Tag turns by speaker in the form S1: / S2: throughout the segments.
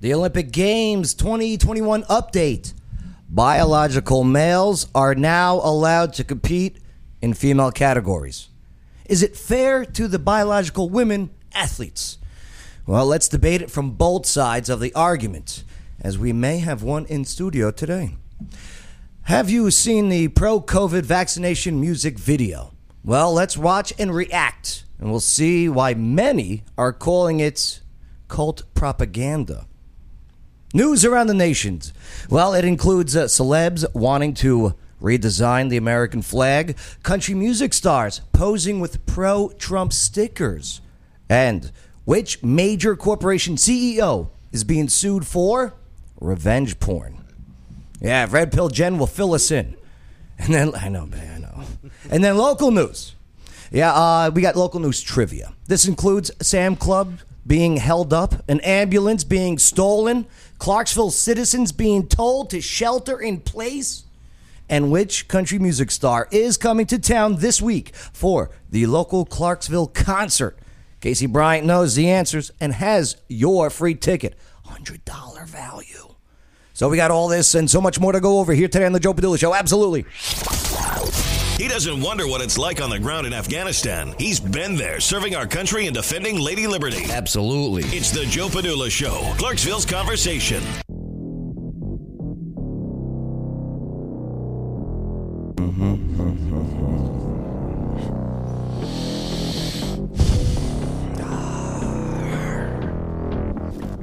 S1: The Olympic Games 2021 update. Biological males are now allowed to compete in female categories. Is it fair to the biological women athletes? Well, let's debate it from both sides of the argument, as we may have one in studio today. Have you seen the pro COVID vaccination music video? Well, let's watch and react, and we'll see why many are calling it cult propaganda. News around the nations. Well, it includes uh, celebs wanting to redesign the American flag, country music stars posing with pro Trump stickers, and which major corporation CEO is being sued for revenge porn. Yeah, Red Pill Jen will fill us in. And then, I know, man, I know. And then local news. Yeah, uh, we got local news trivia. This includes Sam Club being held up, an ambulance being stolen, Clarksville citizens being told to shelter in place, and which country music star is coming to town this week for the local Clarksville concert. Casey Bryant knows the answers and has your free ticket. $100 value. So we got all this and so much more to go over here today on the Joe Padula Show. Absolutely.
S2: He doesn't wonder what it's like on the ground in Afghanistan. He's been there serving our country and defending Lady Liberty.
S3: Absolutely.
S2: It's the Joe Padula Show, Clarksville's Conversation.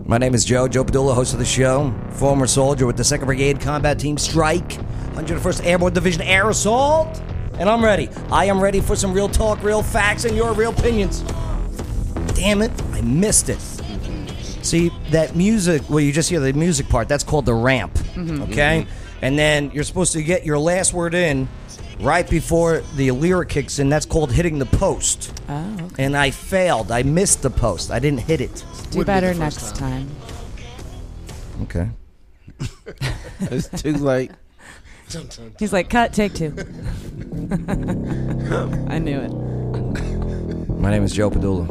S1: My name is Joe, Joe Padula, host of the show, former soldier with the 2nd Brigade Combat Team Strike, 101st Airborne Division Air Assault, and I'm ready. I am ready for some real talk, real facts, and your real opinions. Damn it, I missed it. See, that music, well, you just hear the music part, that's called the ramp,
S4: Mm-hmm.
S1: okay? And then you're supposed to get your last word in right before the lyric kicks in, that's called hitting the post.
S5: Oh, okay.
S1: And I failed, I missed the post, I didn't hit it.
S5: Do better next time.
S1: Okay.
S3: It's too late.
S5: He's like, cut, take two. I knew it.
S1: My name is Joe Padula.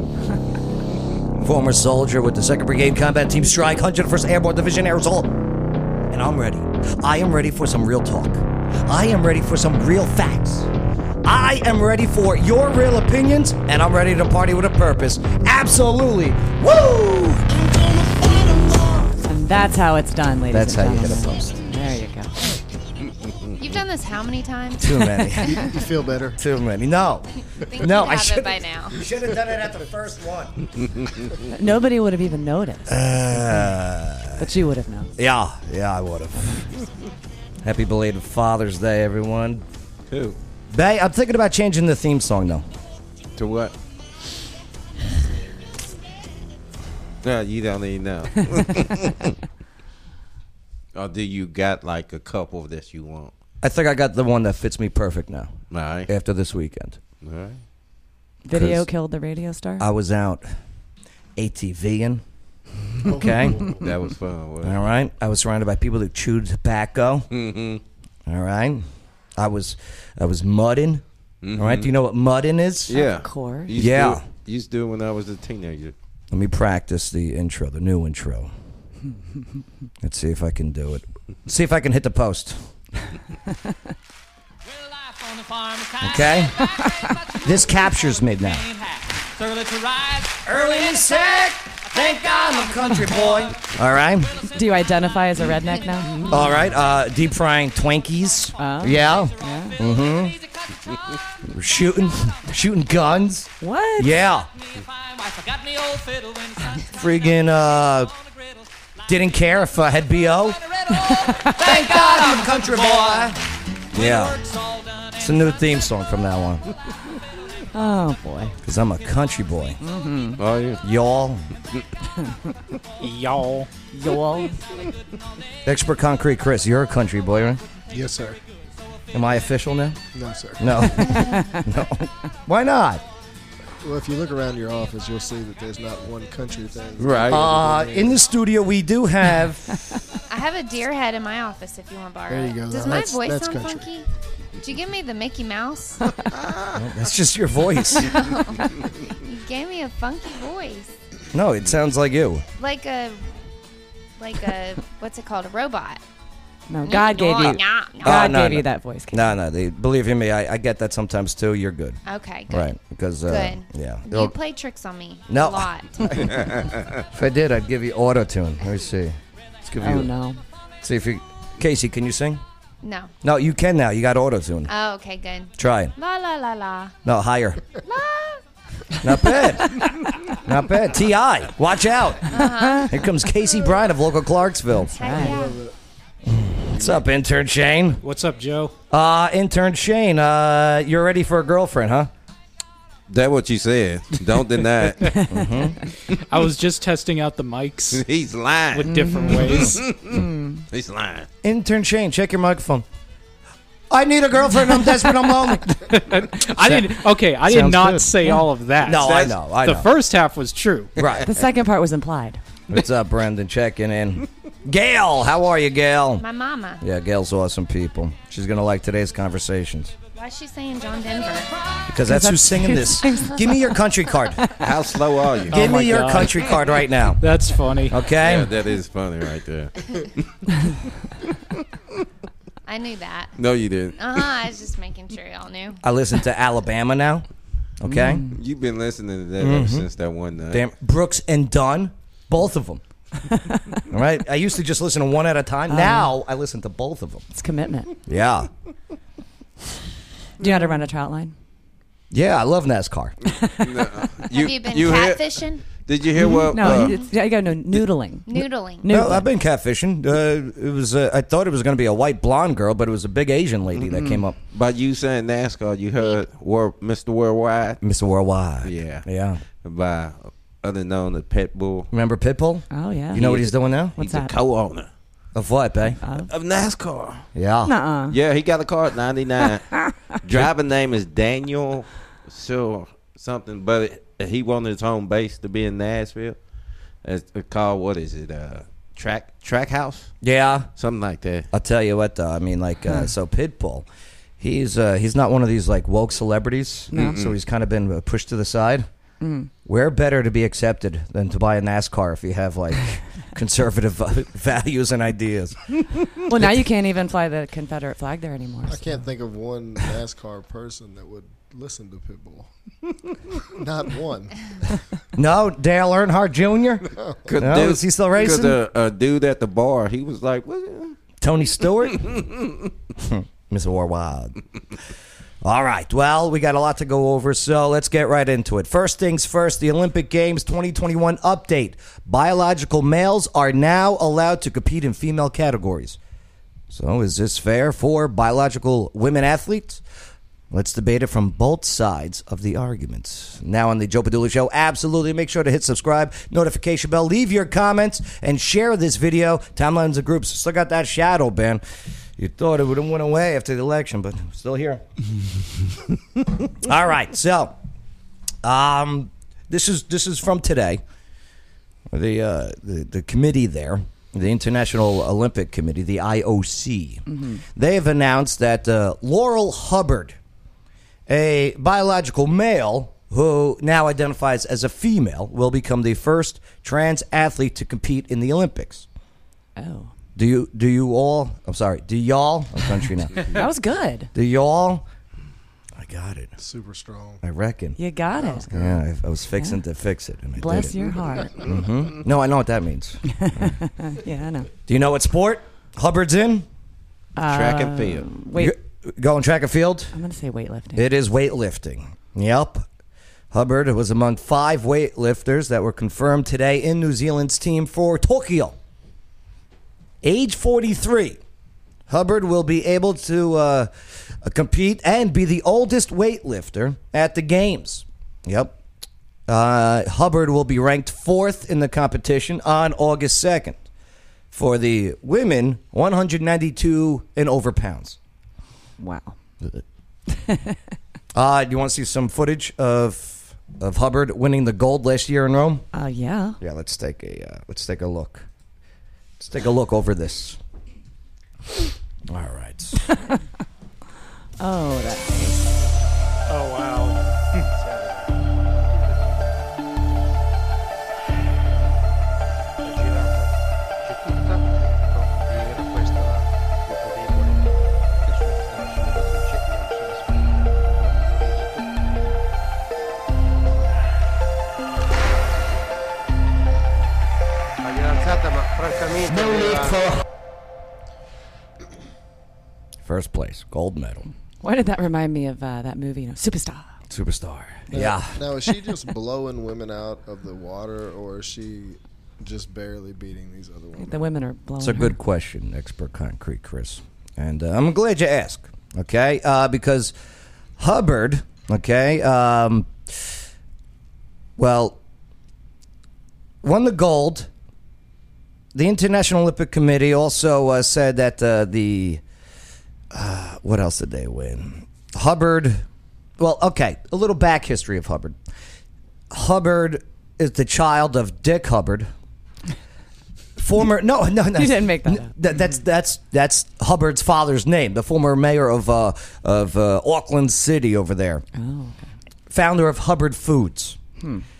S1: Former soldier with the 2nd Brigade Combat Team Strike, 101st Airborne Division Air Assault. And I'm ready. I am ready for some real talk. I am ready for some real facts. I am ready for your real opinions, and I'm ready to party with a purpose. Absolutely. Woo!
S5: And that's how it's done, ladies
S1: That's
S5: and
S1: how you hit a
S5: gentlemen.
S1: post.
S5: There you go.
S6: You've done this how many times?
S1: Too many.
S7: You feel better.
S1: Too many. No.
S6: think
S1: No,
S6: you
S1: I
S6: have it
S1: should've-
S6: by now.
S1: You should have done it at the first one.
S5: Nobody would have even noticed,
S1: Uh,
S5: but you would have known.
S1: yeah, yeah, I would have. Happy belated Father's Day, everyone.
S3: Who?
S1: Bay, I'm thinking about changing the theme song though.
S3: To what? No, you don't even know. or do you got like a couple that you want?
S1: I think I got the one that fits me perfect now.
S3: All right.
S1: After this weekend,
S3: All right.
S5: Video
S1: 'Cause-
S5: killed the radio star.
S1: I was out ATVing. Okay,
S3: That was fun. wasn't it?
S1: all right. I was surrounded by people who chewed tobacco. Mm-hmm. right, I was I was mudding. All right, do you know what mudding is?
S3: Mm-hmm. Yeah.
S5: Of course.
S3: Used to
S1: Yeah.
S3: do it- used to do it when I was a teenager.
S1: Let me practice the intro, the new intro. Let's see if I can do it. See if I can hit the post. Okay.
S8: Okay.
S1: This captures me now. Early in sack. Thank God I'm a country boy. All right.
S5: Do you identify as a redneck now?
S1: All right, uh, deep frying Twinkies.
S5: Oh.
S1: Yeah,
S8: Mm-hmm.
S1: shooting, shooting guns.
S5: What?
S1: Yeah, friggin' uh, didn't care if I had bo. Thank God I'm a country boy. Yeah, it's a new theme song from that one.
S5: Oh boy. Mm-hmm.
S1: Cause I'm a country boy,
S3: Oh yeah.
S1: y'all.
S9: Y'all.
S5: Y'all.
S1: Expert concrete, Chris, you're a country boy, right?
S7: Yes, sir.
S1: Am I official now?
S7: No, sir.
S1: No, no. Why not?
S7: Well, if you look around your office, you'll see that there's not one country thing.
S3: Right.
S1: Uh, in the studio, we do have.
S6: I have a deer head in my office if you want to borrow
S7: There you
S6: it.
S7: go.
S6: Does
S7: Now,
S6: my
S7: that's-
S6: voice
S7: that's
S6: sound
S7: country.
S6: funky? Did you give me the Mickey Mouse?
S1: That's just your voice.
S6: you gave me a funky voice.
S1: No, it sounds like you.
S6: Like a like a what's it called a robot.
S5: No, God gave you.
S6: Nah, nah.
S5: God
S1: no,
S5: gave
S1: no.
S5: you that voice. Kate.
S1: No, no. They believe you me. I, I get that sometimes too. You're good,
S6: Okay, good.
S1: right? Because uh,
S6: Good.
S1: yeah,
S6: You
S1: It'll-
S6: play tricks on me
S1: No.
S6: a lot.
S1: if I did, I'd give you auto tune. Let me see. Let's give you.
S5: Oh no.
S1: See if you, Casey, can you sing?
S6: no.
S1: No, you can now. You got auto tune.
S6: Oh, okay, good.
S1: Try it.
S6: La la la la.
S1: No, higher. Not bad. Not bad. Ti, watch out.
S6: Uh-huh.
S1: Here comes Casey Bryant of local Clarksville.
S6: Heck yeah.
S1: What's up, intern Shane?
S8: What's up, Joe?
S1: Uh, intern Shane, uh, you're ready for a girlfriend, huh?
S3: That's what you said. Don't deny it.
S1: Mm-hmm.
S8: I was just testing out the mics
S3: He's lying. Mm-hmm.
S8: with different ways.
S3: He's lying.
S1: Intern Shane, check your microphone. I need a girlfriend. I'm desperate. I'm lonely.
S8: I didn't. Okay, I did
S1: Sounds
S8: not
S1: good.
S8: say all of that.
S1: No, I know. I
S8: the
S1: know.
S8: first half was true.
S1: right.
S5: The second part was implied.
S1: What's up, Brendan? Checking in. Gail, how are you, Gail?
S6: My mama.
S1: Yeah, Gail's awesome people. She's gonna like today's conversations
S6: Why is she saying John Denver?
S1: because that's who's singing this. Give me your country card.
S3: How slow are you?
S1: Give
S8: my
S1: me your
S8: God.
S1: country card right now.
S8: That's funny.
S1: Okay.
S3: Yeah, that is funny right there.
S6: I knew that.
S3: No, you didn't.
S6: Uh huh. I was just making sure y'all knew.
S1: I listen to Alabama now. Okay. Mm-hmm.
S3: You've been listening to that ever since that one night.
S1: Damn, Brooks and Dunn, both of them. All right. I used to just listen to one at a time. Now I listen to both of them.
S5: It's commitment.
S1: Yeah.
S5: Do you know how to run a trout line?
S1: Yeah, I love NASCAR.
S6: Have you been
S3: uh, hear-
S6: catfishing?
S3: did you hear what?
S5: No,
S3: uh,
S5: you, it's- yeah, you gotta know noodling.
S6: Noodling.
S5: Noodling.
S1: No, I've been catfishing. Uh, it was uh, I thought it was going to be a white blonde girl, but it was a big Asian lady that came up,
S3: by Mm-hmm. you saying NASCAR, you heard Wor- Mr. Worldwide
S1: Mr. Worldwide.
S3: Yeah.
S1: yeah.
S3: by other known as Pitbull.
S1: Remember Pitbull?
S5: Oh yeah.
S1: You know what he's doing now?
S5: What's
S3: He's a
S5: that?
S3: co-owner
S1: Of what, babe?
S3: of NASCAR.
S1: Yeah.
S5: Nuh-uh.
S3: Yeah, he got a car at 99. Driver name is Daniel, so something, but it, he wanted his home base to be in Nashville. It's called what is it? Uh, track Track House,
S1: Yeah.
S3: something like that.
S1: I'll tell you what, though. I mean, like, uh, so Pitbull, he's uh, he's not one of these like woke celebrities, so he's kind of been uh, pushed to the side. Where better to be accepted than to buy a NASCAR if you have like conservative uh, values and ideas?
S5: Well, now you can't even fly the Confederate flag there anymore.
S7: I can't think of one NASCAR person that would listen to Pitbull. Not one.
S1: No, Dale Earnhardt Jr.,
S3: Could
S1: No, Oh, is he still
S3: could
S1: racing?
S3: the uh, dude at the bar, he was like, what?
S1: Tony Stewart, Mr. Worldwide. All right. Well, we got a lot to go over, so let's get right into it. First things first, the Olympic Games 2021 update. Biological males are now allowed to compete in female categories. So, is this fair for biological women athletes? Let's debate it from both sides of the argument. Now on the Joe Padula Show, absolutely make sure to hit subscribe, notification bell, leave your comments, and share this video. Timelines of groups still got that shadow ban. You thought it would have went away after the election, but still here. All right, so um, this is this is from today. The uh, the, the committee there, the International Olympic Committee, the IOC,
S5: Mm-hmm.
S1: they have announced that uh, Laurel Hubbard, a biological male who now identifies as a female, will become the first trans athlete to compete in the Olympics.
S5: Oh,
S1: Do you do you all? I'm sorry. Do y'all? I'm country now.
S5: that was good.
S1: do y'all? I got it.
S7: Super strong.
S1: I reckon.
S5: You got it.
S1: Yeah, I, I was fixing to fix it, and I
S5: Bless
S1: did
S5: your heart.
S1: it. No, I know what that means.
S5: Uh, Yeah, I know.
S1: Do you know what sport Hubbard's in?
S3: track and field.
S5: Wait,
S1: Go- Going track and field.
S5: Uh, I'm gonna say weightlifting.
S1: It is weightlifting. Yep. Hubbard was among five weightlifters that were confirmed today in New Zealand's team for Tokyo. Age 43, Hubbard will be able to uh, compete and be the oldest weightlifter at the Games. Yep. Uh, Hubbard will be ranked fourth in the competition on August 2nd. For the women, 192 and over pounds.
S5: wow.
S1: Uh, do you want to see some footage of of Hubbard winning the gold last year in Rome?
S5: Uh, yeah.
S1: Yeah, let's take a uh, let's take a look. Let's take a look over this. All right.
S5: Oh, that.
S8: Oh wow.
S1: First place, gold medal,
S5: Why did that remind me of uh, that movie, you know, Superstar?
S1: superstar. Yeah.
S7: Now is she just blowing women out of the water, or is she just barely beating these other women?
S5: The women are blowing.
S1: It's a good question, expert concrete Chris, and uh, I'm glad you asked. Okay, uh, because Hubbard. Okay, um, well, won the gold. The International Olympic Committee also uh, said that uh, the uh, what else did they win? Hubbard. Well, okay, a little back history of Hubbard. Hubbard is the child of Dick Hubbard, former no no no.
S5: You didn't make that
S1: N-
S5: up.
S1: that- that's that's that's Hubbard's father's name, the former mayor of uh, of uh, Auckland City over there
S5: Oh, okay. Hmm.
S1: founder of Hubbard Foods.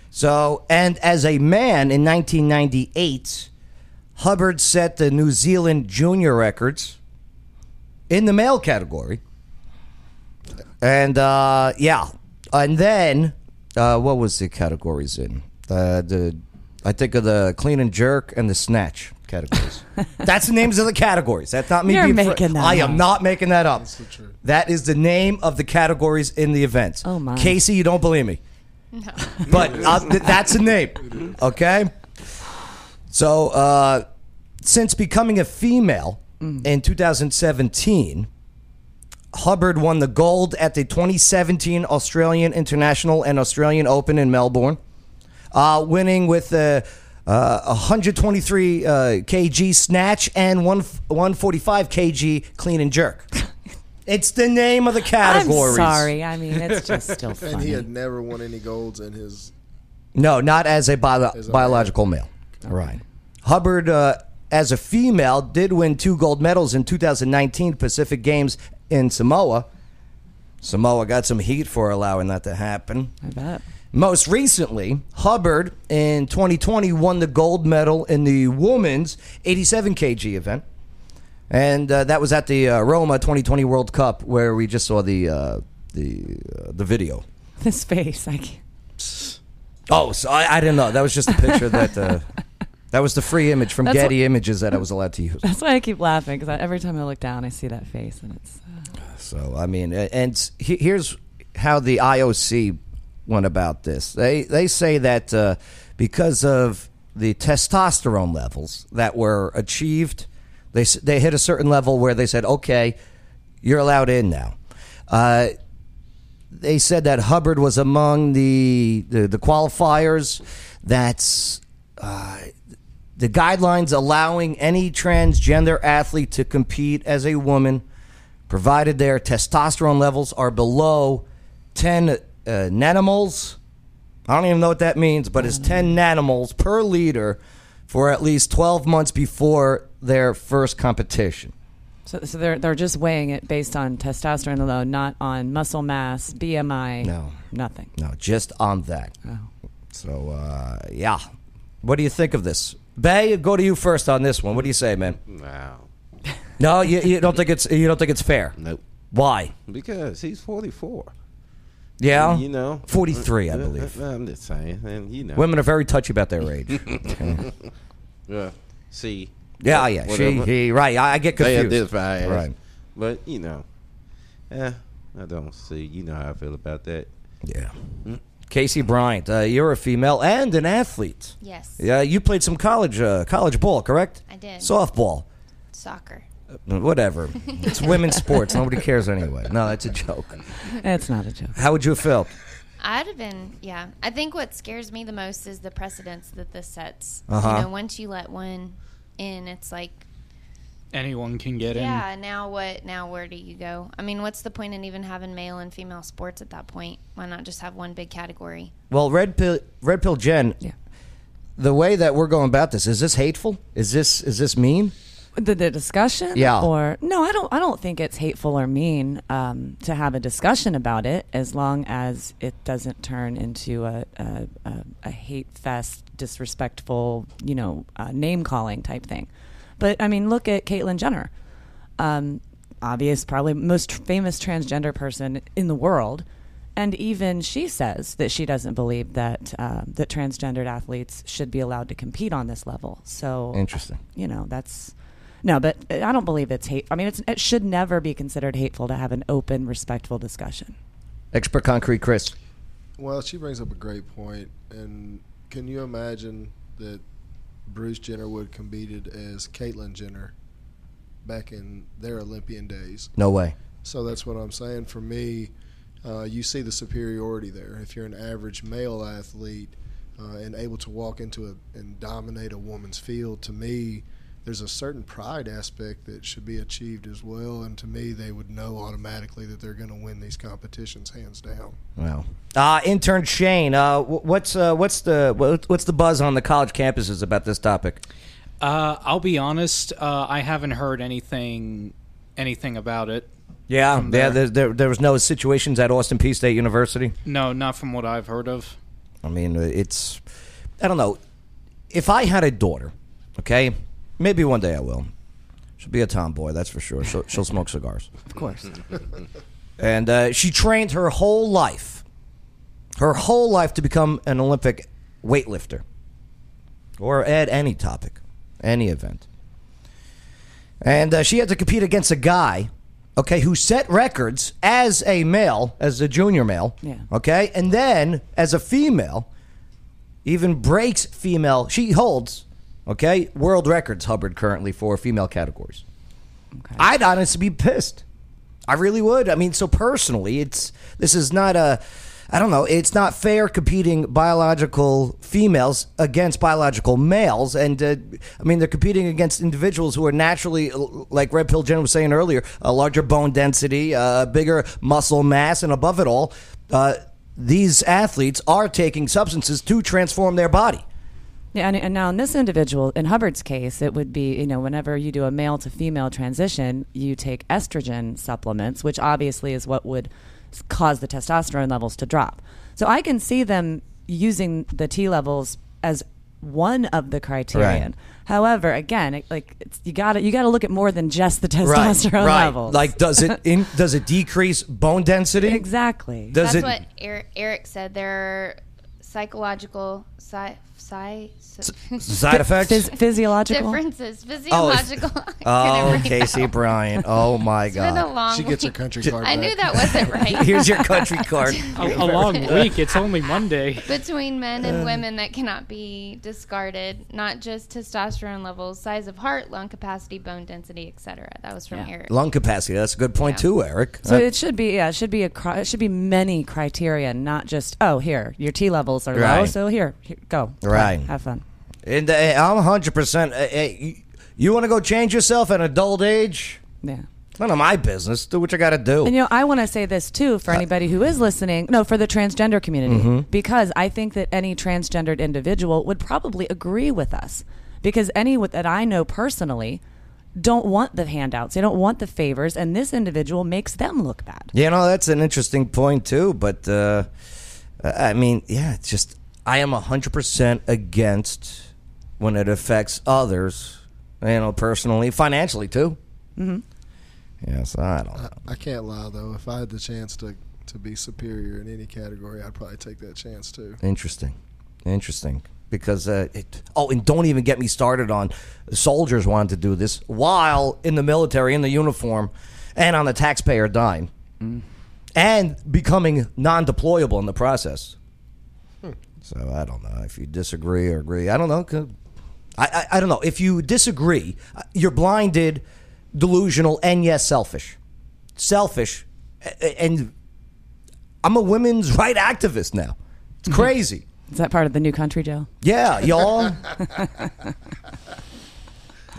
S1: So, and as a man in 1998, Hubbard set the New Zealand junior records in the male category. And uh, yeah, and then uh, what was the categories in? Uh, the I think of the clean and jerk and the snatch categories. That's the names of the categories. That's not me.
S5: You're
S1: being fr-
S5: making that
S1: I am
S5: up.
S1: not making that up.
S7: the truth.
S1: That is the name of the categories in the event.
S5: Oh, my.
S1: Casey, you don't believe me. No. But uh, th- that's a name. Okay? So, uh, since becoming a female
S5: Mm.
S1: in 2017, Hubbard won the gold at the 2017 Australian International and Australian Open in Melbourne, uh, winning with a uh, 123 uh, kg snatch and one 145 kg clean and jerk. It's the name of the categories.
S5: I'm sorry. I mean, it's just still funny.
S7: And he had never won any golds in his.
S1: No, not as a, bio-
S7: a
S1: biological male. Right. Hubbard, uh, as a female, did win two gold medals in 2019 Pacific Games in Samoa. Samoa got some heat for allowing that to happen.
S5: I bet.
S1: Most recently, Hubbard in 2020 won the gold medal in the women's 87 kg event. And uh, that was at the uh, Roma 2020 World Cup where we just saw the uh, the uh, the video.
S5: This face, I can't.
S1: Oh, so I, I didn't know. That was just a picture that uh, that was the free image from
S5: That's
S1: Getty Images that I was allowed to use.
S5: That's why I keep laughing because every time I look down, I see that face, and it's uh,
S1: So I mean, a- and s- he- here's how the IOC went about this. They they say that uh, because of the testosterone levels that were achieved, they s- they hit a certain level where they said, "Okay, you're allowed in now." Uh, they said that Hubbard was among the the, the qualifiers. That's uh, the guidelines allowing any transgender athlete to compete as a woman, provided their testosterone levels are below ten uh, nanomoles. I don't even know what that means, but it's ten nanomoles per liter for at least twelve months before their first competition.
S5: so. So they're they're just weighing it based on testosterone alone, not on muscle mass, BMI,
S1: No.
S5: nothing.
S1: No, just on that.
S5: Oh.
S1: So, uh, yeah. What do you think of this? Bay, go to you first on this one. What do you say, man?
S3: Wow.
S1: No, you, you don't think it's you don't think it's fair.
S3: Nope.
S1: Why?
S3: Because he's 44.
S1: Yeah,
S3: You know.
S1: 43, I
S3: Uh,
S1: believe.
S3: uh, I'm just saying. And, you know.
S1: Women are very touchy about their age. Okay.
S3: Uh, see.
S1: yeah, yeah. She,
S3: Whatever.
S1: he, right. I, I get
S3: They
S1: confused.
S3: identify as.
S1: Right.
S3: But, you know. Yeah. I don't see. You know how I feel about that. Mm.
S1: Yeah. Casey Bryant, uh, you're a female and an athlete.
S6: Yes.
S1: Yeah, you played some college uh, college ball, correct?
S6: I did.
S1: Softball.
S6: Soccer.
S1: Whatever. It's women's sports. Nobody cares anyway. No, that's a joke.
S5: It's not a joke.
S1: How would you have felt?
S6: I'd have been, yeah. I think what scares me the most is the precedence that this sets.
S1: Uh-huh.
S6: You know, once you let one in, it's like,
S8: Anyone can get
S6: yeah, now what? Now where do you go? I mean, what's the point in even having male and female sports at that point? Why not just have one big category?
S1: Well, Red Pill, Red Pill Jen,
S5: Yeah.
S1: the way that we're going about this, is this hateful? Is this is this mean?
S5: the, the discussion
S1: Yeah.
S5: or no i don't i don't think it's hateful or mean um, to have a discussion about it as long as it doesn't turn into a a, a, a hate fest disrespectful you know uh, name calling type thing but i mean look at caitlyn jenner um, obvious probably most tr- famous transgender person in the world And even she says that she doesn't believe that um, that transgendered athletes should be allowed to compete on this level. So
S1: Interesting.
S5: you know that's no but i don't believe it's hate i mean it's, it should never be considered hateful to have an open respectful discussion
S1: Expert concrete, Chris.
S7: Well, she brings up a great point, and can you imagine that Bruce Jenner would competed as Caitlyn Jenner back in their Olympian days?
S1: No way.
S7: So that's what I'm saying. For me, uh, you see the superiority there. If you're an average male athlete uh, and able to walk into a, and dominate a woman's field, to me, there's a certain pride aspect that should be achieved as well. And to me, they would know automatically that they're going to win these competitions hands down.
S1: Wow. Uh, intern Shane, uh, wh- what's uh, what's the what- what's the buzz on the college campuses about this topic?
S8: Uh, I'll be honest. Uh, I haven't heard anything anything about it.
S1: Yeah,
S8: From
S1: yeah.
S8: there.
S1: There, there, there was no situations at Austin Peay State University.
S8: No, not from what I've heard of.
S1: I mean, uh, it's I don't know. If I had a daughter, okay, maybe one day I will. She'll be a tomboy, that's for sure. She'll, she'll smoke cigars, of course. and uh, she trained her whole life, her whole life to become an Olympic weightlifter, or at any topic, any event. And uh, she had to compete against a guy, okay, who set records as a male, as a junior male,
S5: Yeah.
S1: okay, and then as a female, even breaks female. She holds, okay, world records. Hubbard currently for female categories. I'd honestly be pissed. I really would. I mean, so personally, it's this is not a. I don't know. It's not fair competing biological females against biological males, and uh, I mean they're competing against individuals who are naturally, l- like Red Pill Jen was saying earlier, a larger bone density, uh, bigger muscle mass, and above it all, uh, these athletes are taking substances to transform their body.
S5: yeah, and, and now in this individual in hubbard's case it would be you know whenever you do a male to female transition you take estrogen supplements which obviously is what would s- cause the testosterone levels to drop so i can see them using the t levels as one of the criterion however again it, like it's, you gotta you gotta look at more than just the testosterone levels
S1: Like, does it in, does it decrease bone density?
S5: exactly
S1: Does
S6: That's
S1: it?
S6: what Eric, Eric said. There are psychological, sci, sci,
S1: Side effects?
S5: Phys- physiological
S6: differences,
S1: Oh, it's-
S6: physiological. I couldn't
S1: Oh,
S6: bring it
S1: Casey
S6: out.
S1: Bryant. Oh my
S6: It's been a
S1: God.
S6: long
S7: She gets her
S6: week.
S7: country card
S6: I
S7: back.
S6: knew that wasn't right.
S1: Here's your country card.
S8: A, a long week. Oh, It's only Monday.
S6: Between men
S1: Uh.
S6: and women that cannot be discarded, not just testosterone levels, size of heart, lung capacity, bone density, etc. That was from
S5: Yeah.
S6: Eric.
S1: Lung capacity. That's a good point too, Eric. Uh,
S5: So it should be yeah, it should be a cri- it should be many criteria, not just oh here your T levels are low,
S1: Right.
S5: so here, here go
S1: Right.
S5: have fun.
S1: and uh, I'm 100. percent uh, You, you want to go change yourself at adult age?
S5: Yeah.
S1: It's None of my business. Do what you got to
S5: And
S1: do.
S5: you know, I want to say this too
S1: Uh,
S5: for anybody who is listening. No, for the transgender community,
S1: Mm-hmm.
S5: because I think that any transgendered individual would probably agree with us, because any with- that I know personally don't want the handouts, they don't want the favors, and this individual makes them look bad.
S1: You know, that's an interesting point too. But uh, I mean, yeah, it's just I am 100 percent against when it affects others. You know, personally, financially too. Mm-hmm. Yes, I don't know.
S7: I can't lie though. If I had the chance to to be superior in any category, I'd probably take that chance too.
S1: Interesting. Interesting. Because uh, it, oh, and don't even get me started on soldiers wanting to do this while in the military, in the uniform, and on the taxpayer dime, and becoming non-deployable in the process. So I don't know if you disagree or agree. I don't know. Could- I, I I don't know if you disagree. uh, You're blinded, delusional, and yes, selfish. Selfish, a- a- and I'm a women's right activist now. It's crazy.
S5: Is that part of the new country, Joe?
S1: Yeah, y'all.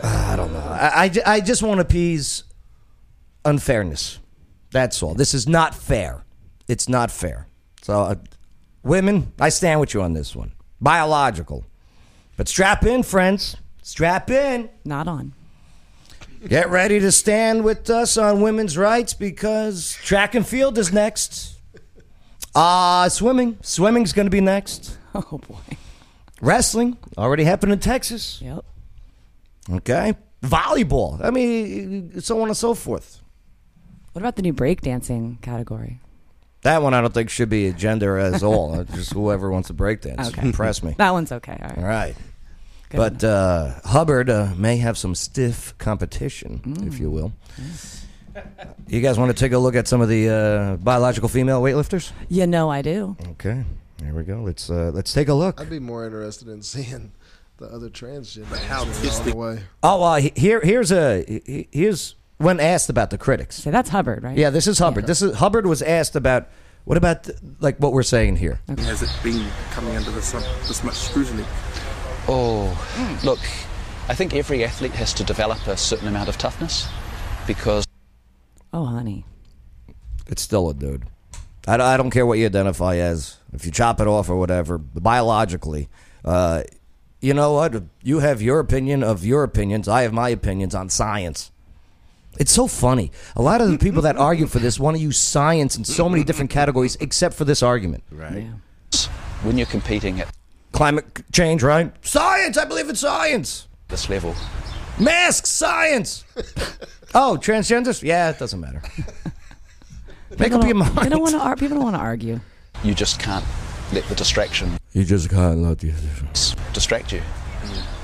S1: Ah, I don't know. I, I ju- I just want to appease unfairness. That's all. This is not fair. It's not fair. So, uh, women, I stand with you on this one. Biological. But strap in, friends. Strap in.
S5: Not on.
S1: Get ready to stand with us on women's rights because track and field is next. Uh, swimming. Swimming's going to be next.
S5: Oh boy.
S1: Wrestling already happened in Texas.
S5: Yep.
S1: Okay. Volleyball. I mean, eh, so on and so forth.
S5: What about the new breakdancing category?
S1: That one I don't think should be a gender as all. It's Just whoever wants to break dance.
S5: Okay.
S1: Press me.
S5: That one's okay. All right.
S1: All right.
S5: Good
S1: but uh, Hubbard uh, may have some stiff competition,
S5: Mm.
S1: if you will. You guys want to take a look at some of the uh, biological female weightlifters?
S5: You know I do.
S1: Okay, here we go. Let's uh, let's take a look.
S7: I'd be more interested in seeing the other transgender. How is the way?
S1: Oh, uh, he- here here's a he- here's when asked about the critics.
S5: So that's Hubbard, right?
S1: Yeah, this is Hubbard. This is Hubbard was asked about what about like what we're saying here.
S10: Has it been coming under this, uh, this much scrutiny?
S4: Oh,
S1: Mm.
S4: look, I think every athlete has to develop a certain amount of toughness because
S5: Oh, honey.
S1: It's still a dude. I, I don't care what you identify as. If you chop it off or whatever, biologically, uh, you know what? You have your opinion of your opinions. I have my opinions on science. It's so funny. A lot of the people that argue for this want to use science in so many different categories, except for this argument.
S3: Right.
S4: when you're competing at
S1: Climate c- change, right? Science. I believe in science.
S4: this level,
S1: Masks, science. oh, transgenders? Yeah, it doesn't matter. Make up your mind.
S5: They don't want to. Ar- people don't want to argue.
S4: you just can't let the distraction
S1: You just can't let you.
S4: distract you.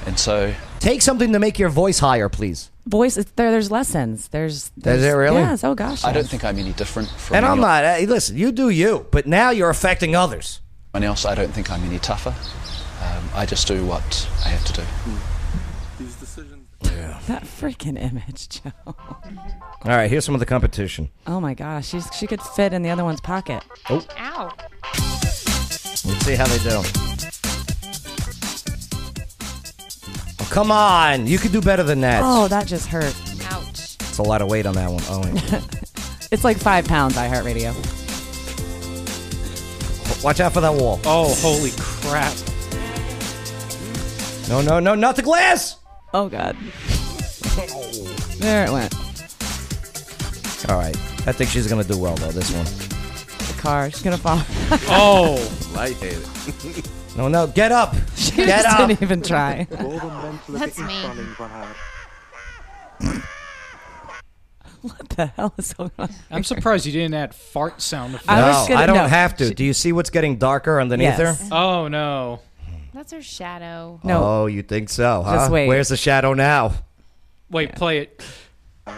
S4: And so
S1: Take something to make your voice higher, please.
S5: Voice. It's, there, there's lessons. There's. there's
S1: it really?
S5: Yes. Oh gosh.
S4: I don't
S5: yes.
S4: think I'm any different from
S1: And I'm
S4: anyone
S1: not. Hey, listen, you do you, but now you're affecting others.
S4: else. I don't think I'm any tougher. Um, I just do what I have to do.
S1: Hmm.
S10: These decisions.
S5: that freaking image, Joe.
S1: All right, here's some of the competition.
S5: Oh my gosh. She's she could fit in the other one's pocket.
S6: Ow.
S1: Let's see how they do. Oh, come on, you could do better than that.
S5: Oh, that just hurt.
S6: Ouch.
S1: It's a lot of weight on that one. Oh, wait.
S5: It's like five pounds. I Radio.
S1: watch out for that wall.
S8: Oh, holy crap.
S1: No, no, no, not the glass.
S5: Oh God. There it went.
S1: All right, I think she's gonna do well though. This one.
S5: The car. She's gonna fall.
S8: Oh,
S3: Lightheaded.
S1: No, no, get up.
S5: She
S1: Get
S5: just
S1: up.
S5: didn't even try.
S6: That's me.
S5: what the hell is going on?
S8: I'm surprised you didn't add fart sound effect.
S5: I
S1: no,
S5: was gonna-
S1: I don't
S5: no.
S1: have to. Do you see what's getting darker underneath
S5: Yes.
S1: her?
S8: Oh no.
S6: That's her shadow.
S5: No.
S1: Oh, you think so? Huh?
S5: Just wait.
S1: Where's the shadow now?
S8: Wait, play it.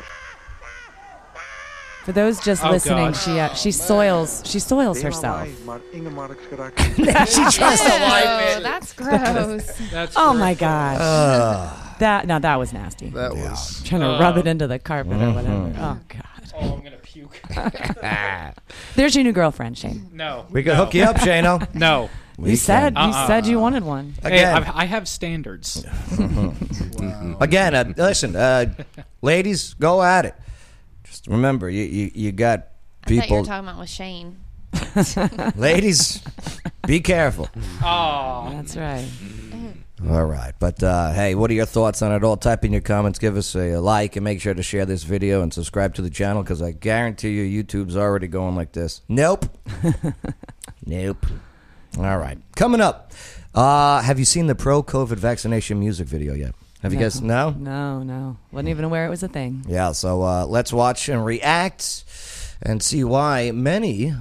S5: For those just
S8: Oh,
S5: listening,
S8: God.
S5: she uh, she soils she soils herself.
S1: she tries to wipe it.
S6: Oh, that's gross.
S8: That's
S5: Oh
S8: gross.
S5: my gosh. that no, that was nasty.
S7: That was
S5: Trying to rub it into the carpet or whatever.
S1: Mm-hmm.
S5: Oh god.
S8: Oh, I'm gonna puke.
S5: There's your new girlfriend, Shane.
S8: No.
S1: We could
S8: no.
S1: hook you up, Shano.
S8: No.
S1: We
S5: you said
S1: can.
S5: you said you wanted one.
S8: Hey,
S1: Again.
S8: I've, I have standards.
S1: Again, uh, listen, uh, ladies, go at it. Just remember, you you, you got
S6: I thought you were
S1: people.
S6: talking about with Shane.
S1: ladies, be careful.
S8: Oh.
S5: That's right.
S1: All right, but uh, hey, what are your thoughts on it all? Type in your comments, give us a, like, and make sure to share this video and subscribe to the channel because I guarantee you, YouTube's already going like this. Nope. nope. All right, coming up. Uh, have you seen the pro COVID vaccination music video yet? Have you guys no?
S5: No, no. Wasn't even aware it was a thing.
S1: Yeah, so uh, let's watch and react and see why many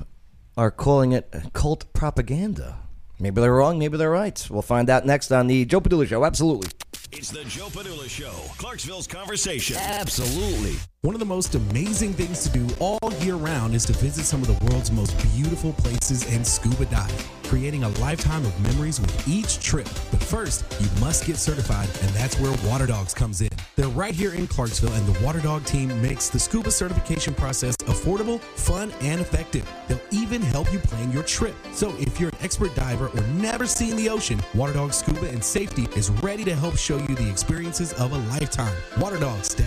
S1: are calling it cult propaganda. Maybe they're wrong, maybe they're right. We'll find out next on the Joe Padula Show. Absolutely.
S2: It's the Joe Padula Show, Clarksville's conversation.
S11: Absolutely. One of the most amazing things to do all year round is to visit some of the world's most beautiful places and scuba dive, creating a lifetime of memories with each trip. But first, you must get certified, and that's where Water Dogs comes in. They're right here in Clarksville, and the Water Dog team makes the scuba certification process affordable, fun, and effective. They'll even help you plan your trip. So if you're an expert diver or never seen the ocean, Water Dog Scuba and Safety is ready to help show you the experiences of a lifetime.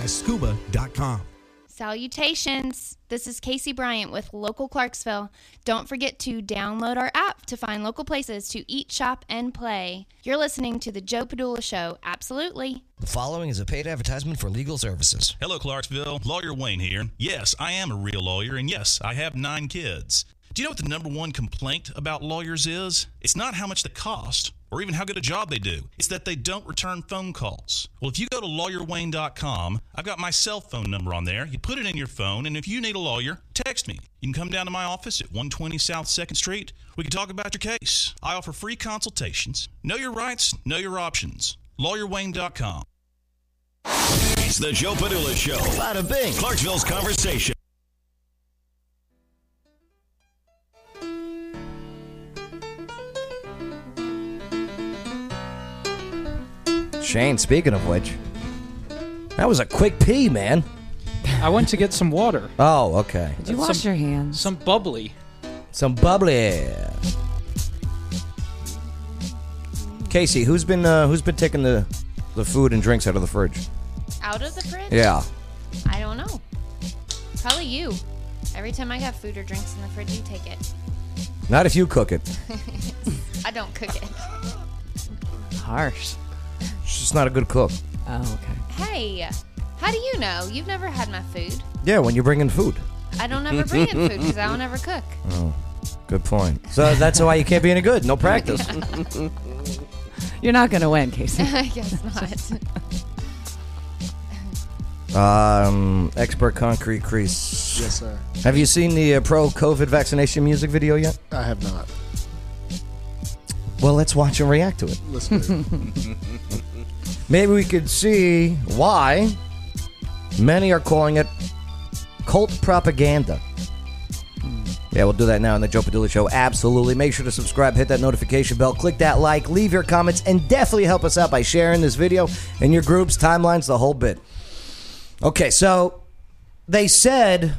S11: Waterdogs-scuba.com.
S6: Salutations. This is Casey Bryant with Local Clarksville. Don't forget to download our app to find local places to eat, shop, and play. You're listening to The Joe Padula Show. Absolutely.
S1: The following is a paid advertisement for legal services.
S12: Hello, Clarksville. Lawyer Wayne here. Yes, I am a real lawyer, and yes, I have nine kids. Do you know what the number one complaint about lawyers is? It's not how much they cost, or even how good a job they do. It's that they don't return phone calls. Well, if you go to lawyerwayne.com, I've got my cell phone number on there. You put it in your phone, and if you need a lawyer, text me. You can come down to my office at 120 South 2nd Street. We can talk about your case. I offer free consultations. Know your rights, know your options. LawyerWayne.com.
S2: It's the Joe Padula Show. Bada bing. Clarksville's conversation.
S1: Shane, speaking of which, that was a quick pee, man.
S8: I went to get some water.
S1: Oh, okay.
S5: Did you wash your hands?
S8: Some bubbly.
S1: Some bubbly. Casey, who's been uh, who's been taking the the food and drinks out of the fridge?
S6: Out of the fridge?
S1: Yeah.
S6: I don't know. Probably you. Every time I got food or drinks in the fridge, you take it.
S1: Not if you cook it.
S6: I don't cook it.
S5: Harsh.
S1: She's just not a good cook.
S5: Oh, okay.
S6: Hey, how do you know? You've never had my food.
S1: Yeah, when you bring in food.
S6: I don't ever bring in food because I don't ever cook.
S1: Oh, good point. So that's why you can't be any good. No practice.
S5: You're not going to win, Casey.
S6: I guess not.
S1: Um, expert concrete crease.
S7: Yes, sir.
S1: Have you seen the uh, pro COVID vaccination music video yet?
S7: I have not.
S1: Well, let's watch and react to it.
S7: Let's do it.
S1: Maybe we could see why many are calling it cult propaganda. Yeah, we'll do that now on the Joe Padula Show. Absolutely. Make sure to subscribe, hit that notification bell, click that like, leave your comments, and definitely help us out by sharing this video in your groups, timelines, the whole bit. Okay, so they said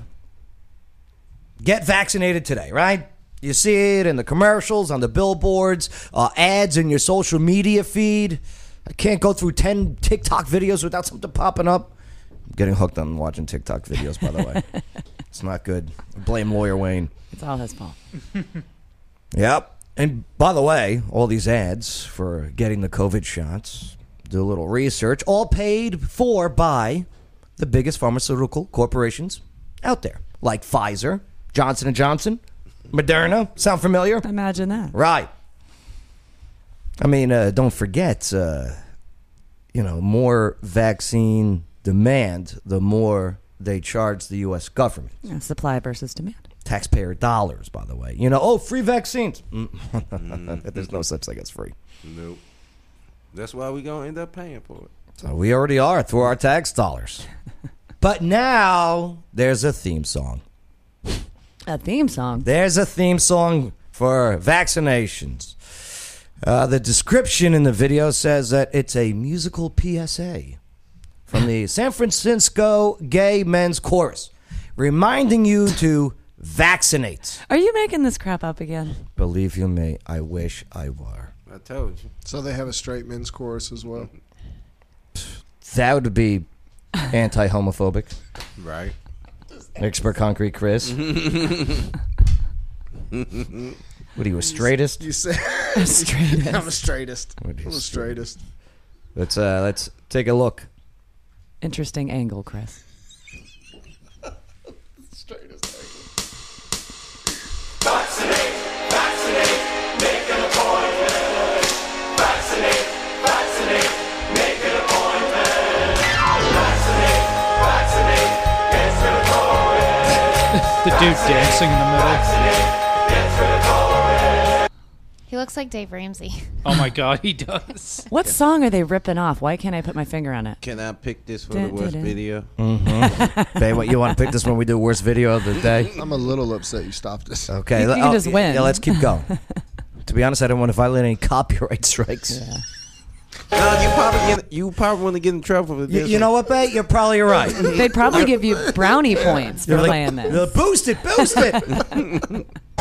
S1: get vaccinated today, right? You see it in the commercials, on the billboards, uh, ads in your social media feed. I can't go through 10 TikTok videos without something popping up. I'm getting hooked on watching TikTok videos, by the way. it's not good. Blame Lawyer Wayne.
S5: It's all his fault.
S1: Yep. And by the way, all these ads for getting the COVID shots, do a little research, all paid for by the biggest pharmaceutical corporations out there, like Pfizer, Johnson and Johnson, Moderna. Sound familiar?
S5: Imagine that.
S1: Right. I mean, uh, don't forget, uh, you know, more vaccine demand, the more they charge the U.S. government.
S5: Yeah, supply versus demand.
S1: Taxpayer dollars, by the way. You know, oh, free vaccines.
S5: Mm-hmm.
S1: Mm. There's no such thing as free.
S3: Nope. That's why we gonna end up paying for it.
S1: So we already are through our tax dollars. but now there's a theme song.
S5: A theme song.
S1: There's a theme song for vaccinations. Uh, the description in the video says that it's a musical PSA from the San Francisco Gay Men's Chorus, reminding you to vaccinate.
S5: Are you making this crap up again?
S1: Believe you me, I wish I were.
S3: I told you.
S7: So they have a straight men's chorus as well.
S1: That would be anti homophobic.
S3: Right.
S1: Expert Concrete Chris. What are you, a straightest?
S7: You said
S5: A straightest.
S7: I'm a straightest.
S1: What
S7: I'm
S1: is
S7: a straightest.
S1: Let's uh, let's take a look.
S5: Interesting angle, Chris.
S8: The dude dancing in the middle.
S6: He looks like Dave Ramsey.
S8: Oh my god, he does.
S5: What song are they ripping off? Why can't I put my finger on it?
S3: Can I pick this for the worst
S5: Dun-dun-dun.
S3: video?
S1: Babe, Mm-hmm. what you want to pick this when we do worst video of the day?
S7: I'm a little upset you stopped us.
S1: Okay,
S5: You-
S1: le-
S5: you can just
S1: yeah,
S5: win.
S1: Yeah, let's keep going. to be honest, I don't want to violate any copyright strikes.
S5: Yeah.
S3: No, you probably get, you probably want to get in trouble for
S1: You,
S3: this.
S1: you know what, babe? Oh, You're probably right.
S5: They'd probably give you brownie points for
S1: You're
S5: playing
S1: like, "Uh,
S5: this.
S1: boost it, boost it.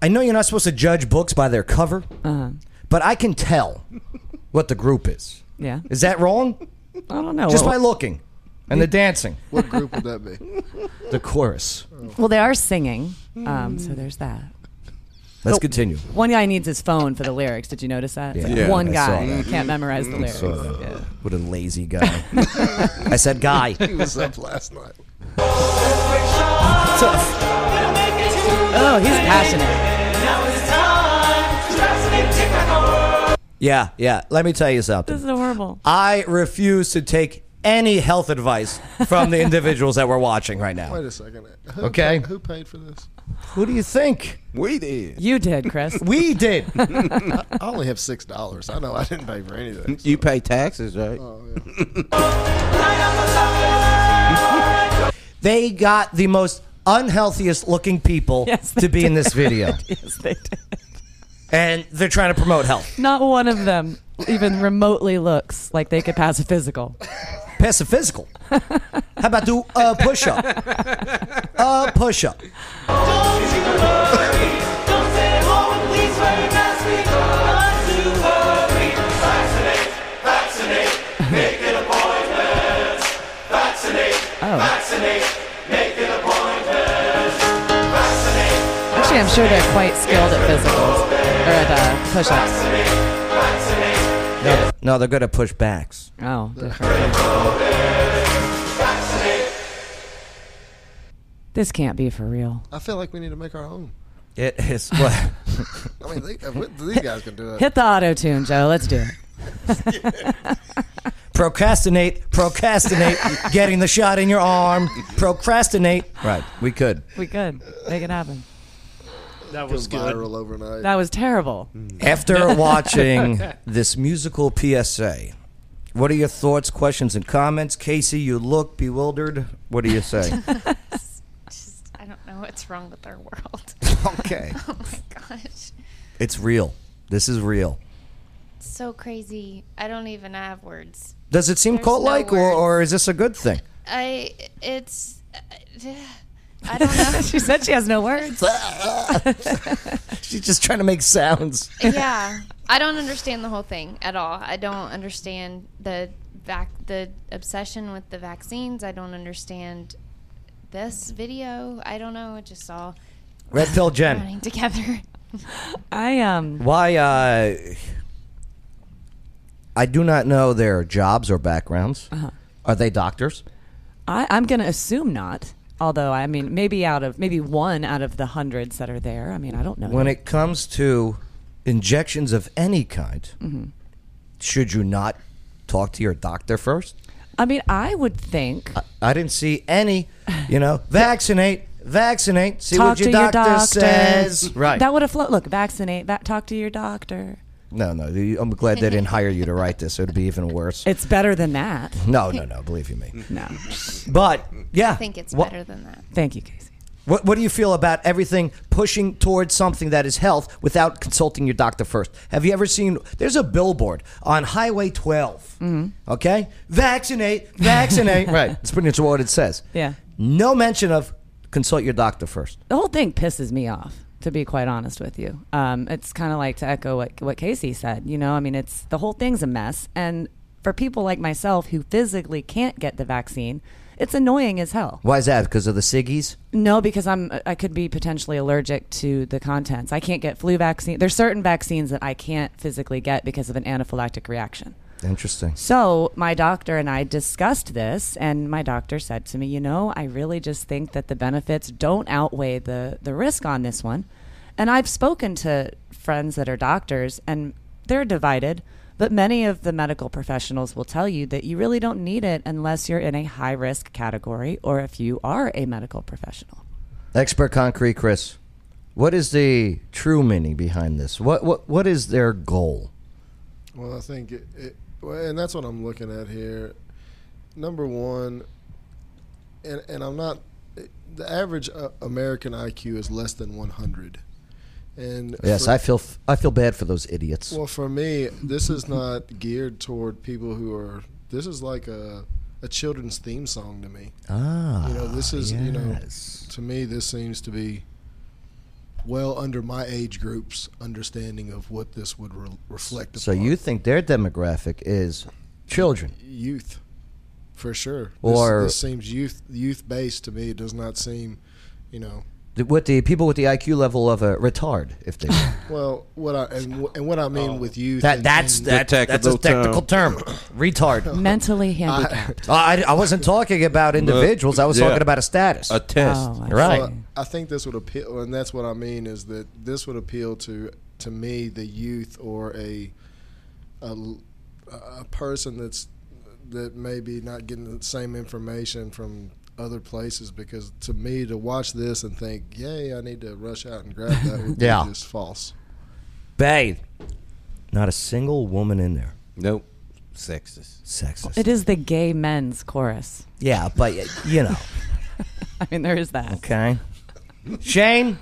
S1: I know you're not supposed to judge books by their cover,
S5: Uh-huh.
S1: but I can tell what the group is.
S5: Yeah.
S1: Is that wrong?
S5: I don't know.
S1: Just by
S5: well,
S1: looking and the dancing,
S7: What group would that be?
S1: the chorus.
S5: well, they are singing, um,
S3: Hmm.
S5: so there's that. Oh,
S1: Let's continue.
S5: One guy needs his phone for the lyrics. Did you notice that? It's like
S1: Yeah,
S5: one
S1: I
S5: guy
S1: saw that.
S5: can't memorize the lyrics.
S1: What a lazy guy. I said, guy.
S7: He was up last night.
S5: Tough. Oh, he's passionate.
S1: Yeah, yeah. Let me tell you something.
S5: This is horrible.
S1: I refuse to take any health advice from the individuals that we're watching right now.
S7: Wait a second. Who
S1: Okay.
S7: pa- who paid for this?
S1: Who do you think?
S3: We did.
S5: You did, Chris.
S1: We did.
S7: I I only have six dollars. I know I didn't pay for anything.
S3: You pay taxes, right?
S1: Oh, They got the most unhealthiest looking people to be in this video.
S5: yes, they did.
S1: And they're trying to promote health.
S5: Not one of them even remotely looks like they could pass a physical.
S1: Pass a physical? How about do a push up? A push up.
S5: Oh. Actually, I'm sure they're quite skilled at physicals or at uh, push ups.
S1: No, no, they're good at push backs.
S5: Oh, this can't be for real.
S7: I feel like we need to make our own.
S1: It is. What?
S7: I mean, they, uh, these guys can do it.
S5: Hit the auto tune, Joe. Let's do it.
S1: procrastinate, procrastinate, getting the shot in your arm, procrastinate. Right, we could.
S5: We could make it happen.
S8: That
S7: was viral overnight.
S5: That was terrible.
S1: Mm. After watching this musical PSA, what are your thoughts, questions, and comments? Casey, you look bewildered. What do you say?
S6: Just, I don't know what's wrong with our world.
S1: Okay.
S6: oh my gosh.
S1: it's real. This is real.
S6: It's so crazy. I don't even have words.
S1: Does it seem
S6: There's
S1: cult like,
S6: no
S1: or,
S6: words.
S1: or is this a good thing?
S6: I, it's, uh, I don't know.
S5: she said she has no words.
S1: She's just trying to make sounds.
S6: yeah i don't understand the whole thing at all i don't understand the vac the obsession with the vaccines i don't understand this video i don't know it just all
S1: Red Pill Jen.
S6: running together
S5: I um.
S1: Why? Uh, I do not know their jobs or backgrounds.
S5: Uh-huh.
S1: Are they doctors?
S5: I, I'm going to assume not. Although I mean, maybe out of maybe one out of the hundreds that are there. I mean, I don't know.
S1: When it comes to injections of any kind,
S5: Mm-hmm.
S1: should you not talk to your doctor first?
S5: I mean, I would think.
S1: I didn't see any. You know, vaccinate, vaccinate. See
S5: talk
S1: what your
S5: to
S1: doctor,
S5: your doctor
S1: says. Right?
S5: That would have flown. Look, vaccinate. Va- talk to your doctor.
S1: no, no. you- I'm glad they didn't hire you to write this. It would be even worse.
S5: It's better than that.
S1: No, no, no. Believe you me.
S5: No,
S1: But yeah,
S6: i think it's
S1: What-
S6: better than that
S5: thank you, Casey.
S1: What, what do you feel about everything pushing towards something that is health without consulting your doctor first? Have you ever seen? There's a billboard on Highway 12.
S5: Mm-hmm.
S1: Okay, vaccinate, vaccinate. right, it's pretty much what it says.
S5: Yeah.
S1: No mention of consult your doctor first.
S5: The whole thing pisses me off, to be quite honest with you. Um, it's kind of like to echo what, what Casey said. You know, I mean, it's the whole thing's a mess. And for people like myself who physically can't get the vaccine, it's annoying as hell.
S1: Why is that? Because of the ciggies?
S5: No, because I'm uh, I could be potentially allergic to the contents. I can't get flu vaccine. There's certain vaccines that I can't physically get because of an anaphylactic reaction.
S1: Interesting.
S5: So my doctor and I discussed this, and my doctor said to me, "You know, I really just think that the benefits don't outweigh the the risk on this one." And I've spoken to friends that are doctors, and they're divided. But many of the medical professionals will tell you that you really don't need it unless you're in a high risk category or if you are a medical professional.
S1: Expert concrete, Chris. What is the true meaning behind this? What what what is their goal?
S7: Well, I think it, it well, and that's what I'm looking at here. Number one, and and I'm not the average uh, American IQ is less than 100. And
S1: Yes,
S7: for-
S1: I feel f- I feel bad for those idiots.
S7: Well, for me, this is not geared toward people who are. This is like a a children's theme song to me.
S1: ah,
S7: You know, this is you know,
S1: yes.
S7: to me, this seems to be well under my age group's understanding of what this would re- reflect.
S1: So
S7: upon.
S1: you think their demographic is children?
S7: youth for sure. This-
S1: Or-
S7: this, seems youth youth based to me. It does not seem, you know,
S1: The- With the people with the IQ level of a retard, if they will.
S7: Well, what I and, wh- and what I mean with youth
S1: that
S7: and-
S1: that's
S7: and-
S1: that, that's a technical term, retard.
S5: mentally handicapped.
S1: I, I, I wasn't talking about individuals. I was
S3: yeah.
S1: talking about a status,
S3: A test. Oh, I
S1: right?
S7: Well, I think this would appeal, and that's what I mean is that this would appeal to to me the youth or a a, a person that's that maybe not getting the same information from other places because to me to watch this and think, yay, I need to rush out and grab that would
S1: Yeah.
S7: be just false.
S1: Babe, not a single woman in there.
S3: Nope. Sexist.
S1: Sexist.
S5: It is the gay men's chorus.
S1: Yeah, but y- you know.
S5: I mean, there is that.
S1: Okay. Shane,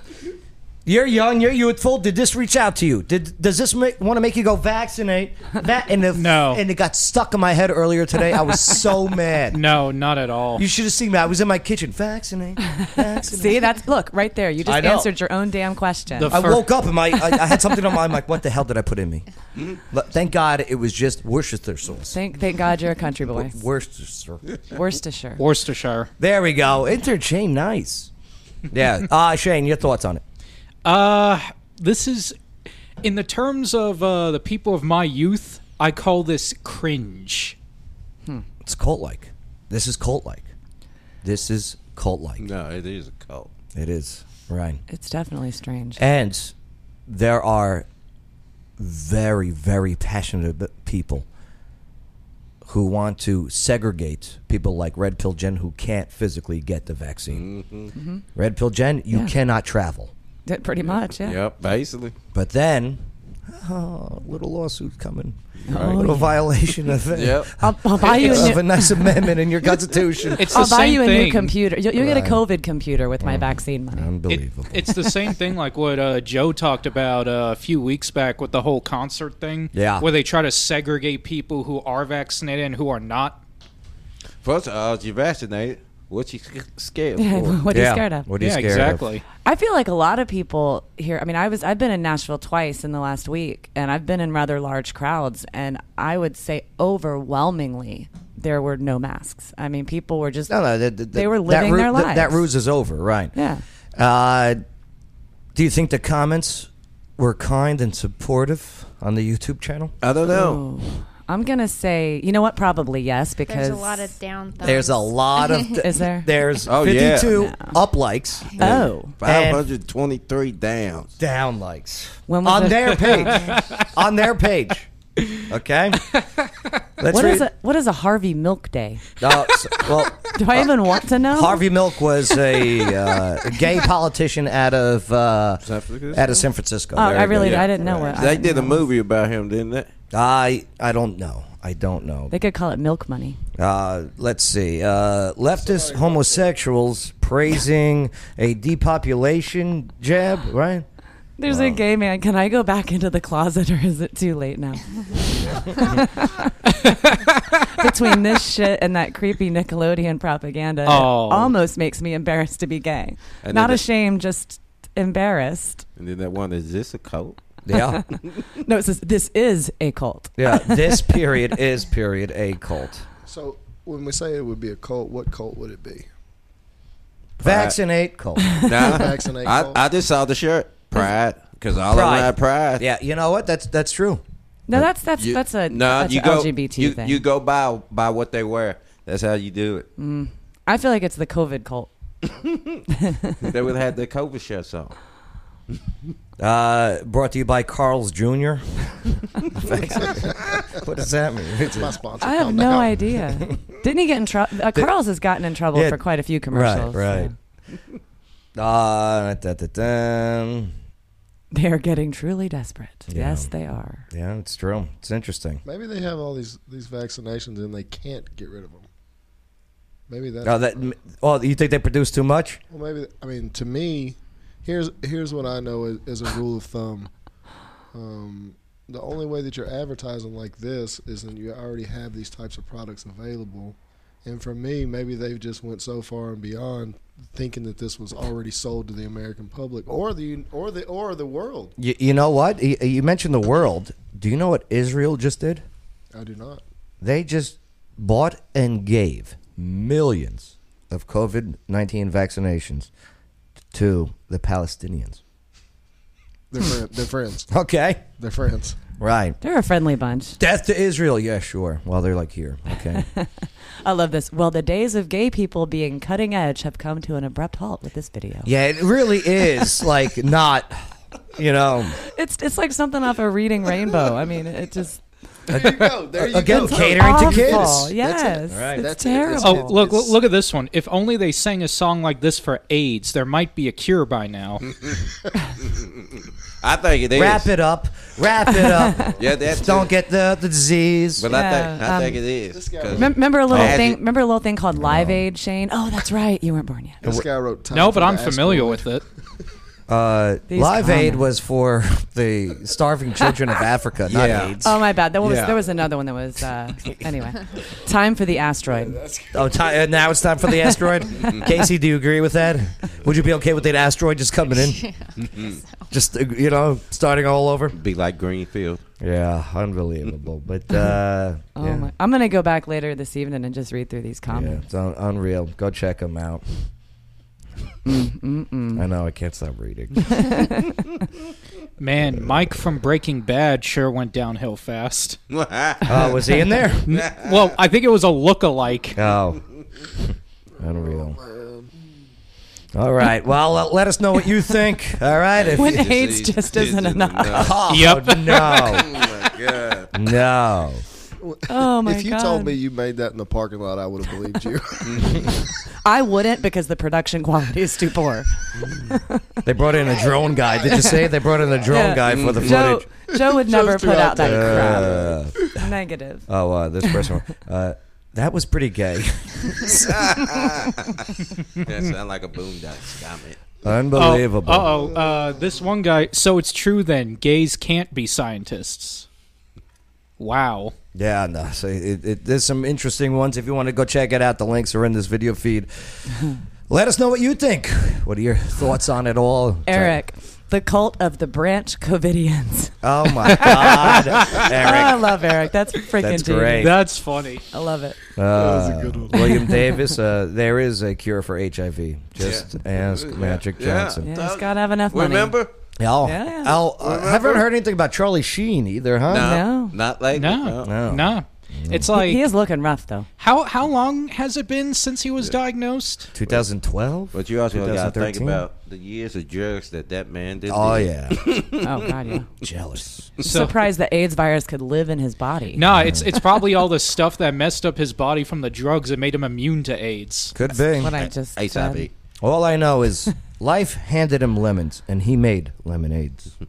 S1: you're young, you're youthful. Did this reach out to you? Did does this make, want to make you go vaccinate? That and if, no, and it got stuck in my head earlier today. I was so mad.
S8: No, not at all.
S1: You should have seen me. I was in my kitchen. Vaccinate.
S5: See, that's look right there. You
S1: I
S5: just
S1: know.
S5: answered your own damn question.
S1: I woke up and my I, I had something on my. I'm like, what the hell did I put in me? But thank God it was just Worcestershire sauce.
S5: Thank, thank God you're a country boy.
S1: Wor- Worcestershire.
S5: Worcestershire.
S8: Worcestershire.
S1: There we go. Interchain, nice. Yeah. Uh, Shane, your thoughts on it?
S8: Uh, this is in the terms of uh, the people of my youth. I call this cringe.
S5: Hmm.
S1: It's cult like. This is cult like. This is cult like.
S3: No, it is a cult.
S1: It is. Right.
S5: It's definitely strange.
S1: And there are very, very passionate ab- people who want to segregate people like Red Pill Jen who can't physically get the vaccine.
S3: Mm-hmm.
S6: Mm-hmm.
S5: Mhm.
S1: Red Pill Jen, you
S5: Yeah.
S1: cannot travel.
S5: That pretty much, yeah.
S3: Yep, basically.
S1: But then, oh, little lawsuit coming.
S3: Right.
S1: little
S3: yeah.
S1: violation of,
S3: Yep.
S5: Oh, I'll, I'll buy you a
S1: of
S5: new,
S1: a nice amendment in your Constitution.
S5: I'll buy you a new computer. You'll, you'll get a COVID computer with my vaccine money.
S1: Unbelievable.
S8: It's the same thing like what uh, Joe talked about uh, a few weeks back with the whole concert thing.
S3: Yeah.
S8: Where they try to segregate people who are vaccinated and who are not.
S3: First of all, you vaccinated. What you sc- scared
S5: Yeah,
S3: for?
S5: what you Yeah, scared of? what you
S8: Yeah, scared of? exactly.
S5: I feel like a lot of people here. I mean, I was I've been in Nashville twice in the last week, and I've been in rather large crowds, and I would say overwhelmingly there were no masks. I mean, people were just
S1: No, no, that, that-
S5: they were
S1: that
S5: living
S1: ru-
S5: their
S1: that-
S5: lives.
S1: That ruse is over, right?
S5: Yeah.
S1: Uh, do you think the comments were kind and supportive on the YouTube channel?
S3: I don't
S5: know. I'm gonna say, you know what? Probably yes, because
S6: There's a lot of down thumbs.
S1: There's a lot of
S5: Is there?
S1: There's
S3: Oh, yeah.
S1: 52 up likes.
S5: Oh.
S3: Five
S1: and
S3: hundred twenty-three downs.
S1: down likes
S5: When was Oh,
S1: on
S5: the-
S1: their page. on their page. Okay. Let's
S5: what
S1: read.
S5: is a what is a Harvey Milk Day?
S1: Uh, so- well, uh,
S5: Do I even want to know?
S1: Harvey Milk was a uh, gay politician out of uh,
S3: Francisco?
S1: out of San Francisco.
S5: Oh,
S1: There
S5: I
S1: you go.
S5: really- I didn't know what- I
S3: They
S5: didn't
S3: did a
S5: know.
S3: movie about him, didn't they?
S1: I I don't know. I don't know.
S5: They could call it milk money.
S1: Uh, let's see. Uh, leftist homosexuals praising a depopulation jab, right?
S5: There's a gay man. Can I go back into the closet or is it too late now? Between this shit and that creepy Nickelodeon propaganda, it
S3: Oh.
S5: almost makes me embarrassed to be gay.
S3: And
S5: Not
S3: then-
S5: ashamed, just embarrassed.
S3: And then that one is this a cult?
S1: Yeah.
S5: No, it says this is a cult.
S1: Yeah. This period is period a cult.
S7: So when we say it would be a cult, what cult would it be?
S1: Vaccinate cult.
S3: Nah,
S7: Vaccinate
S3: I,
S7: cult.
S3: I just saw the shirt. Pride, because all
S1: Pride.
S3: around pride.
S1: Yeah. You know what? That's that's true.
S5: No, that's that's
S3: You-
S5: that's a
S3: nah,
S5: that's
S3: you
S5: a
S3: go,
S5: LGBT
S3: you,
S5: thing.
S3: You go by by what they wear. That's how you do it.
S5: Mm. I feel like it's the COVID cult. Mm.
S3: they would have their COVID shirts on.
S1: Uh, brought to you by Carl's Jr. what does that mean? It's
S7: my sponsor.
S5: I have
S7: Calm
S5: no
S7: down.
S5: idea. Didn't he get in trouble? Uh,
S1: The-
S5: Carl's has gotten in trouble
S1: Yeah,
S5: for quite a few commercials.
S1: Right.
S5: so
S1: Right. Uh, da, da, da.
S5: They are getting truly desperate.
S1: Yeah.
S5: Yes, they are.
S1: Yeah, it's true. It's interesting.
S7: Maybe they have all these these vaccinations and they can't get rid of them. Maybe that's
S1: Oh, that. Oh, you think they produce too much?
S7: Well, maybe I mean to me, here's here's what I know is, is a rule of thumb. Um, the only way that you're advertising like this is that you already have these types of products available. And for me, maybe they've just went so far and beyond thinking that this was already sold to the American public or the or the or the world.
S1: You, you know what? You, you mentioned the world. Do you know what Israel just did?
S7: I do not.
S1: They just bought and gave millions of COVID 19 vaccinations to the Palestinians.
S7: They're, friend, they're friends.
S1: Okay.
S7: They're friends.
S1: Right.
S5: They're a friendly bunch.
S1: Death to Israel. Yeah, sure. Well, they're like here. Okay.
S5: I love this. Well, the days of gay people being cutting edge have come to an abrupt halt with this video.
S1: yeah, it really is like not, you know.
S5: It's it's like something off a Reading Rainbow. Oh, I mean, it just
S7: There you go. There you
S1: Again,
S7: go.
S1: catering to kids.
S5: Awful.
S1: That's it.
S5: Yes,
S1: All right.
S5: it's
S1: That's it.
S5: terrible.
S8: Oh, look, look, look at this one. If only they sang a song like this for AIDS, there might be a cure by now.
S3: I think it is.
S1: Wrap it up. Wrap it up.
S3: Yeah, that
S1: Just don't get the, the disease.
S3: But I think I
S5: Yeah,
S3: think
S5: um,
S3: it is. 'cause- Oh,
S5: Remem- Remember a little
S3: Magic.
S5: thing. Remember a little thing called Live Aid, Shane. Oh, that's right. You weren't born yet.
S7: This guy wrote. Time
S8: no,
S7: for
S8: but
S7: the
S8: I'm
S7: Asteroid.
S8: familiar with it.
S1: Uh,
S5: These
S1: Live Aid
S5: comments.
S1: was for the starving children of Africa, not
S3: Yeah.
S1: AIDS.
S5: Oh my bad. That one was
S1: Yeah.
S5: there was another one that was uh, anyway. Time for the asteroid.
S1: Oh, ti uh, now it's time for the asteroid. Casey, do you agree with that? Would you be okay with that asteroid just coming in? Just uh, you know, starting all over.
S3: Be like Greenfield.
S1: Yeah, unbelievable. But uh,
S5: Oh
S1: yeah,
S5: my. I'm gonna go back later this evening and just read through these
S1: yeah,
S5: comments.
S1: it's un- unreal. Go check them out.
S5: Mm,
S1: I know I can't stop reading.
S8: Man, Mike from Breaking Bad sure went downhill fast.
S1: Oh, was he in there?
S8: Well, I think it was a look-alike.
S1: Oh, unreal. All right. Well, uh, let us know what you think. All right. If
S5: When
S3: Disease
S5: AIDS just isn't enough.
S1: oh,
S8: Yep.
S1: no,
S3: Oh my God.
S1: no.
S5: Oh my
S7: if you
S5: god.
S7: told me you made that in the parking lot, I would have believed you.
S5: I wouldn't because the production quality is too poor.
S1: They brought in a drone guy. Did you say they brought in a drone
S5: Yeah.
S1: guy for the
S5: Joe,
S1: footage?
S5: Joe would never
S7: Joe's too
S5: put
S7: out
S5: out that
S1: Uh,
S5: crap. Negative.
S1: oh, uh, this person. Uh, that was pretty gay.
S3: That sounds like a boondocks comment.
S1: Unbelievable.
S8: Uh oh. Uh, this one guy. So it's true then. Gays can't be scientists. Wow.
S1: Yeah, no. So it, it, there's some interesting ones. If you want to go check it out, the links are in this video feed. Let us know what you think. What are your thoughts on it all,
S5: Eric, the cult of the branch Covidians.
S1: Oh my God, Eric.
S5: I love Eric. That's freaking
S1: That's
S5: genius.
S1: great.
S8: That's funny.
S5: I love it.
S1: Uh, William Davis. Uh, there is a cure for HIV. Just ask Magic
S3: Yeah.
S1: Johnson.
S5: Yeah,
S3: That-
S5: he's gotta have enough money.
S3: Remember?
S1: Oh,
S5: Yeah.
S1: oh, uh, haven't heard anything about Charlie Sheen either, huh?
S5: No.
S3: Not like
S8: No.
S1: No.
S8: No. It's like
S5: He is looking rough though.
S8: how how long has it been since he was diagnosed?
S1: 2012.
S3: But you also got to think
S1: 2013?
S3: about the years of drugs that that man did.
S1: Oh
S3: do.
S1: yeah,
S5: Oh god, yeah.
S1: jealous.
S8: So-
S5: Surprised the AIDS virus could live in his body.
S8: No, it's it's probably all the stuff that messed up his body from the drugs that made him immune to AIDS.
S1: Could be.
S5: What I just
S3: ASAP.
S5: said.
S1: All I know is life handed him lemons, and he made lemonades.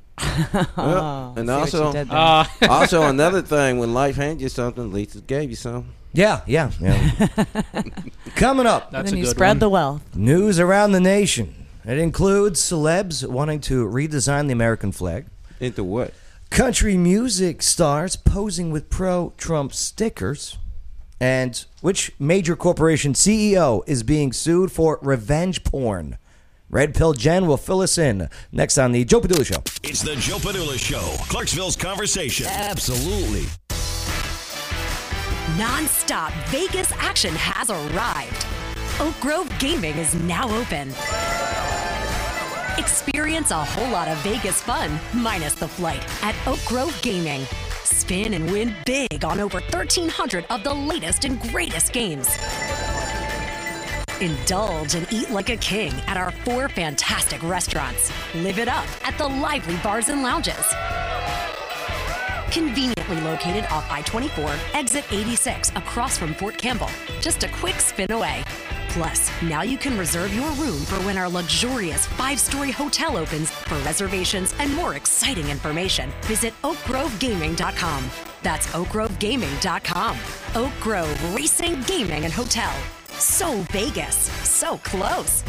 S3: Well, and
S5: Oh, see what you
S3: also,
S5: did there.
S8: Uh,
S3: also another thing, when life hands you something, at least it gave you something.
S1: Yeah, yeah, yeah. Coming up,
S8: that's
S5: then
S8: a
S5: you
S8: good
S5: spread
S8: one.
S5: the wealth.
S1: news around the nation. It includes celebs wanting to redesign the American flag,
S3: Into what?
S1: country music stars posing with pro Trump stickers, and which major corporation CEO is being sued for revenge porn? Red Pill Jen will fill us in next on the Joe Padula Show.
S2: It's the Joe Padula Show, Clarksville's conversation. Absolutely.
S13: Non-stop Vegas action has arrived. Oak Grove Gaming is now open. Experience a whole lot of Vegas fun, minus the flight, at Oak Grove Gaming. Spin and win big on over 1,300 of the latest and greatest games. Indulge and eat like a king at our four fantastic restaurants. Live it up at the lively bars and lounges conveniently located off I 24, exit 86, across from Fort Campbell. Just a quick spin away. Plus, now you can reserve your room for when our luxurious five story hotel opens. For reservations and more exciting information, visit oakgrovegaming.com. That's oakgrovegaming.com. Oak Grove Racing, Gaming, and Hotel. So Vegas, so close.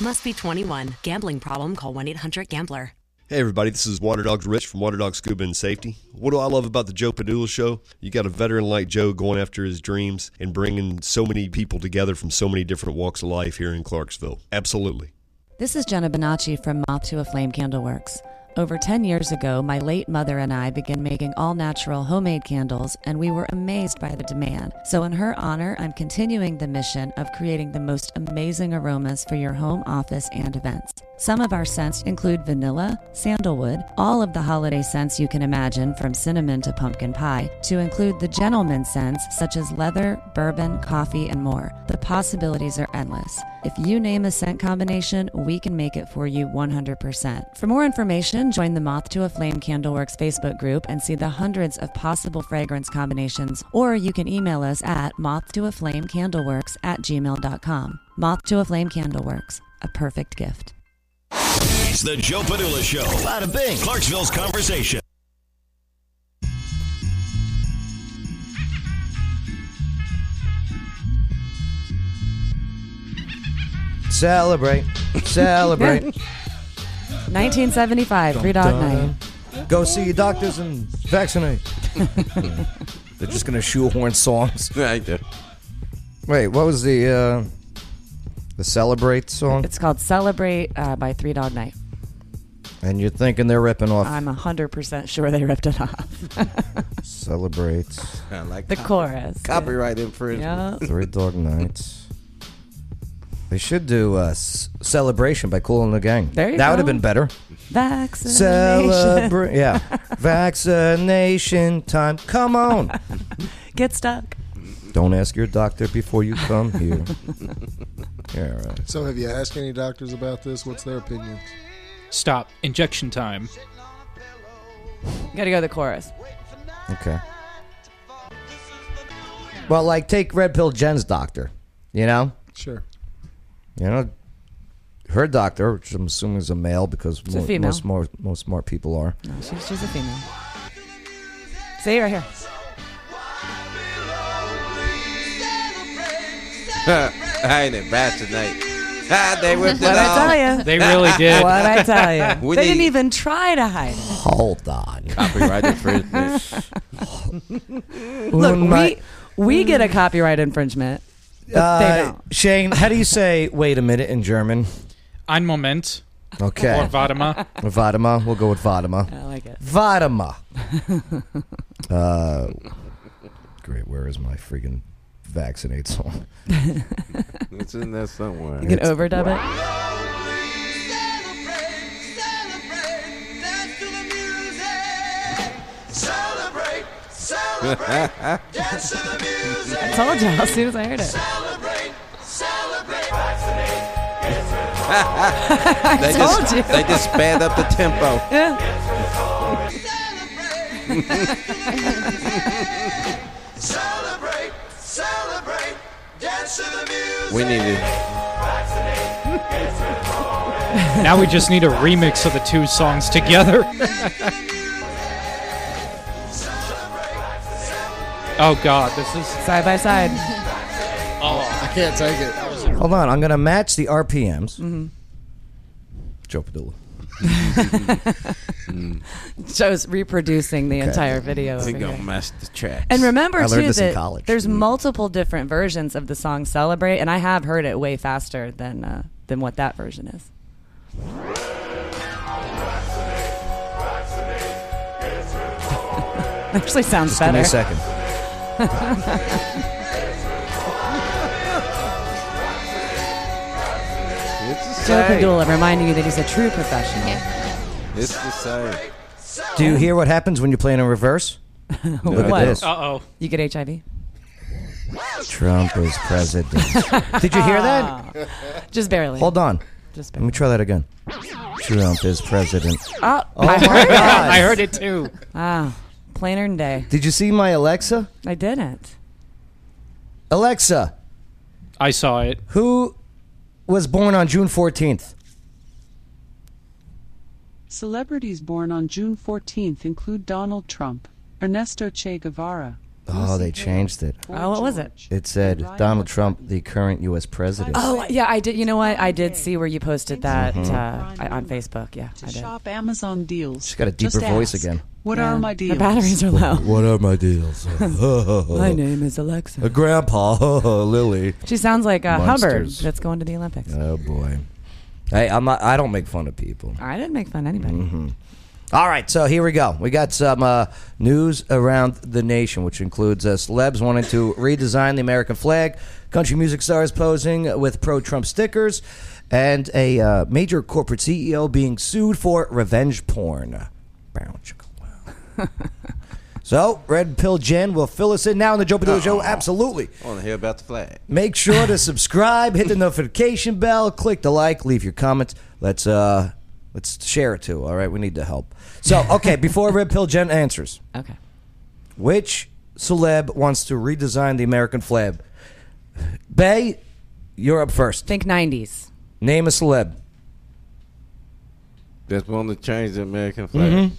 S13: Must be 21. Gambling problem, call 1 800 Gambler.
S14: Hey everybody, this is Water Dogs Rich from Water Dog Scuba and Safety. What do I love about the Joe Padula Show? You got a veteran like Joe going after his dreams and bringing so many people together from so many different walks of life here in Clarksville. Absolutely.
S5: This is Jenna Bonacci from Moth to a Flame Candleworks. Over 10 years ago, my late mother and I began making all natural homemade candles, and we were amazed by the demand. So, in her honor, I'm continuing the mission of creating the most amazing aromas for your home, office, and events. Some of our scents include vanilla, sandalwood, all of the holiday scents you can imagine, from cinnamon to pumpkin pie, to include the gentleman scents such as leather, bourbon, coffee, and more. The possibilities are endless. If you name a scent combination, we can make it for you 100%. For more information, join the Moth to a Flame Candleworks Facebook group and see the hundreds of possible fragrance combinations, or you can email us at moth to a flame candleworks at gmail.com. Moth to a Flame Candleworks, a perfect gift.
S2: It's the Joe Padula Show. Bada bing. Clarksville's conversation.
S1: Celebrate. Celebrate.
S5: 1975, Free Dog Night.
S1: Go see your doctors and vaccinate. They're just gonna shoehorn songs.
S3: Right there.
S1: Wait, what was the uh, the celebrate song?
S5: It's called Celebrate uh, by Three Dog Night.
S1: And you're thinking they're ripping off
S5: I'm 100% sure they ripped it off.
S1: celebrate
S3: I like
S5: The chorus, yeah.
S3: Copyright infringement.
S1: three dog nights. They should do uh, s- celebration by Cool and the Gang.
S5: There you
S1: that would have
S5: go.
S1: been better.
S5: Vaccination.
S1: Celebrate, yeah. Vaccination time. Come on.
S5: Get stuck.
S1: Don't ask your doctor before you come here. yeah, right.
S7: So, have you asked any doctors about this? What's their opinion?
S8: Stop. Injection time.
S5: Gotta go to the chorus.
S1: Okay. Well, like take Red Pill Jen's doctor. You know,
S7: Sure.
S1: you know, her doctor, which I'm assuming is a male because
S5: a
S1: mo-
S5: female.
S1: most more most smart people are.
S5: No, she's, she's a female. See right here.
S3: I ain't in bad tonight. Ah, they whipped it
S5: What'd I
S3: off.
S5: tell ya? They really
S8: did.
S5: What'd I tell you?
S3: We
S5: they
S3: need
S5: didn't even try to hide it.
S1: Hold on.
S3: copyright infringement.
S5: Look,
S1: Un ma-
S5: we, we get a copyright infringement. But they
S1: Uh,
S5: don't.
S1: Shane, how do you say "wait a minute" in German?
S8: Ein Moment.
S1: Okay.
S8: Or Vadima.
S1: Vadima. We'll go with Vadima.
S5: I like it.
S1: Vadima. uh, great. Where is my freaking vaccinate song?
S3: it's in there somewhere.
S5: You can overdub it.
S15: Celebrate,
S3: celebrate,
S15: dance to the music.
S5: I told y'all as soon as I heard it.
S15: Celebrate, celebrate.
S3: they
S5: told
S3: just,
S5: you.
S3: They just sped up the tempo.
S5: Yeah.
S15: Celebrate, celebrate, dance to the music.
S3: We need to.
S8: now we just need a remix of the two songs together. oh God, this is.
S5: Side by side.
S8: Oh,
S7: I can't take it.
S1: Hold on. I'm going to match the RPMs.
S5: Mm-hmm.
S1: Joe Padula.
S5: Joe's reproducing the entire video.
S3: We
S5: over
S3: gonna
S5: here.
S3: master the tracks.
S5: And remember
S1: I learned
S5: too
S1: this in
S5: that
S1: college. Mm-hmm.
S5: there's multiple different versions of the song "Celebrate," and I have heard it way faster than uh, than what that version is. Actually, sounds
S1: Just give me
S5: better.
S1: a second.
S3: it's the
S5: Joe
S3: same.
S5: Padula reminding you that he's a true professional.
S3: It's the same.
S1: Do you hear what happens when you play in reverse? Look
S5: What?
S1: at this.
S8: uh oh.
S5: You get HIV.
S1: Trump is president. Did you hear that?
S5: Ah. Just barely.
S1: Hold on.
S5: Just
S1: Let
S5: barely.
S1: me try that again. Trump is president.
S5: Oh,
S1: Oh my God.
S8: I heard it too.
S5: Ah, plainer than day.
S1: Did you see my Alexa?
S5: I didn't.
S1: Alexa,
S8: I saw it.
S1: who was born on June 14th?
S16: Celebrities born on June 14th include Donald Trump, Ernesto Che Guevara.
S1: Oh, they changed it.
S5: Oh, what was it?
S1: It said Donald Trump, the current U.S. president.
S5: Oh, yeah, I did. You know what? I did see where you posted that uh, I- on Facebook. Yeah, I did.
S16: Shop Amazon deals.
S1: She's got a deeper
S16: Just
S1: voice
S16: ask,
S1: again.
S16: What
S5: Yeah.
S16: are my
S5: Her
S16: deals?
S5: batteries are low.
S1: What are my deals?
S5: My name is Alexa.
S1: A grandpa, Lily.
S5: She sounds like uh, Hubbard
S1: Monsters.
S5: that's going to the Olympics.
S1: Oh boy. Hey, I'm not, I don't make fun of people.
S5: I didn't make fun of anybody.
S1: Mhm. All right, so here we go. We got some uh, news around the nation, which includes uh, celebs wanting to redesign the American flag, country music stars posing with pro Trump stickers, and a uh, major corporate CEO being sued for revenge porn. Brown chicken. So, Red Pill Jen will fill us in now on the Joe Padula Show. Absolutely.
S3: I want to hear about the flag.
S1: Make sure to subscribe, hit the notification bell, click the like, leave your comments. Let's uh let's share it too. All right, we need the help. So, okay, before Red Pill Jen answers.
S5: Okay.
S1: Which celeb wants to redesign the American flag? Bay, you're up first.
S5: Think 90s.
S1: Name a celeb.
S3: That's one that changed the American
S1: Mhm.
S3: flag.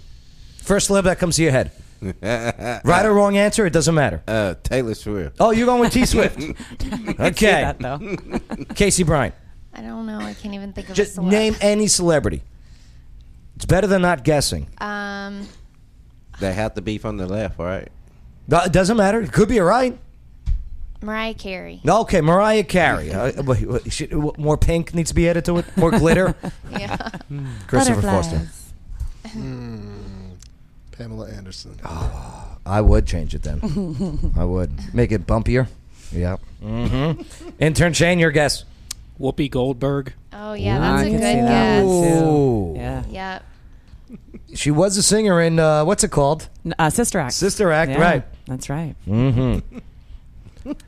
S1: First celeb that comes to your head. Right or wrong answer, it doesn't matter.
S3: Uh, Taylor Swift.
S1: Oh, you're going with T Swift. okay. Casey Bryant.
S6: I don't know. I can't even think of
S1: Just
S6: a celeb.
S1: name any celebrity. It's better than not guessing.
S6: Um,
S3: They have to be from the left, right?
S1: No, It doesn't matter. It could be right.
S6: Mariah Carey.
S1: Okay, Mariah Carey. Uh, wait, wait, should- what, more pink needs to be added to it. More glitter. Hmm.
S6: Yeah.
S5: Hmm.
S1: Christopher Foster.
S7: Hmm. Pamela Anderson.
S1: Oh. I would change it then. I would make it bumpier. Yeah. hmm Intern Shane, your guess.
S8: Whoopi Goldberg.
S6: Oh yeah, that's a good guess.
S1: Ooh.
S5: Yeah.
S6: Yep.
S1: She was a singer in uh, what's it called?
S5: Uh, Sister Act.
S1: Sister Act,
S5: Yeah,
S1: right?
S5: That's right.
S1: Mm-hmm.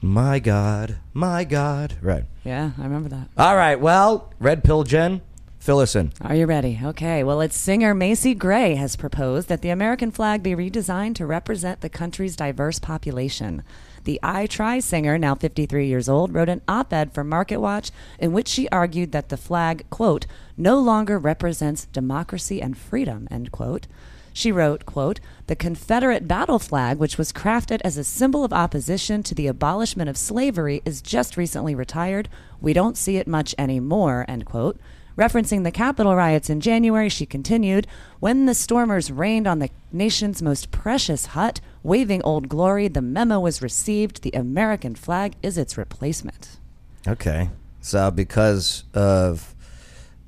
S1: my God, my God, right?
S5: Yeah, I remember that.
S1: All right. Well, Red Pill Jen, fill us in.
S5: Are you ready? Okay. Well, it's singer Macy Gray has proposed that the American flag be redesigned to represent the country's diverse population. The I Try singer, now 53 years old, wrote an op ed for Market Watch in which she argued that the flag, quote, no longer represents democracy and freedom, end quote. She wrote, quote, The Confederate battle flag, which was crafted as a symbol of opposition to the abolishment of slavery, is just recently retired. We don't see it much anymore, end quote. Referencing the Capitol riots in January, she continued, When the stormers rained on the nation's most precious hut, waving old glory, the memo was received. The American flag is its replacement.
S1: Okay. So because of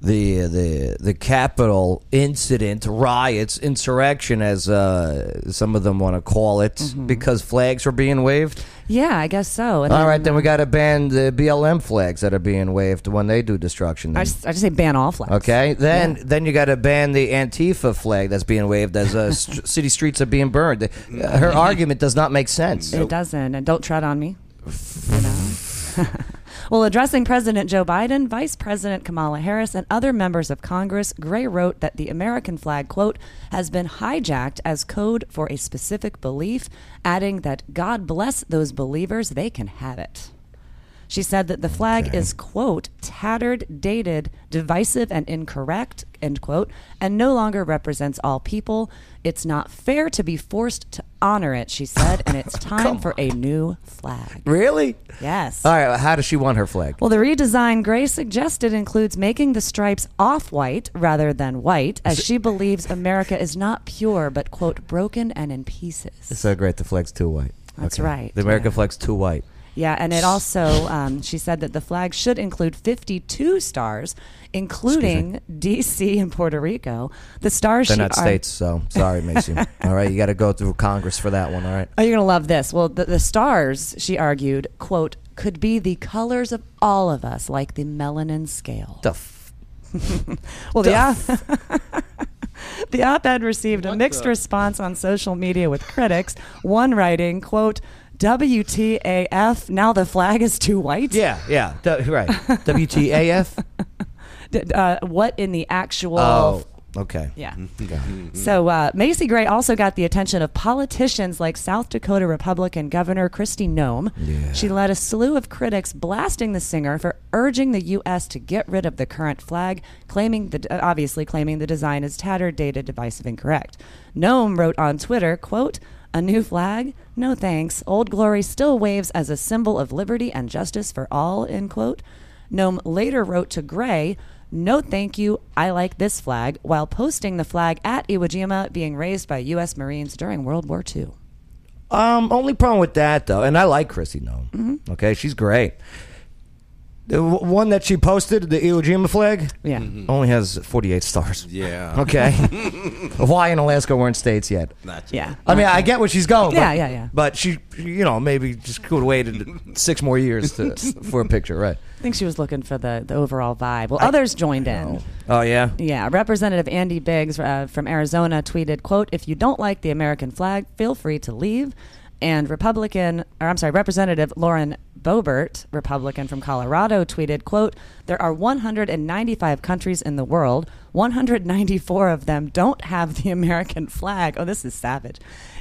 S1: the the the Capitol incident, riots, insurrection, as uh, some of them want to call it, because flags were being waved.
S5: Yeah, Mm-hmm. I guess so. And
S1: All right, then we got to ban the BLM flags that are being waved when they do destruction.
S5: I
S1: then.
S5: just, I just say ban all flags.
S1: Okay, then then you got to ban the Antifa flag that's being waved as uh, st- city streets are being burned. Uh, Her argument does not make sense.
S5: Mm-hmm. It doesn't. And don't tread on me. You know? well, addressing President Joe Biden, Vice President Kamala Harris, and other members of Congress, Gray wrote that the American flag, quote, has been hijacked as code for a specific belief, adding that God bless those believers, they can have it. She said that the flag is, quote, tattered, dated, divisive, and incorrect, end quote, and no longer represents all people. It's not fair to be forced to honor it, she said, and it's time for a new flag.
S1: Really?
S5: Yes.
S1: All right. How does she want her flag?
S5: Well, the redesign Gray suggested includes making the stripes off white rather than white, as she believes America is not pure, but, quote, broken and in pieces.
S1: It's so great. The flag's too white.
S5: That's right,
S1: The American flag's too white.
S5: Yeah, and it also, um, she said that the flag should include 52 stars, including D.C. and Puerto Rico. The stars
S1: They're
S5: she
S1: not
S5: ar-
S1: states, so sorry, Macy. all right, you got to go through Congress for that one. All right.
S5: Oh, you're gonna love this. Well, the, the stars, she argued, quote, could be the colors of all of us, like the melanin scale.
S1: Duff.
S5: well, the op- the op-ed received a mixed response on social media with critics. One writing, quote, "WTAF? Now the flag is too white."
S1: Yeah, yeah. D- right. WTAF.
S5: D- uh, what in the actual?
S1: Oh, okay. Mm-hmm.
S5: Yeah.
S1: Okay.
S5: So uh, Macy Gray also got the attention of politicians like South Dakota Republican Governor Kristi Noem. She led a slew of critics blasting the singer for urging the U.S. to get rid of the current flag, claiming the uh, obviously claiming the design is tattered, dated, divisive, and correct. Noem wrote on Twitter, "quote." A new flag? No thanks. Old Glory still waves as a symbol of liberty and justice for all, end quote. Nome later wrote to Gray, No thank you, I like this flag, while posting the flag at Iwo Jima being raised by U.S. Marines during World War II. Mm-hmm.
S1: Um, only problem with that though, and I like Chrissy Nome. Okay, she's great. The w- one that she posted, the Iwo Jima flag,
S5: yeah,
S1: only has 48 stars.
S3: Yeah.
S1: Okay. Why in Alaska weren't states yet?
S3: Not
S5: yet. Yeah.
S1: I mean, I get where she's going.
S5: Yeah,
S1: but,
S5: yeah, yeah.
S1: But she, you know, maybe just could have waited six more years to, for a picture, right?
S5: I think she was looking for the, the overall vibe. Well, others joined in.
S1: Oh yeah.
S5: Yeah, Representative Andy Biggs uh, from Arizona tweeted, "quote If you don't like the American flag, feel free to leave." And Republican, or I'm sorry, Representative Lauren Boebert, Republican from Colorado, tweeted, "quote There are 195 countries in the world. 194 of them don't have the American flag. Oh, this is savage.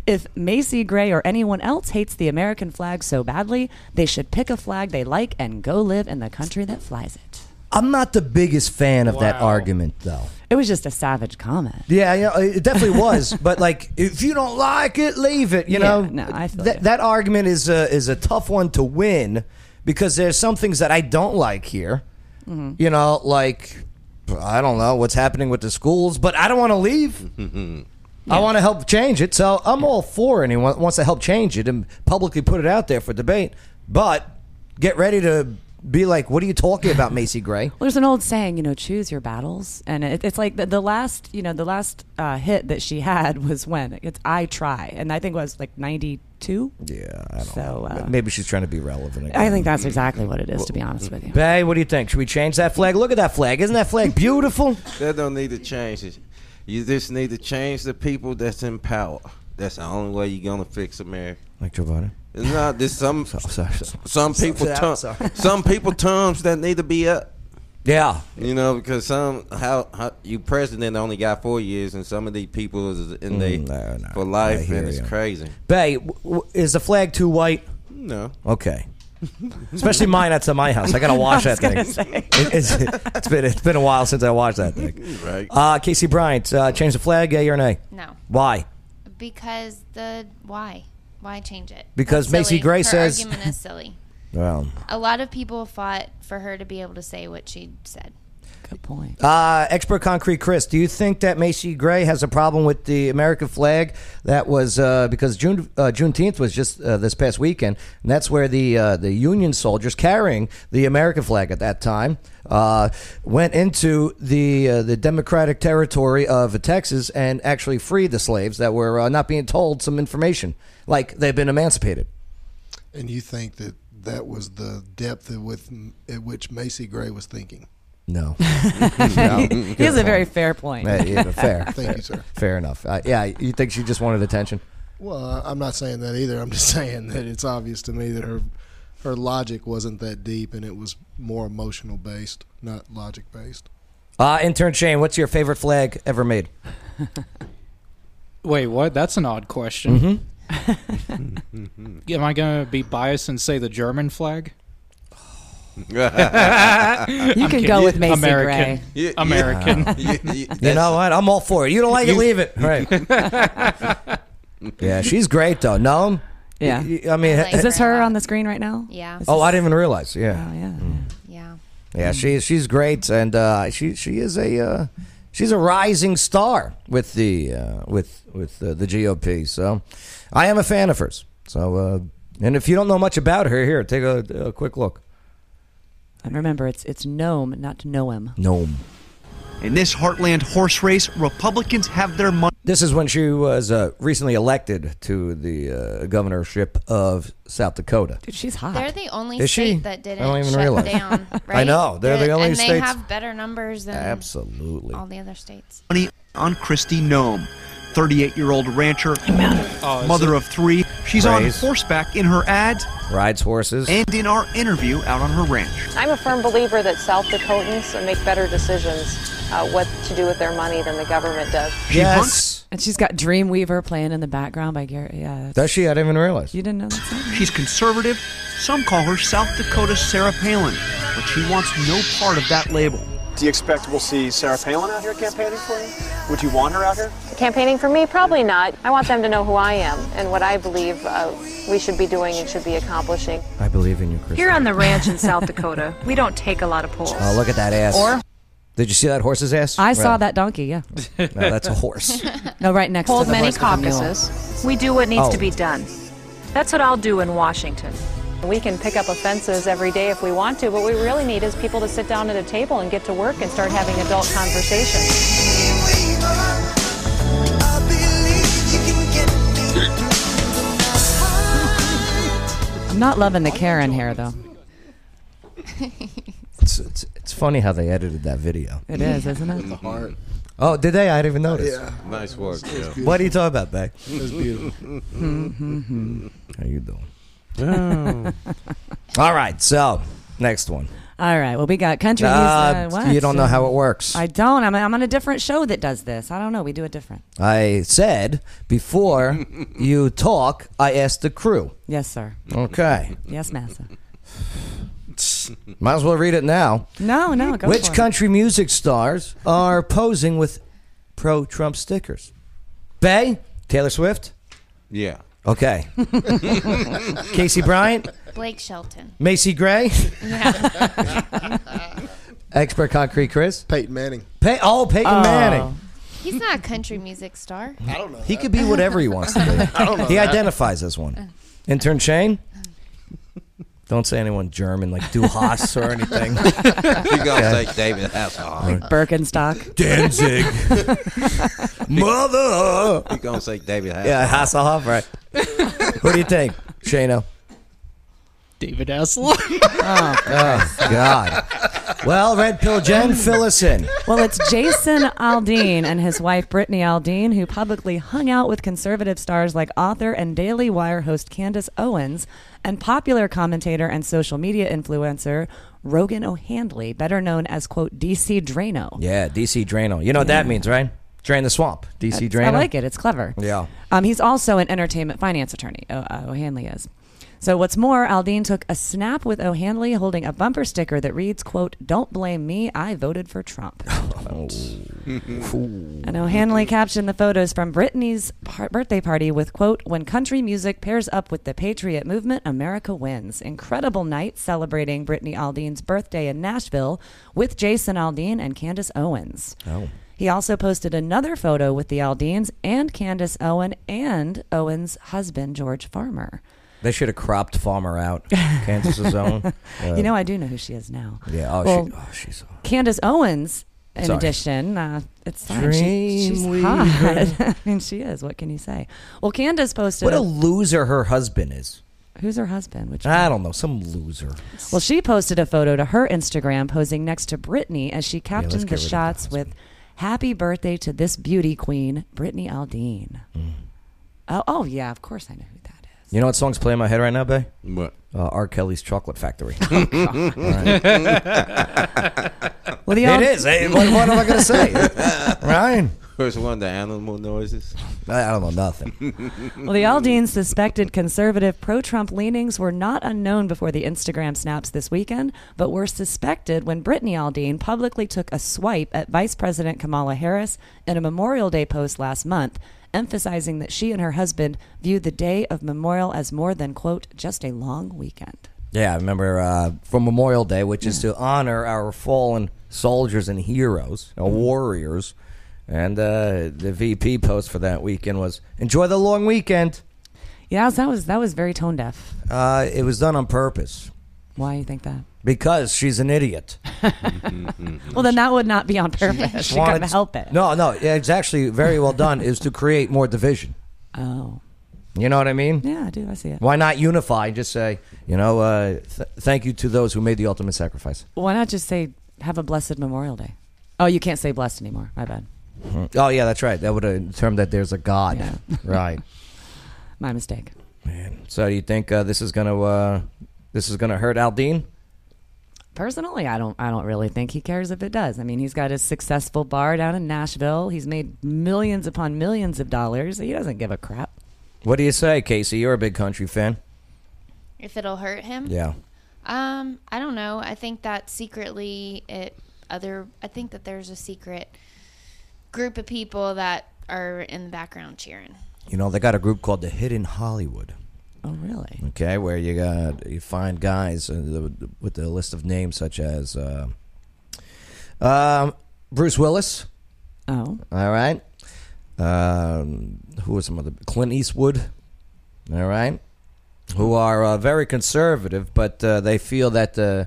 S5: If Macy Gray or anyone else hates the American flag so badly, they should pick a flag they like and go live in the country that flies it."
S1: I'm not the biggest fan of that
S5: Wow.
S1: argument, though.
S5: It was just a savage comment.
S1: Yeah, you know, it definitely was. but like, if you don't like it, leave it. You
S5: Yeah,
S1: know,
S5: no, I feel
S1: That-
S5: you.
S1: that argument is a, is a tough one to win because there's some things that I don't like here.
S5: Mm-hmm.
S1: You know, like I don't know what's happening with the schools, but I don't want to leave.
S3: Mm.
S1: I want to help change it, so I'm all for anyone that wants to help change it and publicly put it out there for debate. But get ready to be like, what are you talking about, Macy Gray?
S5: Well, there's an old saying, you know, choose your battles, and it, it's like the, the last, you know, the last uh, hit that she had was when it's "I Try," and I think it was like '92.
S1: Yeah, I don't
S5: so,
S1: know.
S5: uh,
S1: Maybe she's trying to be relevant. Again.
S5: I think that's exactly what it is, to be honest with you.
S1: Bay, what do you think? Should we change that flag? Look at that flag. Isn't that flag beautiful?
S3: That don't need to change it. You just need to change the people that's in power. That's the only way you're gonna fix America.
S1: Like Joe Biden.
S3: It's not there's some
S1: sorry,
S3: some people
S1: Sorry,
S3: tongue-
S1: sorry.
S3: some people tongues that need to be up.
S1: Yeah,
S3: you know because some how, how you president only got four years and some of these people is in they
S1: Mm,
S3: for
S1: I
S3: life
S1: hear
S3: and it's
S1: you.
S3: crazy.
S1: Bay, w- w- is the flag too white?
S3: No.
S1: Okay. Especially mine that's at my house. I gotta wash
S15: I was
S1: that thing.
S15: gonna
S1: It, it's, it's been it's been a while since I washed that thing.
S3: Right.
S1: Uh, Casey Bryant, uh, change the flag, yay or nay?
S6: No.
S1: Why?
S6: Because the why? Why change it?
S1: Because
S6: That's
S1: Macy
S6: silly.
S1: Gray
S6: Her
S1: says-
S6: argument is silly.
S1: Well,
S6: A lot of people fought for her to be able to say what she said.
S5: Good point.
S1: uh, expert concrete Chris, do you think that Macy Gray has a problem with the American flag? That was uh, because June uh, Juneteenth was just uh, this past weekend, and that's where the uh, the Union soldiers carrying the American flag at that time uh, went into the uh, the Democratic territory of Texas and actually freed the slaves that were uh, not being told some information, like they've been emancipated.
S7: And you think that that was the depth at, with, at which Macy Gray was thinking?
S1: No.
S5: He has a very fair point.
S1: Yeah, yeah, fair.
S7: Thank
S1: fair,
S7: you, sir.
S1: Fair enough. Uh, yeah, you think she just wanted attention?
S7: Well, I- I'm not saying that either. I'm just saying that it's obvious to me that her her logic wasn't that deep, and it was more emotional based, not logic based.
S1: Uh, intern Shane, what's your favorite flag ever made?
S8: Wait, what? That's an odd question.
S1: Mm-hmm.
S8: Am I gonna be biased and say the German flag?
S5: You
S8: I'm
S5: can
S8: kidding.
S5: go with Macy
S8: American.
S5: Gray.
S3: You- you-
S8: American.
S3: you- you-
S1: You know what? I'm all for it. You don't like it, leave it. Right. yeah, she's great though. No.
S5: Yeah.
S1: Y- y- I mean, uh,
S5: Is this her on the screen right now?
S6: Yeah.
S1: oh, I didn't even realize. Yeah.
S5: Oh,
S1: Hmm.
S5: yeah. Hmm.
S6: Yeah.
S1: Yeah, she she's great, and uh, she she is a uh, she's a rising star with the uh, with with uh, the GOP. So I am a fan of hers. So uh, and if you don't know much about her, here take a, a quick look.
S5: And remember, it's it's Gnome, not Noam.
S1: Gnome.
S17: In this heartland horse race, Republicans have their money.
S1: This is when she was uh, recently elected to the uh, governorship of South Dakota.
S5: Dude, she's hot.
S6: They're the only
S1: Is
S6: state
S1: she?
S6: that didn't
S1: I don't even
S6: shut
S1: realize.
S6: down.
S1: I
S6: Right?
S1: know. They're the only
S6: and they
S1: states-
S6: have better numbers than
S1: Absolutely.
S6: all the other states.
S17: money on Christy Nome. 38 year old rancher, mother of three. She's
S1: Raise.
S17: on horseback in her ads
S1: Rides horses.
S17: and in our interview out on her ranch.
S18: I'm a firm believer that South Dakotans make better decisions uh, what to do with their money than the government does.
S5: And she's got Dreamweaver playing in the background by Garrett. Yeah.
S1: Does she? I didn't even realize.
S5: You didn't know that?
S17: She's conservative. Some call her South Dakota's Sarah Palin, but she wants no part of that label. Do you expect we'll see Sarah Palin out here campaigning for you? Would you want her out here?
S18: Campaigning for me? Probably not. I want them to know who I am and what I believe uh, we should be doing and should be accomplishing.
S1: I believe in you, Chris.
S18: Here on the ranch in South Dakota, we don't take a lot of polls.
S1: Oh, look at that ass.
S18: Or-
S1: Did you see that horse's ass?
S5: I saw
S1: Right.
S5: that donkey. Yeah.
S1: No, that's a horse.
S5: No, right next
S18: Hold
S5: to the
S18: many
S5: horse with the mule.
S18: caucuses. We do what needs
S1: Oh.
S18: to be done. That's what I'll do in Washington. We can pick up offenses every day if we want to, but what we really need is people to sit down at a table and get to work and start having adult conversations.
S5: I'm not loving the Karen hair though.
S1: It's, it's, it's funny how they edited that video.
S5: It is, isn't it?
S7: The heart.
S1: Oh, did they? I didn't even notice.
S7: Yeah.
S3: Nice work,
S7: It was
S3: Joe.
S1: What are you talking about, Beck?
S7: It was beautiful.
S5: mm-hmm.
S1: How you doing?
S5: Oh.
S1: All right, so next one.
S5: All right. Well, we got country
S1: Uh,
S5: music. what?
S1: you don't know how it works.
S5: I don't. I'm, I'm on a different show that does this. I don't know. We do it different.
S1: I said before you talk, I asked the crew.
S5: Yes, sir.
S1: Okay.
S5: Yes, massa.
S1: Might as well read it now.
S5: No, no. Go
S1: Which
S5: for it.
S1: country music stars are posing with pro Trump stickers? Bay? Taylor Swift?
S3: Yeah.
S1: Okay. Casey Bryant?
S6: Blake Shelton.
S1: Macy Gray?
S6: Yeah.
S1: Expert Concrete Chris?
S7: Peyton Manning.
S1: Pey- oh, Peyton
S7: Oh.
S1: Manning.
S6: He's not a country music star.
S7: I don't know.
S1: He could be whatever he wants to be.
S6: I don't know
S1: he
S6: that.
S1: identifies as one. Intern Shane? Don't say anyone German like Du Haas or anything.
S3: You gonna
S1: Okay.
S3: say David Hasselhoff?
S1: Like
S5: Birkenstock.
S1: Danzig. Mother.
S3: You gonna say David Hasselhoff?
S1: Yeah, Hasselhoff, right. Who do you think, Shano?
S8: David Hasselhoff.
S1: Oh, God. Well, Red Pill Jen, fill us in.
S5: Well, it's Jason Aldean and his wife Brittany Aldean, who publicly hung out with conservative stars like author and Daily Wire host Candace Owens and popular commentator and social media influencer Rogan O'Handley, better known as quote DC Drano.
S1: Yeah, DC Drano. You know what that
S3: Mm.
S1: means, right? Drain the swamp. DC Drano.
S5: I like it. It's clever.
S1: Yeah.
S5: Um, he's also an entertainment finance attorney. O- uh, O'Hanley is. So what's more, Aldean took a snap with O'Hanley holding a bumper sticker that reads, "quote Don't blame me. I voted for Trump." And O'Hanley captioned the photos from Britney's par- birthday party with quote, "When country music pairs up with the patriot movement, America wins." Incredible night celebrating Britney Aldean's birthday in Nashville with Jason Aldean and Candace Owens.
S1: Oh.
S5: He also posted another photo with the Aldeans and Candace Owen and Owen's husband George Farmer.
S1: They should have cropped Farmer out. Kansas's own. Uh,
S5: you know, I do know who she is now.
S1: Yeah, oh, she-
S5: Well,
S1: oh, she's-
S5: Candace Owens. In
S1: Sorry.
S5: addition, uh, it's fine. She, she's
S1: Dreamweaver.
S5: hot. I mean, she is. What can you say? Well, Candace posted.
S1: what a
S5: a-
S1: loser her husband is.
S5: Who's her husband? Which
S1: I don't know. Some loser.
S5: Well, she posted a photo to her Instagram posing next to Britney as she
S1: let's
S5: captioned
S1: get
S5: the
S1: rid of
S5: shots with "Happy birthday to this beauty queen, Britney Aldean."
S1: Hmm.
S5: Oh, oh yeah, of course I know. who
S1: You know what song's playing in my head right now, Bay?
S3: What?
S1: Uh, R. Kelly's Chocolate Factory.
S5: Oh, God.
S1: All right.
S5: Well, the
S1: it
S5: Ald-
S1: is. Hey, what, what am I going to say? Ryan?
S3: First one, the animal noises.
S1: I, I don't know nothing.
S5: Well, the Aldeans suspected conservative pro Trump leanings were not unknown before the Instagram snaps this weekend, but were suspected when Brittany Aldean publicly took a swipe at Vice President Kamala Harris in a Memorial Day post last month, emphasizing that she and her husband view the day of memorial as more than, quote, just a long weekend.
S1: Yeah, I remember uh, from Memorial Day, which is to honor our fallen soldiers and heroes, our warriors. And uh, the VP post for that weekend was enjoy the long weekend.
S5: Yeah, that was, that was very tone deaf.
S1: Uh, it was done on purpose
S5: Why do you think that?
S1: because she's an idiot.
S5: Well, then that would not be on purpose. She couldn't
S1: Wanted-
S5: help it.
S1: No, no, yeah, it's actually very well done. is to create more division.
S5: Oh.
S1: You know what I mean?
S5: Yeah, I do. I see it.
S1: Why not unify and just say, you know, uh, th- thank you to those who made the ultimate sacrifice?
S5: Why not just say, have a blessed Memorial Day? Oh, you can't say blessed anymore. My bad.
S1: Oh yeah, that's right. That would have term that there's a God, right?
S5: My mistake.
S1: So do you think uh, this is gonna uh, this is gonna hurt Aldean?
S5: Personally, I don't. I don't really think he cares if it does. I mean, he's got his successful bar down in Nashville. He's made millions upon millions of dollars. He doesn't give a crap.
S1: What do you say, Casey? You're a big country fan.
S6: If it'll hurt him.
S1: Yeah.
S6: Um, I don't know. I think that secretly it other I think that there's a secret group of people that are in the background cheering.
S1: You know they got a group called the Hidden Hollywood.
S5: Oh, really?
S1: Okay, where you got you find guys uh, the- with a list of names such as uh, um, Bruce Willis.
S5: Oh.
S1: All right. Um, who was some other Clint Eastwood. All right. who are uh, very conservative, but uh, they feel that uh,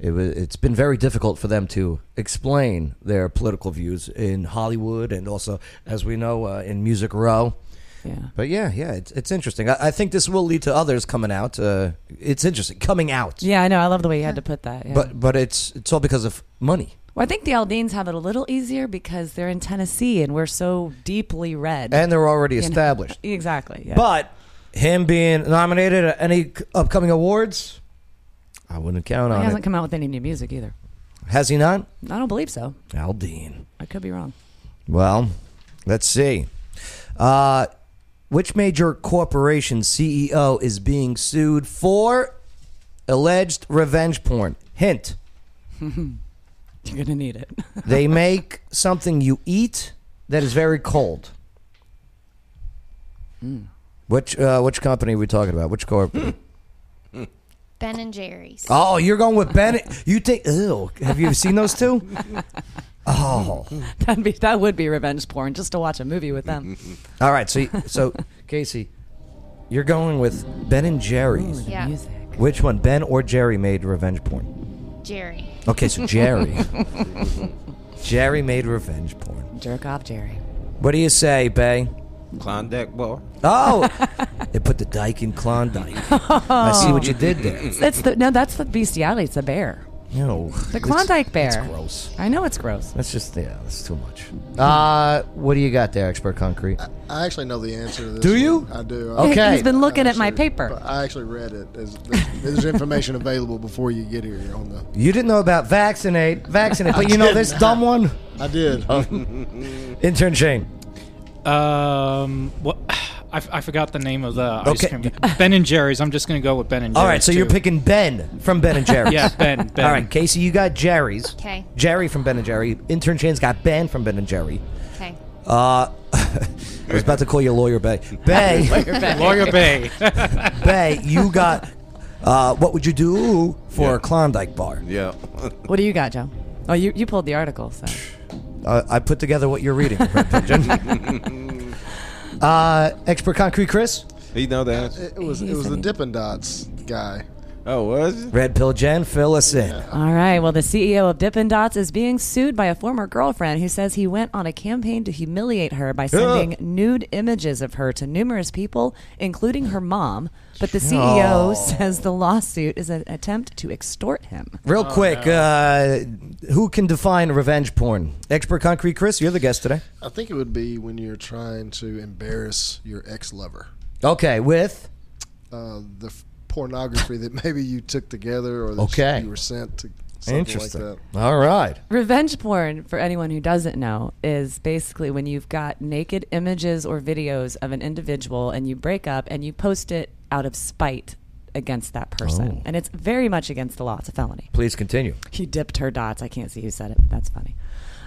S1: it wa it's been very difficult for them to explain their political views in Hollywood and also, as we know, uh, in Music Row.
S5: Yeah.
S1: But yeah, yeah, it's, it's interesting. I, I think this will lead to others coming out. Uh, it's interesting coming out,
S5: Yeah, I know. I love the way you had to put that. Yeah.
S1: but but it's it's all because of money.
S5: well, I think the Aldeans have it a little easier because they're in Tennessee and we're so deeply red.
S1: And they're already
S5: You know?
S1: established.
S5: exactly. Yeah.
S1: But him being nominated at any c- upcoming awards, I wouldn't count
S5: he
S1: on
S5: hasn't
S1: it.
S5: come out with any new music either.
S1: Has he not?
S5: I don't believe so.
S1: Al Dean.
S5: I could be wrong.
S1: Well, let's see. Uh, which major corporation CEO is being sued for alleged revenge porn? Hint.
S5: You're gonna need it.
S1: they make something you eat that is very cold. Which uh, which company are we talking about? Which company?
S6: Ben and Jerry's.
S1: oh, you're going with Bennett. You think? Ew. Have you seen those two? Oh.
S5: That'd be that would be revenge porn just to watch a movie with them.
S1: All right. So y- so Casey, you're going with Ben and Jerry's.
S6: Yeah.
S1: Which one, Ben or Jerry, made revenge porn?
S6: Jerry.
S1: Okay, so Jerry. Jerry made revenge porn.
S5: Jerk off, Jerry.
S1: What do you say, Bay?
S3: Klondike bar.
S1: Oh, they put the Dyke in Klondike. I see what you did there.
S5: Oh. That's the no. That's the bestiality. It's a bear.
S1: No,
S5: The Klondike bear.
S1: That's gross.
S5: I know it's gross.
S1: That's just yeah, that's too much. Uh, what do you got there, expert concrete?
S7: I actually know the answer to Uh, this.
S1: Do you?
S7: one. I do.
S1: Okay. He's
S5: been looking
S7: I
S5: at my
S7: actually-
S5: paper.
S7: but I actually read it. There's, there's, there's information available before you get here on the.
S1: You didn't know about vaccinate, vaccinate, but you know this dumb one.
S7: I did.
S1: Intern Shane.
S8: Um, what? I, f- I forgot the name of the. I just
S1: Okay.
S8: can't- ben and Jerry's. I'm just gonna go with Ben and Jerry's.
S1: All right, so you're
S8: too.
S1: picking Ben from Ben and Jerry's.
S8: Yeah, Ben, Ben.
S1: All right, Casey, you got Jerry's.
S6: Okay.
S1: Jerry from Ben and Jerry. Intern Shane's got Ben from Ben and Jerry.
S6: Okay.
S1: Uh, I was about to call you Lawyer Bay. Bay.
S8: Lawyer Bay. Lawyer Bay.
S1: Bay, you got. Uh, what would you do for a Klondike bar?
S3: Yeah.
S5: What do you got, Joe? Oh, you you pulled the article. So
S1: Uh, I put together what you're reading. Red Pigeon. uh, expert concrete, Chris.
S3: He know the answer.
S7: It was it was the Dippin' Dots guy.
S3: Oh, was it?
S1: Red pill, Jen. Fill us in.
S5: all right. Well, the CEO of Dippin' Dots is being sued by a former girlfriend who says he went on a campaign to humiliate her by sending nude images of her to numerous people, including her mom. But the CEO
S1: Oh.
S5: says the lawsuit is an attempt to extort him.
S1: Real quick, uh, who can define revenge porn? Expert concrete, Chris. You're the guest today.
S7: I think it would be when you're trying to embarrass your ex lover.
S1: Okay, with
S7: Uh, the f- pornography that maybe you took together or that
S1: Okay.
S7: you were sent to something
S1: interesting.
S7: like that.
S1: All right.
S5: Revenge porn, for anyone who doesn't know, is basically when you've got naked images or videos of an individual and you break up and you post it out of spite against that person.
S1: Oh.
S5: And it's very much against the law. It's a felony.
S1: Please continue.
S5: He dipped her dots. I can't see who said it, but that's funny.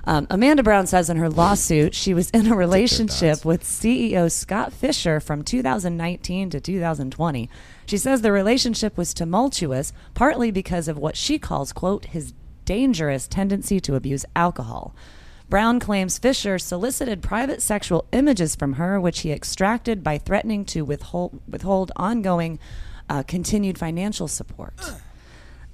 S5: Um, Amanda Brown says in her lawsuit she was in a relationship with CEO Scott Fisher from 2019 to 2020. She says the relationship was tumultuous, partly because of what she calls, quote, his dangerous tendency to abuse alcohol. Brown claims Fisher solicited private sexual images from her, which he extracted by threatening to withhold, withhold ongoing uh, continued financial support.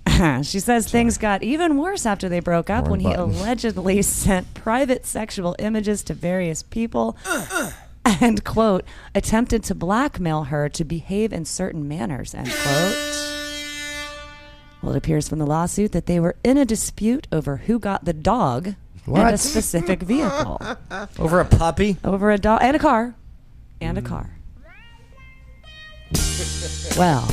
S5: she says things got even worse after they broke up
S1: Wrong
S5: when
S1: button.
S5: he allegedly sent private sexual images to various people and, quote, attempted to blackmail her to behave in certain manners, end quote. Well, it appears from the lawsuit that they were in a dispute over who got the dog and a
S1: What?
S5: specific vehicle.
S1: Over a puppy?
S5: over a dog and a car. And
S1: Mm.
S5: a car. Well,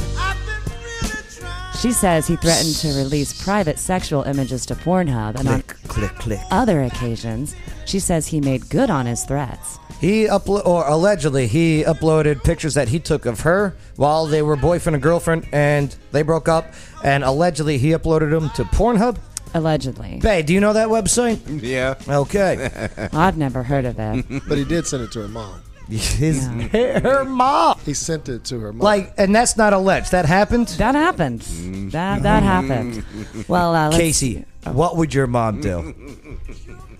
S5: she says he threatened to release private sexual images to Pornhub, and on
S1: Click, click, click.
S5: other occasions, she says he made good on his threats.
S1: He uplo- or allegedly he uploaded pictures that he took of her while they were boyfriend and girlfriend, and they broke up. And allegedly he uploaded them to Pornhub.
S5: Allegedly,
S1: Bay, do you know that website?
S3: Yeah.
S1: Okay.
S5: I've never heard of it.
S7: But he did send it to her mom.
S1: His, her mom.
S7: He sent it to her mom.
S1: Like, and that's not alleged. That happened.
S5: That happened.
S3: Mm-hmm.
S5: That that happened. Well, uh, let's-
S1: Casey, what would your mom do?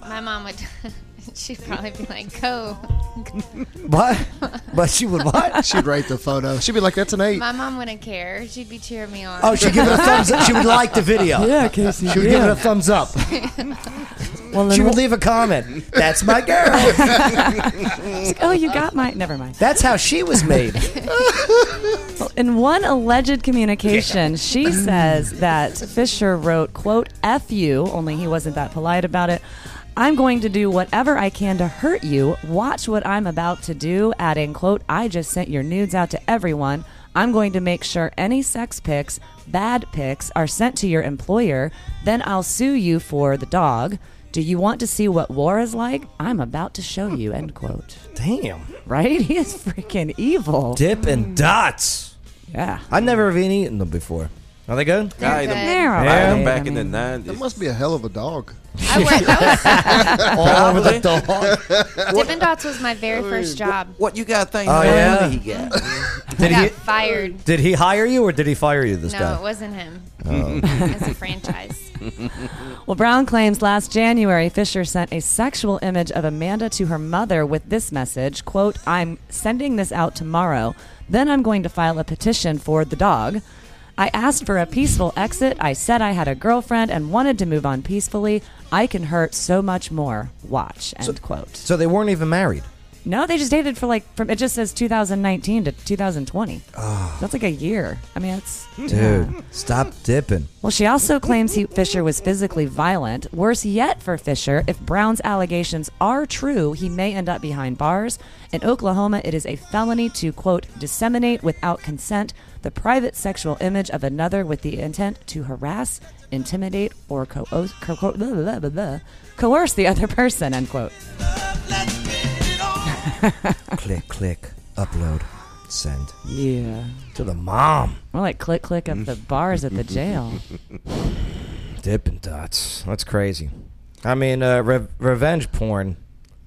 S6: My mom would. She'd probably be like, "Go."
S1: What? But she would what?
S7: She'd rate the photo. She'd be like, "That's an eight.
S6: My mom wouldn't care. She'd be cheering me on.
S1: Oh, she'd give it a thumbs up. She would like the video.
S7: Yeah, Casey,
S1: She would give
S7: yeah.
S1: it a thumbs up. she would leave a comment. That's my girl.
S5: It's like, oh, you got my. Never mind.
S1: That's how she was made.
S5: Well, In one alleged communication, she says that Fisher wrote, quote, F you, only he wasn't that polite about it. I'm going to do whatever I can to hurt you. Watch what I'm about to do, adding, quote, I just sent your nudes out to everyone. I'm going to make sure any sex pics, bad pics, are sent to your employer. Then I'll sue you for the dog. Do you want to see what war is like? I'm about to show you, end quote.
S1: Damn.
S5: Right? He is freaking evil.
S1: Dip and dots.
S5: Oh. Yeah.
S1: I've never even eaten them before. Are they good?
S3: I ate them,
S5: They're all
S3: I ate them
S5: right,
S3: back
S5: I
S3: in the
S5: mean-
S3: nineties.
S7: That must be a hell of a dog.
S1: All over the dog.
S6: Dippin' Dots was my very first job.
S3: What you got thing?
S1: Oh, yeah.
S6: I
S1: Did
S6: got
S1: he,
S6: fired.
S1: did he hire you or did he fire you this
S6: no,
S1: guy?
S6: it wasn't him.
S1: Oh.
S6: It's a franchise.
S5: Well, Brown claims last January Fisher sent a sexual image of Amanda to her mother with this message, quote, "I'm sending this out tomorrow. Then I'm going to file a petition for the dog. I asked for a peaceful exit. I said I had a girlfriend and wanted to move on peacefully. I can hurt so much more. Watch." End quote.
S1: So they weren't even married.
S5: No, they just dated for like from it just says 2019 to 2020.
S1: Oh.
S5: That's like a year. I mean, it's
S1: Dude, stop dipping.
S5: Well, she also claims he, Fisher was physically violent. Worse yet for Fisher, if Brown's allegations are true, he may end up behind bars. In Oklahoma, it is a felony to, quote, disseminate without consent the private sexual image of another with the intent to harass, intimidate, or co- co- co- blah, blah, blah, blah, coerce the other person, end quote.
S1: click, click, upload, send.
S5: Yeah.
S1: To the mom.
S5: More like click click of the bars at the jail.
S1: Dipping dots. That's crazy. I mean, uh, re- revenge porn.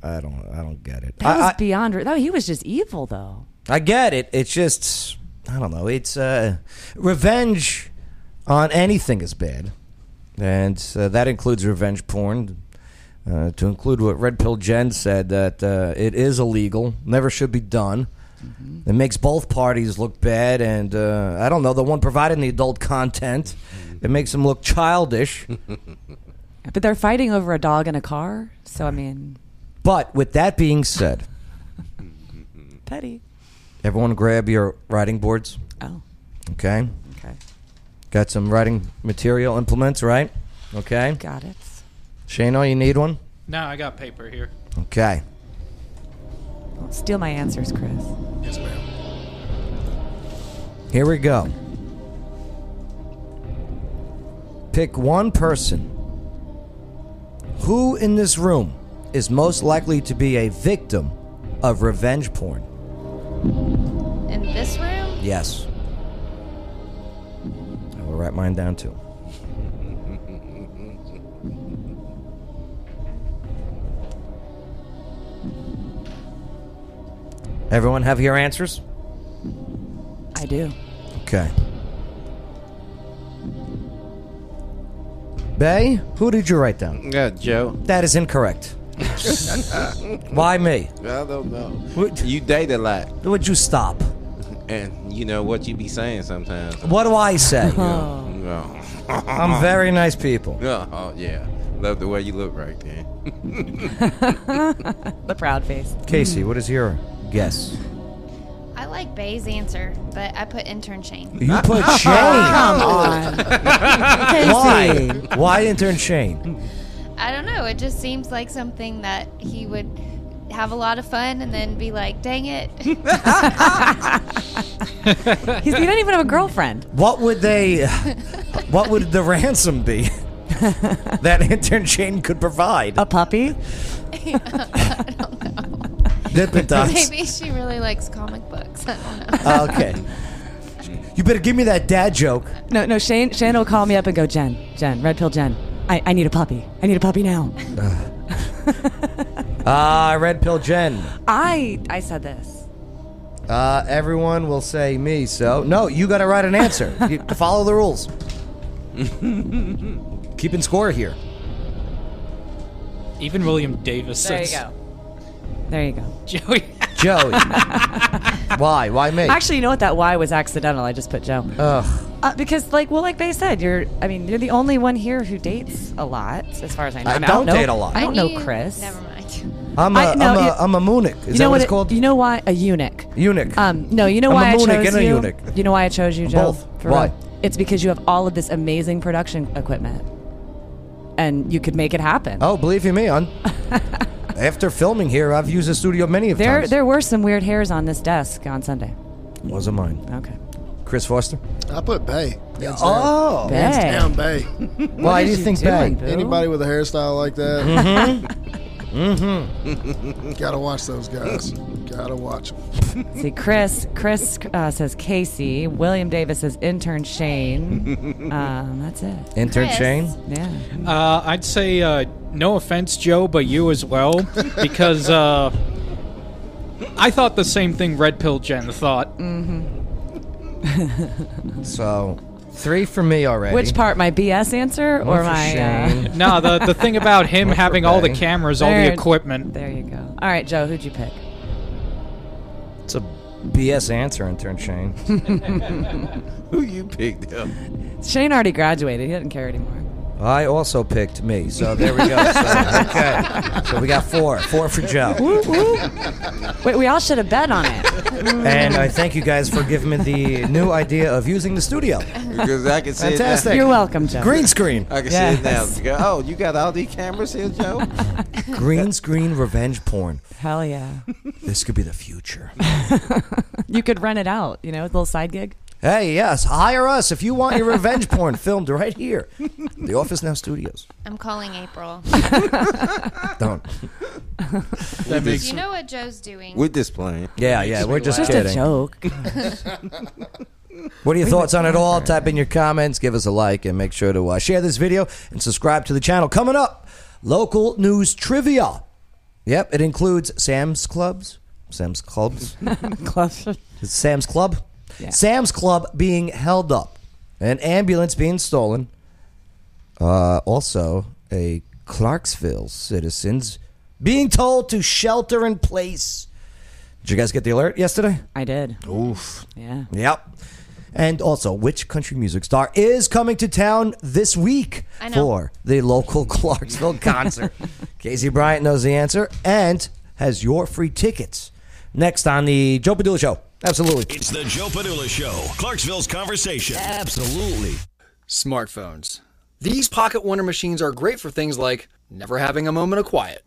S1: I don't. I don't get it.
S5: That
S1: I,
S5: was
S1: I,
S5: beyond. Re- no, he was just evil, though.
S1: I get it. It's just. I don't know. It's uh, revenge on anything is bad, and uh, that includes revenge porn. Uh, to include what Red Pill Jen said that uh, it is illegal, never should be done. It makes both parties look bad, and uh, I don't know the one providing the adult content. It makes them look childish.
S5: But they're fighting over a dog in a car. So, I mean,
S1: But with that being said,
S5: petty.
S1: everyone grab your writing boards.
S5: Oh.
S1: Okay.
S5: Okay.
S1: Got some writing material implements, right? Okay.
S5: Got it.
S1: Shano, you need one?
S8: No, I got paper here.
S1: Okay.
S5: Don't steal my answers, Chris.
S8: Yes, ma'am.
S1: Here we go. Pick one person. Who in this room is most likely to be a victim of revenge porn?
S6: In this room,
S1: Yes. I will write mine down too. Everyone have your answers?
S5: I do.
S1: Okay. Bay, who did you write down?
S3: Yeah, Joe.
S1: That is incorrect. Why me?
S3: I don't know. You date a lot,
S1: Would you stop?
S3: and you know what you be saying sometimes.
S1: What do I say?
S3: No.
S1: I'm very nice people.
S3: Oh yeah, love the way you look right there.
S5: the proud face.
S1: Casey, what is your guess?
S6: I like Bay's answer, but I put intern Shane.
S1: You put Shane.
S6: Come on.
S1: Why? Why intern Shane?
S6: I don't know. It just seems like something that he would have a lot of fun and then be like, "Dang it!"
S5: He's, he doesn't even have a girlfriend.
S1: What would they? What would the ransom be that intern Shane could provide? A
S5: puppy.
S1: Dip and dots.
S6: Maybe she really likes comic books. I don't know.
S1: Uh, okay. You better give me that dad joke.
S5: No, no. Shane, Shane will call me up and go, Jen, Jen, red pill, Jen. I, I need a puppy. I need a puppy now.
S1: Ah, red pill Jen.
S5: I, I said this.
S1: Uh, everyone will say me, so no, you got to write an answer. you, to follow the rules. Keeping score here.
S8: Even William Davis
S5: There you
S8: says.
S5: go. There you go.
S8: Joey.
S1: Joey. Why? Why me?
S5: Actually, you know what? That Y was accidental. I just put Joe.
S1: Ugh.
S5: Uh, because, like, well, like they said, you're. I mean, you're the only one here who dates a lot, as far as I know.
S1: I
S5: mean,
S1: don't
S5: know-
S1: date a lot.
S5: I don't know
S6: You-
S5: Chris.
S6: Never mind.
S1: I'm a,
S5: I- no,
S1: am a,
S5: you-
S1: I'm a Munich. Is
S5: you know
S1: that what,
S5: what
S1: it's
S5: it-
S1: called?
S5: You know why a eunuch?
S1: Eunuch.
S5: Um, no, you know
S1: I'm a
S5: why I
S1: Munich
S5: chose
S1: and a
S5: you.
S1: eunuch.
S5: You know why I chose you,
S1: I'm
S5: Joe?
S1: both.
S5: For
S1: Why?
S5: real. It's because you have all of this amazing production equipment, and you could make it happen.
S1: Oh, believe you me, on. After filming here, I've used the studio many of
S5: There,
S1: times.
S5: there were some weird hairs on this desk on Sunday.
S1: Wasn't mine.
S5: Okay.
S1: Chris Foster.
S7: I put Bay. Hands
S1: Oh.
S7: down. Hands
S1: Bay.
S7: down Bay.
S1: Why do you think Bay?
S7: Anybody with a hairstyle like that?
S1: Mm-hmm.
S7: Gotta watch those guys. Gotta watch them.
S5: See, Chris. Chris uh, says Casey. William Davis says intern Shane. Um, that's it.
S1: Intern Chris. Shane?
S5: Yeah.
S8: Uh, I'd say, uh, no offense, Joe, but you as well, because uh, I thought the same thing Red Pill Jen thought.
S5: Mm-hmm.
S1: So, three for me already.
S5: Which part? My BS answer
S1: One
S5: or
S1: for
S5: my?
S1: Shane.
S5: Uh...
S8: no, the the thing about him
S1: Went for
S8: having all the
S1: Bay.
S8: cameras, all the
S5: There-
S8: equipment.
S5: There you go. All right, Joe. Who'd you pick?
S1: It's a BS answer, Intern Shane.
S3: Who you picked up?
S5: Shane already graduated. He doesn't care anymore.
S1: I also picked me, so there we go. So, okay, so we got four, four for Joe,
S5: Woo, woo. Wait, we all should have bet on it.
S1: and I thank you guys for giving me the new idea of using the studio.
S3: Because I can see it now.
S1: Fantastic.
S5: You're welcome, Joe.
S1: Green screen.
S3: I can see it now. You go, oh, you got all these cameras here, Joe?
S1: Green screen revenge porn.
S5: Hell yeah.
S1: This could be the future.
S5: You could rent it out. You know, a little side gig.
S1: Hey, yes, hire us if you want your revenge porn filmed right here, the Office Now Studios.
S6: I'm calling April.
S1: Don't.
S3: That makes-
S6: You know what Joe's doing?
S3: We're just playing.
S1: Yeah, yeah, we're just
S5: Just a
S1: kidding.
S5: joke.
S1: What are your thoughts on it all? Type in your comments, give us a like, and make sure to uh, share this video and subscribe to the channel. Coming up, local news trivia. Yep, it includes Sam's Clubs. Sam's Clubs.
S5: Clubs.
S1: It's Sam's Club.
S5: Yeah.
S1: Sam's Club being held up, an ambulance being stolen. Uh, also, a Clarksville citizens being told to shelter in place. Did you guys get the alert yesterday?
S5: I did.
S1: Oof.
S5: Yeah.
S1: Yep. And also, which country music star is coming to town this week
S6: I know.
S1: for the local Clarksville concert? Casey Bryant knows the answer and has your free tickets. Next on the Joe Padula Show. Absolutely.
S2: It's the Joe Padula Show, Clarksville's conversation. Absolutely.
S19: Smartphones. These pocket wonder machines are great for things like never having a moment of quiet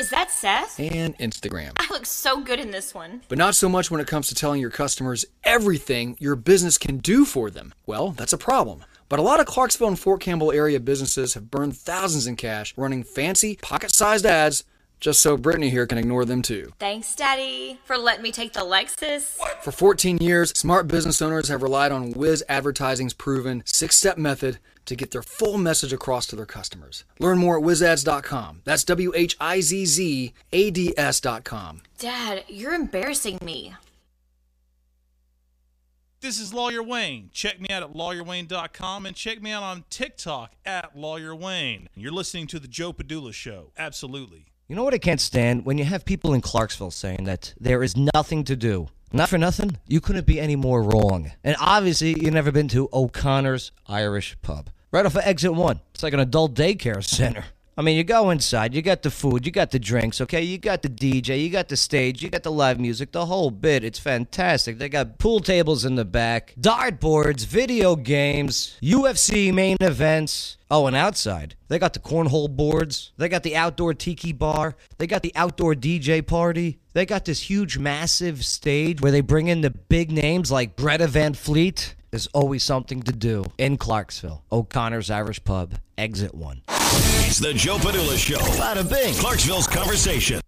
S20: Is that Seth?
S19: and Instagram.
S20: I look so good in this one.
S19: But not so much when it comes to telling your customers everything your business can do for them. Well, that's a problem. But a lot of Clarksville and Fort Campbell area businesses have burned thousands in cash running fancy, pocket sized ads just so Brittany here can ignore them too.
S20: Thanks, Daddy, for letting me take the Lexus.
S19: For 14 years, smart business owners have relied on Wiz Advertising's proven six step method to get their full message across to their customers. Learn more at wizads.com. That's W H I Z Z A D S.com.
S20: Dad, you're embarrassing me.
S12: This is Lawyer Wayne. Check me out at lawyerwayne.com and check me out on TikTok at Lawyer Wayne. You're listening to The Joe Padula Show. Absolutely.
S1: You know what I can't stand? When you have people in Clarksville saying that there is nothing to do. Not for nothing, you couldn't be any more wrong. And obviously, you've never been to O'Connor's Irish Pub. Right off of exit one, it's like an adult daycare center. I mean, you go inside, you got the food, you got the drinks, okay? You got the DJ, you got the stage, you got the live music, the whole bit. It's fantastic. They got pool tables in the back, dartboards, video games, UFC main events. Oh, and outside, they got the cornhole boards. They got the outdoor tiki bar. They got the outdoor DJ party. They got this huge, massive stage where they bring in the big names like Greta Van Fleet. There's always something to do in Clarksville. O'Connor's Irish Pub, exit one.
S2: It's the Joe Padula Show. Bada bing. Clarksville's conversation.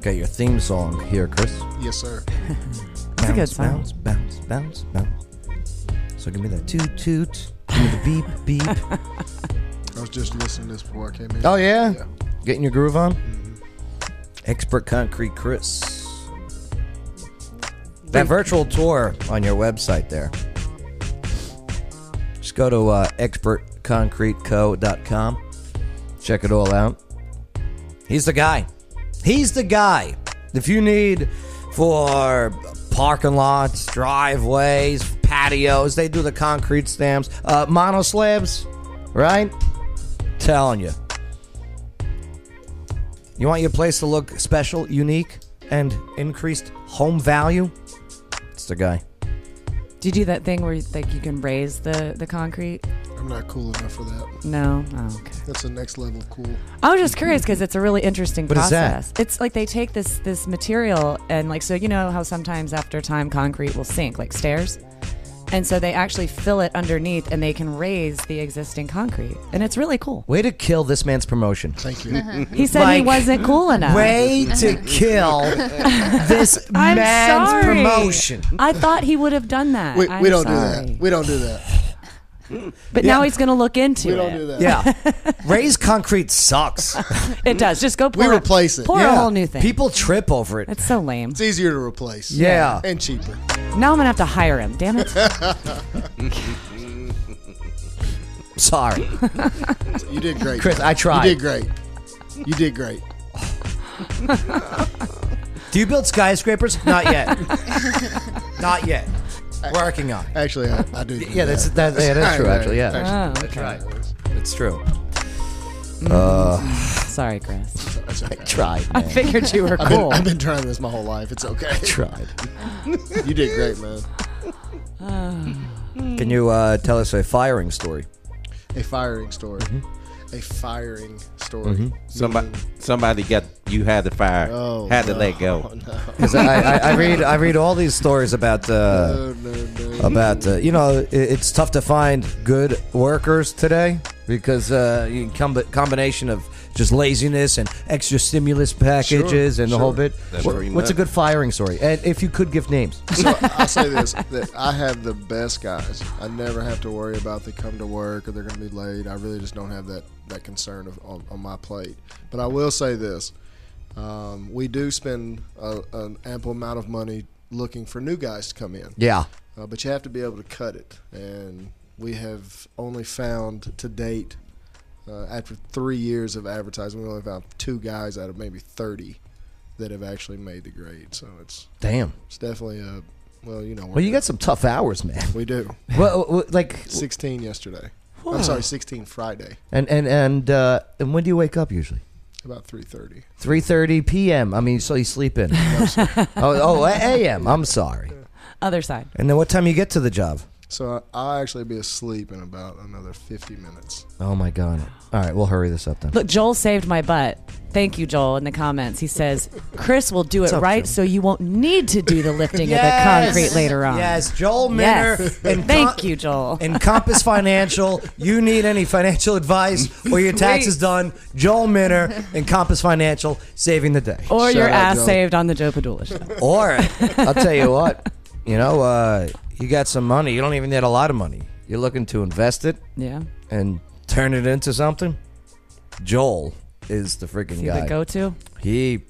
S1: Got your theme song here, Chris.
S7: Yes, sir.
S1: Bounce,
S5: a good song.
S1: Bounce, bounce, bounce, bounce. So give me that toot toot. Give me the beep beep.
S7: I was just listening to this before I came in.
S1: oh yeah? getting your groove on. Expert concrete Chris. That virtual tour on your website there. Just go to uh, expertconcreteco.com. Check it all out. He's the guy. He's the guy. If you need for parking lots, driveways, patios, they do the concrete stamps, uh, mono slabs, right? Telling you. You want your place to look special, unique, and increased home value? It's the guy.
S5: Do you do that thing where you, like you can raise the the concrete?
S7: I'm not cool enough for that.
S5: No. Oh, okay.
S7: That's the next level of cool.
S5: I was just curious because it's a really interesting
S7: What is that?
S5: process. It's like they take this this material and like so you know how sometimes after time concrete will sink like stairs, and so they actually fill it underneath and they can raise the existing concrete and it's really cool.
S1: Way to kill this man's promotion. Thank
S5: you. He said he wasn't cool enough.
S1: Way to kill this
S5: I'm
S1: man's
S5: sorry.
S1: promotion.
S5: I thought he would have done that.
S7: We,
S5: I'm
S7: we don't
S5: sorry.
S7: do that. We don't do that.
S5: But
S1: Yeah.
S5: now he's going to look into
S7: We
S5: it.
S7: don't do that.
S1: Yeah. Raised concrete sucks.
S5: It does. Just go.
S7: We
S5: pour a-
S7: replace it.
S5: Pour
S1: Yeah.
S5: a whole new thing.
S1: People trip over it.
S5: It's so lame.
S7: It's easier to replace.
S1: Yeah.
S7: And cheaper.
S5: Now I'm gonna have to hire him. Damn it.
S1: Sorry.
S7: You did great.
S1: Chris, I tried.
S7: You did great. You did great.
S1: Do you build skyscrapers? Not yet. Not yet. Working on.
S7: Actually, I, I do. do
S1: Yeah, that's that, yeah, that's true. Actually, yeah, Oh, that's right. It's true. Uh,
S5: Sorry, Chris.
S7: That's okay.
S1: I tried,
S5: I man. figured you were
S7: I've been-
S5: cool.
S7: I've been trying this my whole life. It's okay. I
S1: tried.
S7: you did great, man.
S1: Can you uh, tell us a firing story?
S7: A firing story.
S1: Mm-hmm.
S7: A firing story.
S3: Mm-hmm. Somebody, somebody got you had to fire,
S7: Oh,
S3: had to
S7: no.
S3: let go.
S1: Because I, I, I read I read all these stories about uh, about uh, you know it, it's tough to find good workers today because uh, you com- combination of just laziness and extra stimulus packages and the
S7: sure.
S1: whole bit.
S7: That's
S1: What-
S7: pretty
S1: what's a
S7: much.
S1: good firing story? And if you could give names,
S7: So I'll say this: that I have the best guys. I never have to worry about they come to work or they're going to be late. I really just don't have that that concern of, on, on my plate. But I will say this: um, we do spend a, an ample amount of money looking for new guys to come in.
S1: Yeah.
S7: Uh, but you have to be able to cut it, and we have only found to date. Uh, after three years of advertising, we only found two guys out of maybe thirty that have actually made the grade. So it's
S1: Damn.
S7: it's definitely a well, you know.
S1: well, you got some tough hours, man.
S7: We do.
S1: Well, well, like
S7: sixteen yesterday.
S1: Whoa.
S7: I'm sorry, sixteen Friday,
S1: and and and uh, and when do you wake up usually?
S7: about three thirty.
S1: 3:30 p.m. I mean, so you sleep in. oh, oh, a.m. I'm sorry.
S5: Other side.
S1: And then what time you get to the job?
S7: So I, I'll actually be asleep in about another fifty minutes.
S1: Oh my god. All right, we'll hurry this up then.
S5: Look, Joel saved my butt. Thank you, Joel, in the comments. He says, Chris will do it right so you won't need to do the lifting of the concrete later on.
S1: Yes, Joel Minner.
S5: Yes. Thank you, Joel.
S1: And Compass Financial, you need any financial advice or your taxes
S5: Please.
S1: done, Joel Minner and Compass Financial saving the day.
S5: Or your ass saved on the Joe Padula show.
S1: Or I'll tell you what, you know, uh, you got some money. You don't even need a lot of money. You're looking to invest it,
S5: Yeah.
S1: and turn it into something. Joel is the freaking
S5: Is he the
S1: guy.
S5: go-to?
S1: He,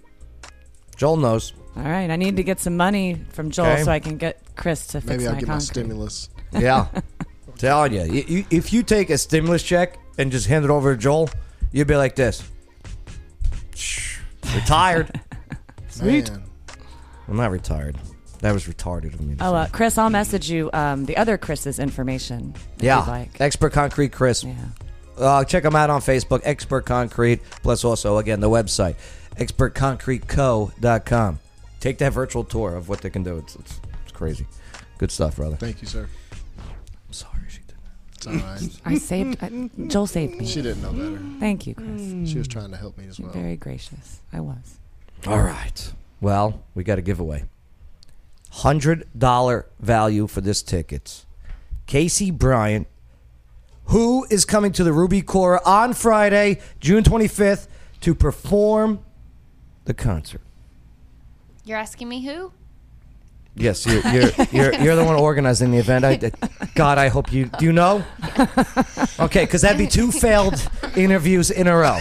S1: Joel knows.
S5: All right, I need to get some money from Joel
S1: Okay.
S5: so I can get Chris to fix
S7: Maybe
S5: my
S7: I'll get my
S5: concrete.
S7: stimulus.
S1: Yeah, telling you, you, you, if you take a stimulus check and just hand it over to Joel, you'd be like this. Retired.
S5: Sweet.
S1: I'm not retired. That was retarded of me. to
S5: Oh, uh,
S1: say.
S5: Chris, I'll message you um, the other Chris's information. if
S1: yeah.
S5: you'd like.
S1: Expert Concrete Chris. Yeah. Uh, check them out on Facebook, Expert Concrete, plus also, again, the website, expertconcreteco.com. Take that virtual tour of what they can do. It's, it's, it's crazy. Good stuff, brother.
S7: Thank you, sir.
S1: I'm sorry she
S7: did It's all right.
S5: I saved. I, Joel saved me.
S7: She didn't know better. Mm.
S5: Thank you, Chris.
S7: She was trying to help me as
S5: You're
S7: well.
S5: very gracious. I was.
S1: All right. Well, we got a giveaway. $100 value for this ticket. Casey Bryant, who is coming to the Ruby Cora on Friday, June 25th, to perform the concert.
S6: You're asking me who?
S1: Yes, you're, you're, you're, you're the one organizing the event. I, God, I hope you do you know? Okay, because that'd be two failed interviews in a row.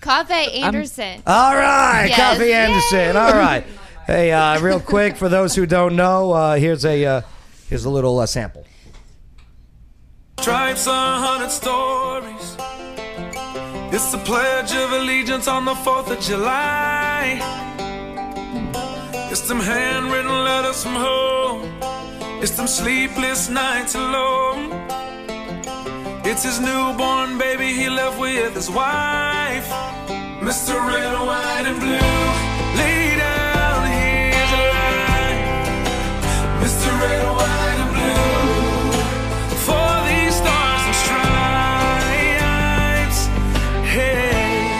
S6: Kaveh Anderson.
S1: All right,
S6: Yes.
S1: Coffee Anderson. All right. Hey, uh, real quick, for those who don't know, uh, here's a uh, here's a little uh, sample.
S4: Stripes are a hundred stories. It's the Pledge of Allegiance on the 4th of July. It's them handwritten letters from home. It's them sleepless nights alone. It's his newborn baby he left with his wife. Mr. Red, White, and Blue. Lay down his life. Mr. Red, White, and Blue. For these stars and stripes. Hey.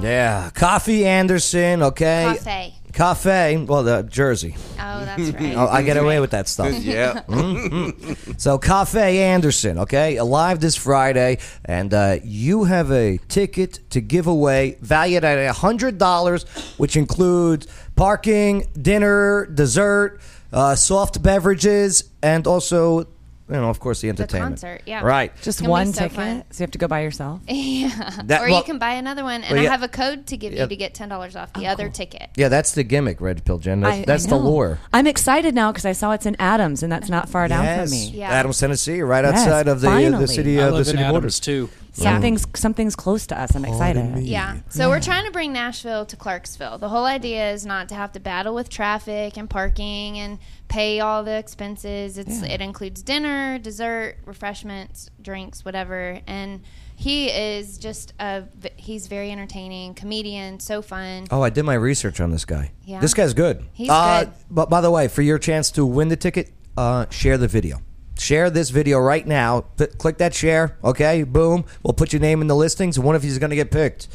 S1: Yeah, Coffee Anderson. Okay.
S6: Coffee.
S1: Cafe, well, the Jersey.
S6: Oh, that's right.
S1: I get away with that stuff.
S6: Yeah.
S1: Mhm. So, Cafe Anderson, okay, alive this Friday, and uh, you have a ticket to give away, valued at hundred dollars, which includes parking, dinner, dessert, uh, soft beverages, and also, you know, of course, the entertainment.
S6: concert, yeah.
S1: Right.
S6: Just
S5: Just
S6: It's gonna be
S5: one
S6: so
S5: ticket.
S6: fun.
S5: So you have to go by yourself.
S6: Yeah.
S1: That-
S6: or
S1: well-
S6: you can buy another one, and
S1: Well, yeah.
S6: I have a code to give
S1: Yeah.
S6: you to get ten dollars off the other ticket.
S1: Yeah, that's the gimmick, Red Pill Jen. That's,
S5: I-
S1: that's
S5: I
S1: the
S5: know.
S1: lore.
S5: I'm excited now because I saw it's in Adams, and that's not far down
S1: yes.
S5: from me.
S1: Adams, Tennessee, right
S5: Yes,
S1: outside of the uh,
S5: finally.
S1: the city
S8: I
S1: uh, the
S8: live in
S1: city
S8: Adams,
S1: borders Mm.
S8: too.
S5: Something's something's close to us. I'm excited.
S6: Yeah. So we're trying to bring Nashville to Clarksville. The whole idea is not to have to battle with traffic and parking and pay all the expenses. It's
S5: Yeah.
S6: it includes dinner, dessert, refreshments, drinks, whatever. And he is just a v- he's very entertaining comedian, so fun.
S1: Oh, I did my research on this guy.
S6: Yeah.
S1: This guy's good.
S6: He's
S1: uh,
S6: good.
S1: But by the way, for your chance to win the ticket, uh, share the video. Share this video right now. P- click that share. Okay, boom. We'll put your name in the listings. One of you is going to get picked.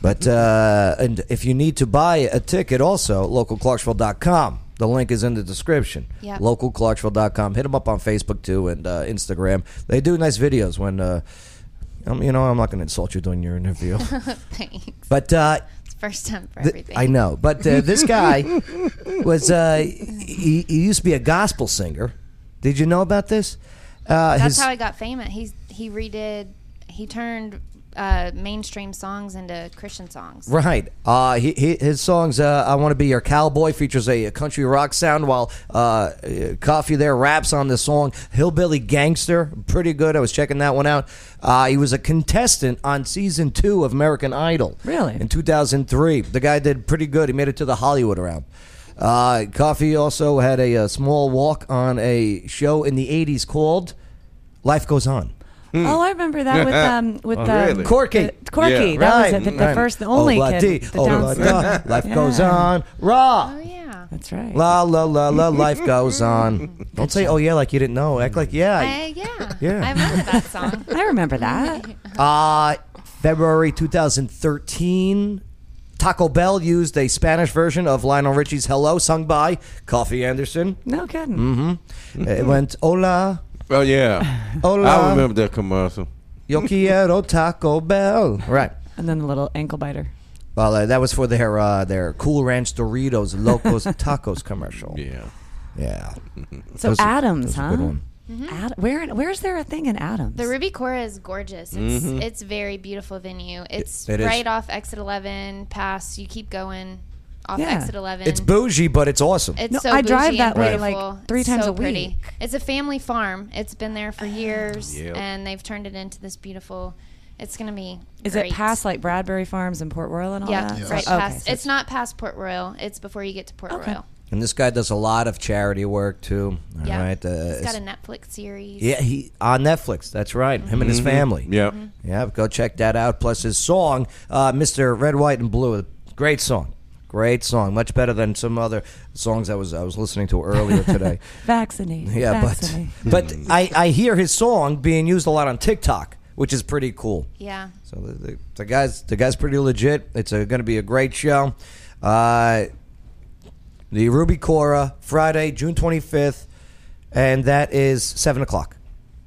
S1: But uh, and if you need to buy a ticket, also localclarksville.com. The link is in the description.
S21: Yep.
S1: Localclarksville.com. Hit them up on Facebook too and uh, Instagram. They do nice videos when. Uh, um, you know, I'm not going to insult you during your interview.
S6: Thanks.
S1: but uh,
S6: It's first time for
S1: Th-
S6: everything.
S1: I know, but uh, this guy was uh, he, he used to be a gospel singer. Did you know about this? Uh,
S6: That's
S1: his-
S6: how I got famous. He's he redid he turned uh, mainstream songs into Christian songs.
S1: Right. Uh, he, he, his songs uh, "I Want to Be Your Cowboy" features a, country rock sound, while uh, uh, Coffee there raps on the song "Hillbilly Gangster." Pretty good. I was checking that one out. Uh, he was a contestant on season two of American Idol. Really? In 2003, the guy did pretty good. He made it to the Hollywood round. Uh, Coffee also had a, uh small walk on a show in the 80s called "Life Goes On."
S5: Oh, I remember that with um with um,
S1: Oh, Corky.
S5: the- Corky. That was it. The, the first, the only
S1: oh, la
S5: kid.
S1: dee,
S5: the
S1: oh,
S5: Down
S1: la
S5: syndrome.
S1: da, life
S5: Yeah.
S1: goes on.
S6: Oh,
S1: Raw.
S5: That's right.
S1: La la la la. Life goes on. Don't say oh yeah like you didn't know. Act like yeah.
S6: I, yeah.
S1: Yeah.
S6: I remember that song.
S5: I remember that.
S1: Uh, February 2013, Taco Bell used a Spanish version of Lionel Richie's "Hello" sung by Coffee Anderson.
S5: No kidding.
S1: Mm-hmm. It went "Hola,
S3: Oh yeah.
S1: Hola.
S3: I remember that commercial.
S1: yo quiero Taco Bell." Right.
S5: And then the little ankle biter.
S1: Well, uh, that was for their uh, their Cool Ranch Doritos Locos Tacos commercial. Yeah, yeah.
S5: So
S1: That was a-
S5: Adams,
S1: that
S5: huh?
S1: was a good one.
S5: Ad- where where is there a thing in Adams?
S6: The Ruby Cora is gorgeous. It's
S5: Mhm.
S6: it's very beautiful venue. It's
S1: Mm-hmm. it is.
S6: right off exit 11 past. You keep going off
S5: Yeah.
S6: exit 11.
S1: It's bougie, but it's awesome.
S6: It's
S5: No,
S6: so
S5: I drive
S6: bougie and
S5: that way,
S6: beautiful.
S5: like, three times
S6: so
S5: a week.
S6: Pretty. It's a family farm. It's been there
S1: Ah.
S6: for years,
S5: Yep.
S6: and they've turned it into this beautiful. It's gonna be.
S5: is it
S6: great.
S5: past like Bradbury Farms and Port Royal and all
S6: Yeah,
S5: that?
S6: right
S5: Okay,
S6: past.
S5: so
S6: it's not past Port Royal. It's before you get to Port Royal.
S1: And this guy does a lot of charity work too. All
S6: Yeah.
S1: right, uh,
S6: He's got
S1: it's-
S6: a Netflix series.
S1: Yeah, he on Netflix. That's right. Him and his
S3: Mhm.
S1: family.
S3: Yep.
S1: Mm-hmm. Yeah, go check that out. Plus his song, uh, Mr. Red, White, and Blue. Great song. Great song. Much better than some other songs I was I was listening to earlier today.
S5: Vaccinate.
S1: yeah, but
S5: vaccinate.
S1: but I, I hear his song being used a lot on TikTok, which is pretty cool.
S6: Yeah.
S1: So the, the, the guys the guys pretty legit. It's going to be a great show. Uh, the Ruby Cora Friday, June twenty fifth, and that is seven o'clock.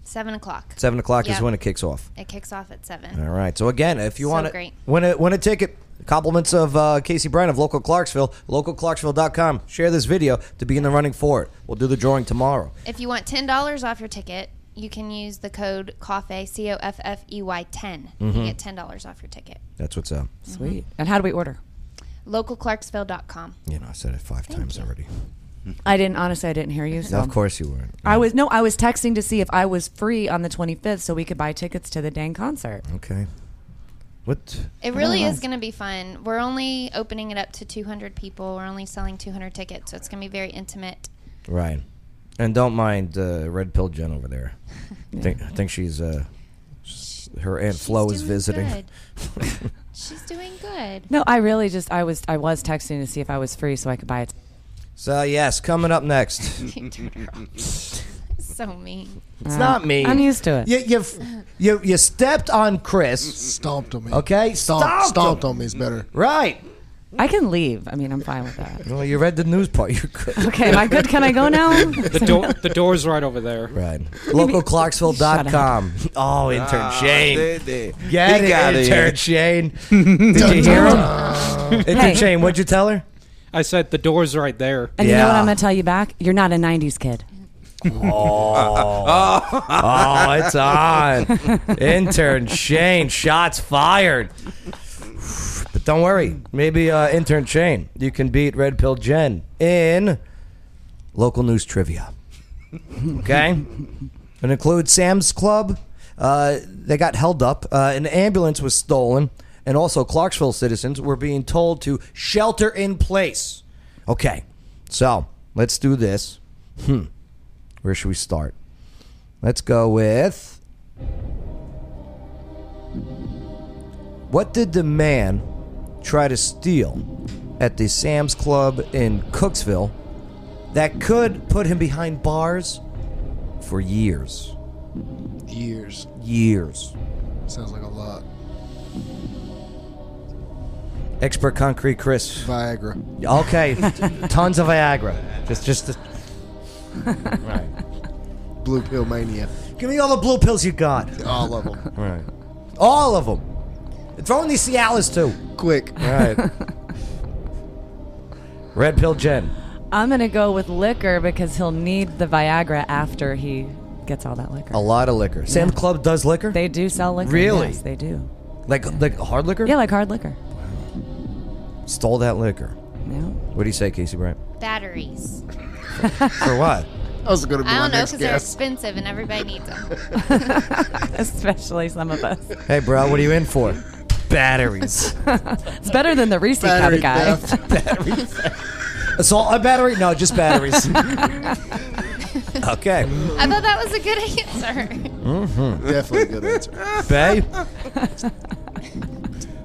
S6: Seven o'clock.
S1: Seven o'clock is
S6: Yep.
S1: when it kicks off.
S6: It kicks off at seven.
S1: All right. So again, if you
S6: So
S1: want to
S6: great.
S1: win a win a ticket, compliments of uh, Casey Bryan of Local Clarksville, localclarksville.com. Share this video to be in the running for it. We'll do the drawing tomorrow.
S6: If you want ten dollars off your ticket, you can use the code COFFEE C O F F E Y ten.
S1: Mhm.
S6: You get ten dollars off your ticket.
S1: That's what's up.
S5: Mm-hmm. Sweet. And how do we order?
S6: localclarksville.com.
S1: You know, I said it five times already.
S5: I didn't honestly. I didn't hear you. So
S1: Of course you weren't.
S5: I was no. I was texting to see if I was free on the 25th, so we could buy tickets to the dang concert.
S6: Mm-hmm.
S1: Okay. What?
S6: It really is going to be fun. We're only opening it up to 200 people. We're only selling 200 tickets, so it's going to be very intimate.
S1: Right. And don't mind uh, Red Pill Jen over there. I think, I think she's uh, s- her aunt Flo is visiting.
S6: Good. She's doing good.
S5: No, I really just I was I was texting to see if I was free, so I could buy it.
S1: So yes, coming up next.
S6: So mean.
S1: It's not me.
S5: Uh, I'm used to it.
S1: You you you, you stepped on Chris.
S7: Stomped on me.
S1: Okay,
S7: Stomp-
S1: stomped,
S7: stomped
S1: him.
S7: on me is better.
S1: Right.
S5: I can leave. I mean, I'm fine with that.
S1: Well, you read the news part. You're good.
S5: Okay, am I good? Can I go now?
S8: The door, the door's right over there.
S1: Right. LocalClarksville.com. Oh, intern
S8: Ah,
S1: Shane.
S8: there, there.
S1: Get
S8: He
S1: it,
S8: got it.
S1: intern Shane. Did you hear him? intern
S5: Hey.
S1: Shane, what'd you tell her?
S8: I said the door's right there.
S5: And you know what I'm going to tell you back? You're not a 90s kid.
S1: Oh. oh, it's on. intern Shane, shots fired. But don't worry. Maybe uh, intern Shane, you can beat Red Pill Jen in local news trivia. Okay? It includes Sam's Club. Uh, they got held up. Uh, an ambulance was stolen. And also, Clarksville citizens were being told to shelter in place. Okay. So, let's do this. Hmm. Where should we start? Let's go with. What did the man try to steal at the Sam's Club in Cooksville that could put him behind bars for years?
S7: Years.
S1: Years.
S7: Sounds like a lot.
S1: Expert concrete Chris.
S7: Viagra.
S1: Okay, tons of Viagra. Just, just. The... right.
S7: Blue pill mania.
S1: Give me all the blue pills you got.
S7: All of them.
S1: Right. All of them. Throw in these Cialis too.
S7: Quick.
S1: All right. Red pill Jen.
S5: I'm going to go with liquor because he'll need the Viagra after he gets all that liquor.
S1: A lot of liquor. Sam's Club does liquor?
S5: They do sell liquor.
S1: Really?
S5: Yes, they do.
S1: Like like hard liquor?
S5: Yeah, like hard liquor.
S1: Stole that liquor.
S5: Yeah.
S1: What do you say, Casey Bryant?
S6: Batteries.
S1: For what?
S7: That was going to be
S6: I
S7: my
S6: don't know
S7: next
S6: because they're
S7: guess.
S6: expensive and everybody needs them.
S5: Especially some of us.
S1: Hey, bro, what are you in for? Batteries.
S5: It's better than the Reese kind of guy.
S1: battery theft. Assault a battery? No, just batteries. okay.
S6: I thought that was a good answer.
S1: Mm-hmm.
S7: Definitely a good answer.
S1: Babe?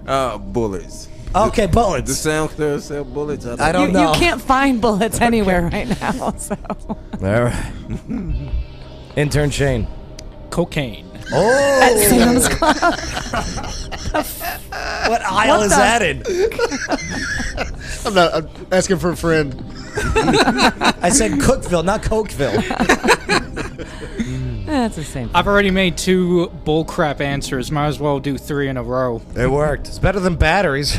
S3: Uh, bullets.
S1: Okay, bullets.
S3: The sound clear sell bullets.
S5: you,
S3: I,
S5: You can't find bullets anywhere right now. So.
S1: All right. Intern Shane.
S8: Cocaine.
S1: Oh.
S5: At Sam's Club.
S1: what aisle
S7: What
S1: is
S7: the-
S1: that in?
S7: I'm not I'm asking for a friend.
S1: I said Cookville, not Cokeville.
S5: That's the same.
S8: I've already made two bullcrap answers. Might as well do three in a row.
S1: It worked. It's better than batteries.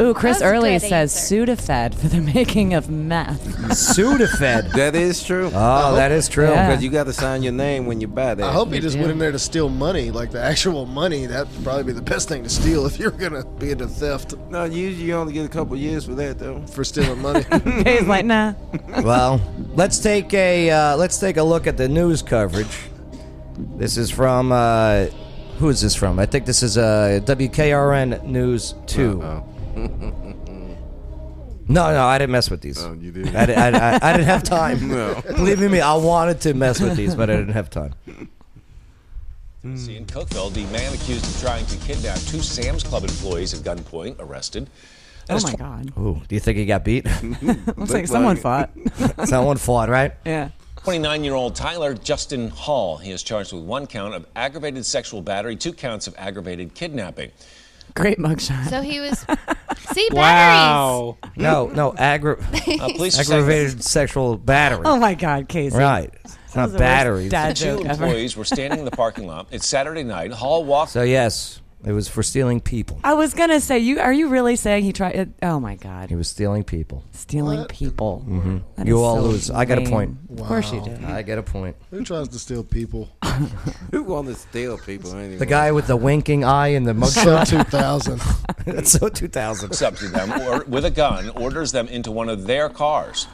S5: Ooh, Chris
S8: That's a
S5: Early
S8: good
S5: says Sudafed for the making of meth.
S1: Sudafed.
S3: That is true.
S1: Oh, that is true.
S3: Because
S1: Yeah.
S3: you got to sign your name when you buy that.
S7: I hope he just went in there to steal money, like the actual money. That'd probably be the best thing to steal if you're gonna be into theft.
S3: No, usually you only get a couple years for that though.
S7: For stealing money.
S5: He's like, nah.
S1: well, let's take a uh, let's take a look at the news coverage. This is from uh, who is this from? I think this is uh, WKRN News 2
S15: Uh-huh.
S1: No, no, I didn't mess with these.
S15: Oh, you didn't.
S1: I, di- I, I, I didn't have time.
S15: No.
S1: Believe you me, I wanted to mess with these, but I didn't have time.
S21: See, in Cookville, the man accused of trying to kidnap two Sam's Club employees at gunpoint arrested. That
S1: Oh
S21: is tw-
S5: Oh god.
S1: Ooh, do you think he got beat?
S5: Looks like someone fought.
S1: someone fought, right?
S5: Yeah.
S21: 29 year old Tyler Justin Hall. He is charged with one count of aggravated sexual battery, two counts of aggravated kidnapping.
S5: Great mugshot.
S6: So he was. See, batteries.
S1: No, no, aggra-
S21: Uh, police are saying-
S1: aggravated sexual battery.
S5: Oh my God, Casey.
S1: Right. It's not batteries.
S21: The two employees were standing in the parking lot. It's Saturday night. Hall walked
S1: So yes, It was for stealing people.
S5: I was gonna say, you are you really saying he tried? It, oh my god,
S1: He was stealing people.
S5: stealing people.
S1: Mhm.
S5: That
S1: You
S5: is
S1: all
S5: so
S1: lose. I got a
S5: lame.
S1: point.
S5: Of course you
S1: Wow.
S5: do.
S1: I get a point.
S7: Who tries to steal people?
S3: Who wanted to steal people anyway?
S1: The guy with the winking eye and the mugshot.
S7: So 2000.
S1: That's so 2000.
S21: walks up to them or, with a gun, orders them into one of their cars.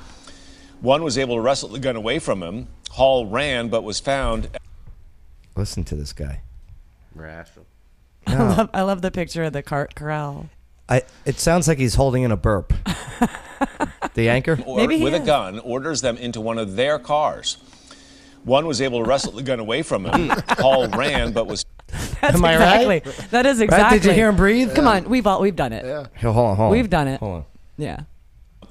S21: One was able to wrestle the gun away from him. Hall ran, but was found.
S1: Listen to this guy.
S3: Rational.
S5: I love I love the picture of the cart corral.
S1: I, it sounds like he's holding in a burp. the anchor?
S21: Or, with a gun, orders them into one of their cars. One was able to wrestle the gun away from him. Hall ran, but was.
S5: That's
S1: Am I
S5: exactly.
S1: right?
S5: That is
S1: Right? Did
S5: exactly.
S1: you hear him breathe?
S5: Come
S1: Yeah.
S5: on, we've all we've done it. Yeah.
S1: Here, Hold on, hold on.
S5: We've done it.
S1: Hold on.
S5: Yeah.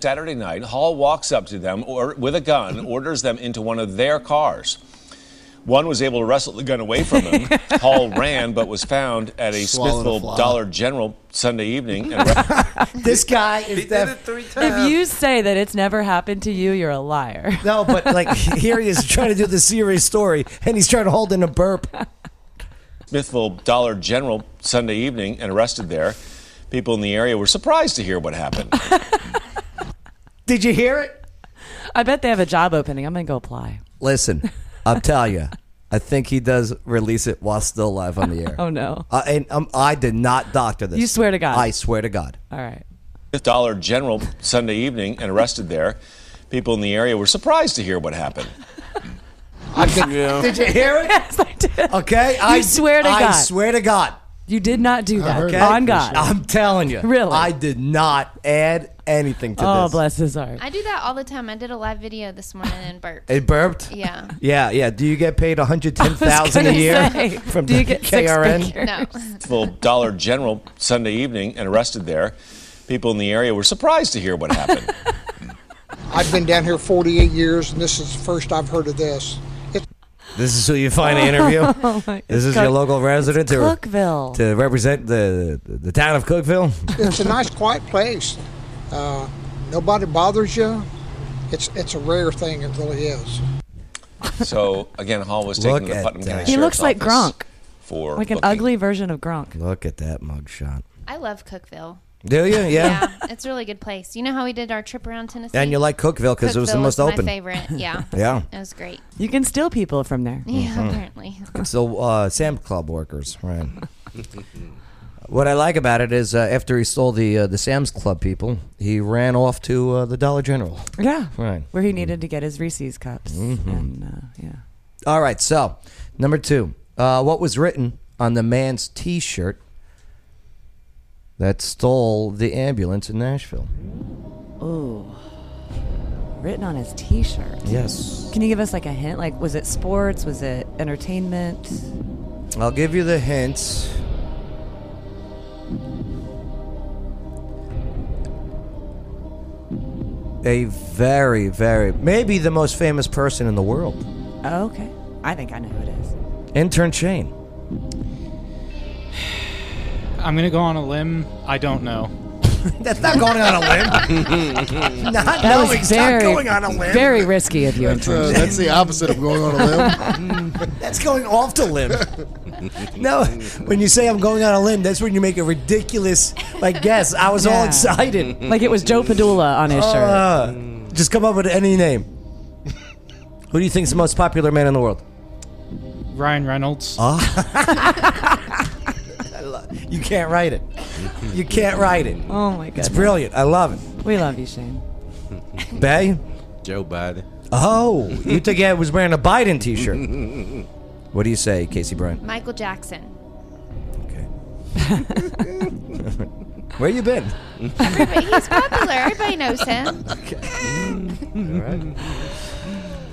S21: Saturday night, Hall walks up to them or with a gun, orders them into one of their cars. One was able to wrestle the gun away from him. Hall ran, but was found at
S1: Swallowed
S21: a
S1: a
S21: Smithville
S1: fly.
S21: Dollar General Sunday evening. And
S1: This guy is def-
S5: If you say that it's never happened to you, you're a liar.
S1: No, but like here he is trying to do the serious story, and he's trying to hold in a burp.
S21: Smithville Dollar General Sunday evening and arrested there. People in the area were surprised to hear what happened.
S1: Did you hear it?
S5: I bet they have a job opening. I'm gonna go apply.
S1: Listen, I'll tell you. I think he does release it while still live on the air.
S5: Oh, no.
S1: Uh, and um, I did not doctor this.
S5: You swear to God.
S1: I swear to God.
S5: All right.
S21: Dollar General Sunday evening and arrested there. People in the area were surprised to hear what happened. I think,
S1: Did you hear it?
S5: Yes, I did.
S1: Okay,
S5: You
S1: I
S5: swear to
S1: I
S5: God.
S1: swear to God.
S5: You did not do that.
S1: Okay?
S5: On God.
S1: I'm telling you.
S5: Really?
S1: I did not add anything to
S5: Oh,
S1: this.
S5: bless his heart.
S6: I do that all the time. I did a live video this morning and burped.
S1: It burped.
S6: Yeah.
S1: Yeah, yeah. Do you get paid 110,000 a
S6: gonna
S1: year
S6: say,
S1: from
S6: do you get six
S1: KRN?
S6: No.
S21: Full Dollar General Sunday evening and arrested there. People in the area were surprised to hear what happened.
S22: I've been down here 48 years, and this is the first I've heard of this. It's
S1: This is who you find to interview.
S22: Oh my-
S1: this is
S22: Cook-
S1: your local resident to,
S22: Cookville.
S1: to represent the the town of Cookville.
S22: it's a nice, quiet place. Uh, nobody bothers you. It's it's a rare thing. It really is.
S21: So again, Hall was taken
S1: Look
S21: to the
S1: at
S21: Putnam County
S1: that.
S21: Sheriff's
S5: He looks like
S21: Office
S5: Gronk.
S21: for
S5: Like an
S21: booking.
S5: ugly version of Gronk.
S1: Look at that mugshot.
S6: I love Cookville.
S1: Do you? Yeah.
S6: it's a really good place. You know how we did our trip around Tennessee?
S1: And you like Cookville 'cause it was the
S6: Cookville
S1: most
S6: was
S1: open.
S6: My favorite. Yeah.
S1: Yeah. Mm-hmm.
S6: It was great.
S5: You can steal people from there.
S6: Yeah, apparently.
S1: So uh, Sam Club workers, right? what I like about it is uh, after he stole the uh, the Sam's Club people, he ran off to uh, the Dollar General.
S5: Yeah.
S1: Right.
S5: Where he needed to get his Reese's cups.
S1: Mhm.
S5: And uh, yeah.
S1: All right. So number two, uh, what was written on the man's T-shirt that stole the ambulance in Nashville?
S5: Ooh. Written on his t shirt.
S1: Yes.
S5: Can you give us like a hint? Like, was it sports? Was it entertainment?
S1: I'll give you the hints. A very, very, maybe the most famous person in the world,
S5: Oh, okay. I think I know who it is.
S1: intern Shane.
S8: I'm gonna go on a limb. I don't know.
S1: That's not going on a
S8: limb.
S1: Not
S5: That
S1: knowing,
S5: was
S1: stop
S5: very,
S1: going on a limb.
S5: very risky of you. in
S7: That's, uh,
S5: terms of-
S7: that's the opposite of going on a limb.
S1: That's going off the limb. No, when you say I'm going on a limb, that's when you make a ridiculous like guess. I was all
S5: Yeah.
S1: excited,
S5: Like it was Joe Padula on his
S1: Uh, Just come up with any name. Who do you think's the most popular man in the world?
S8: Ryan Reynolds.
S1: Ah. You can't write it. You can't write it.
S5: Oh my
S1: It's
S5: goodness.
S1: brilliant. I love it.
S5: We love you, Shane.
S1: Bay.
S3: Joe Biden.
S1: Oh, you think I was wearing a Biden T-shirt? what do you say, Casey Bryant?
S6: Michael Jackson.
S1: Where you been?
S6: Everybody, he's popular. Everybody knows him.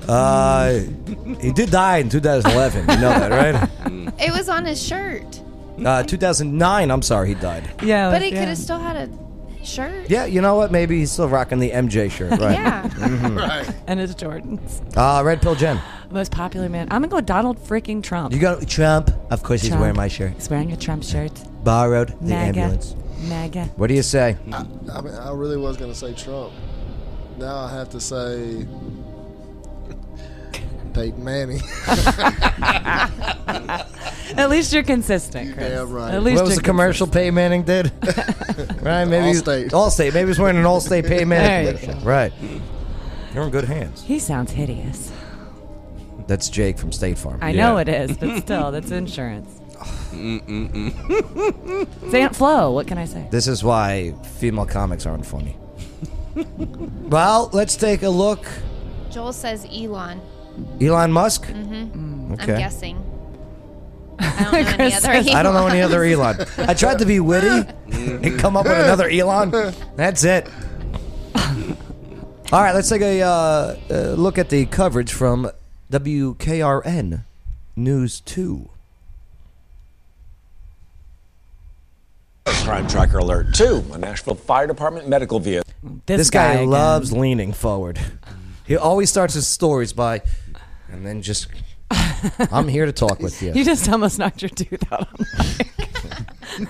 S1: Uh, he did die in 2011. You know that, right?
S6: It was on his shirt,
S1: Uh, 2009. I'm sorry, he died.
S5: Yeah.
S6: but he could have still had a shirt.
S1: Yeah, you know what? Maybe he's still rocking the MJ shirt, right?
S6: Yeah.
S1: Mhm.
S5: And it's Jordan's.
S1: Uh, Red Pill Jen.
S5: Most popular man. I'm going to go with Donald freaking Trump.
S1: You got Trump. Of course, he's
S5: Trump.
S1: wearing my shirt.
S5: He's wearing a Trump shirt.
S1: Borrowed the
S5: MAGA.
S1: ambulance.
S5: MAGA.
S1: What do you say?
S7: I, I, mean, I really was going to say Trump. Now I have to say date Manny.
S5: At least you're consistent, Chris.
S7: damn right.
S5: At least
S1: what was
S5: you're
S1: the commercial Pay Manning did? right, maybe
S7: Allstate.
S1: Allstate. Maybe he's wearing an Allstate Pay Manning.
S5: There you go.
S1: Right. You're in good hands.
S5: He sounds hideous.
S1: That's Jake from State Farm.
S5: I know it is, but still, that's insurance.
S1: Mm-mm-mm.
S5: It's Aunt Flo. What can I say?
S1: This is why female comics aren't funny. well, let's take a look.
S6: Joel says Elon.
S1: Elon Musk.
S6: Mm-hmm.
S1: Mm, Okay.
S6: I'm guessing. I don't know any other. Elons.
S1: I don't know any other Elon. I tried to be witty and come up with another Elon. That's it. All right, let's take a uh, uh, look at the coverage from WKRN News 2.
S21: Crime Tracker Alert 2, a Nashville Fire Department medical vehicle.
S1: This, guy, loves leaning forward. He always starts his stories by, and then just, I'm here to talk with you.
S5: You just almost knocked your tooth out on the mic.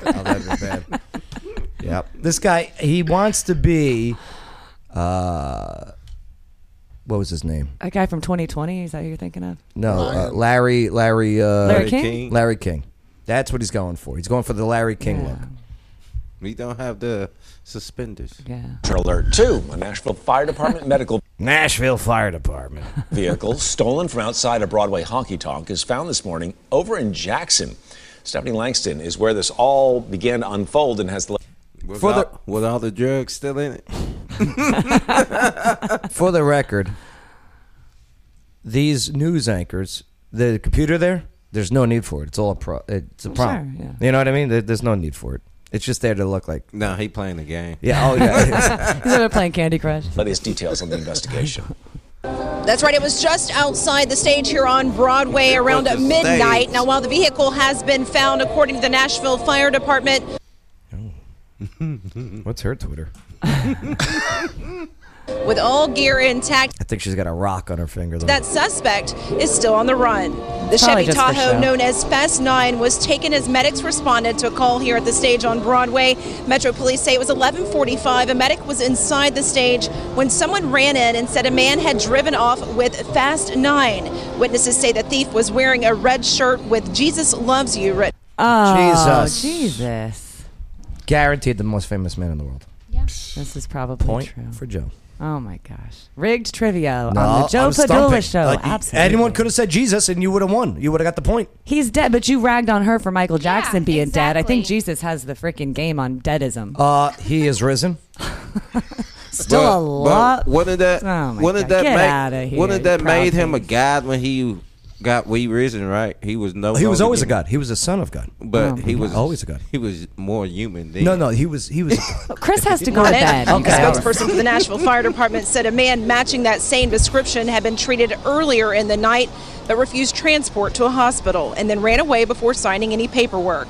S1: Oh, that'd be bad. Yep. This guy, he wants to be, uh, what was his name?
S5: A guy from 2020, is that who you're thinking of?
S1: No, uh, Larry, Larry, uh,
S5: Larry King? King.
S1: Larry King. That's what he's going for. He's going for the Larry King look.
S3: We don't have the suspenders.
S5: Yeah.
S21: Alert 2, a Nashville Fire Department medical
S1: Nashville Fire Department
S21: vehicle stolen from outside a Broadway honky tonk is found this morning over in Jackson. Stephanie Langston is where this all began to unfold and has the.
S3: Was
S1: For the-
S3: all- was all the drugs still in it?
S1: For the record, these news anchors, the computer there, there's no need for it. It's all a pro. It's a
S3: Sure,
S1: problem.
S3: yeah.
S1: You know what I mean? There- There's no need for it. It's just there to look like.
S3: No, he playing the game.
S1: Yeah. Oh yeah.
S5: He's over playing Candy Crush.
S21: Latest details on the investigation.
S9: That's right. It was just outside the stage here on Broadway around
S21: was the
S9: midnight.
S21: stage.
S9: Now, while the vehicle has been found, according to the Nashville Fire Department,
S1: What's her Twitter?
S9: with all gear intact,
S1: I think she's got a rock on her finger. Though.
S9: that suspect is still on the run. The
S1: It's probably
S9: Chevy
S1: just for show.
S9: Tahoe, known as Fast 9, was taken as medics responded to a call here at the stage on Broadway. Metro Police say it was 11:45. A medic was inside the stage when someone ran in and said a man had driven off with Fast 9. Witnesses say the thief was wearing a red shirt with "Jesus loves you" written.
S5: Oh,
S1: Jesus.
S5: Jesus.
S1: Guaranteed the most famous man in the world.
S5: This is probably
S1: Point
S5: true.
S1: for Joe.
S5: Oh, my gosh. Rigged trivia
S1: No,
S5: on the Joe
S1: I'm stumping.
S5: Padula show.
S1: Like,
S5: Absolutely.
S1: Anyone could have said Jesus, and you would have won. You would have got the point.
S5: He's dead, but you ragged on her for Michael Jackson being dead. I think Jesus has the freaking game on deadism.
S1: Uh, he is risen.
S5: Still
S3: But-
S5: a lot.
S3: But wouldn't that?
S5: Oh my
S3: wouldn't
S5: God.
S3: that
S5: Get
S3: make?
S5: outta here,
S3: wouldn't
S5: you
S3: that made him a
S5: prophets.
S3: god when he got we risen? Right? He was no.
S1: He was
S3: longer
S1: always a
S3: human.
S1: god. He was a son of God.
S3: But he was
S1: always a god.
S3: He was more human than
S1: No, no, he was he was.
S5: Chris has to go to
S9: Not it.
S5: bed.
S9: A spokesperson for the Nashville Fire Department said a man matching that same description had been treated earlier in the night but refused transport to a hospital and then ran away before signing any paperwork.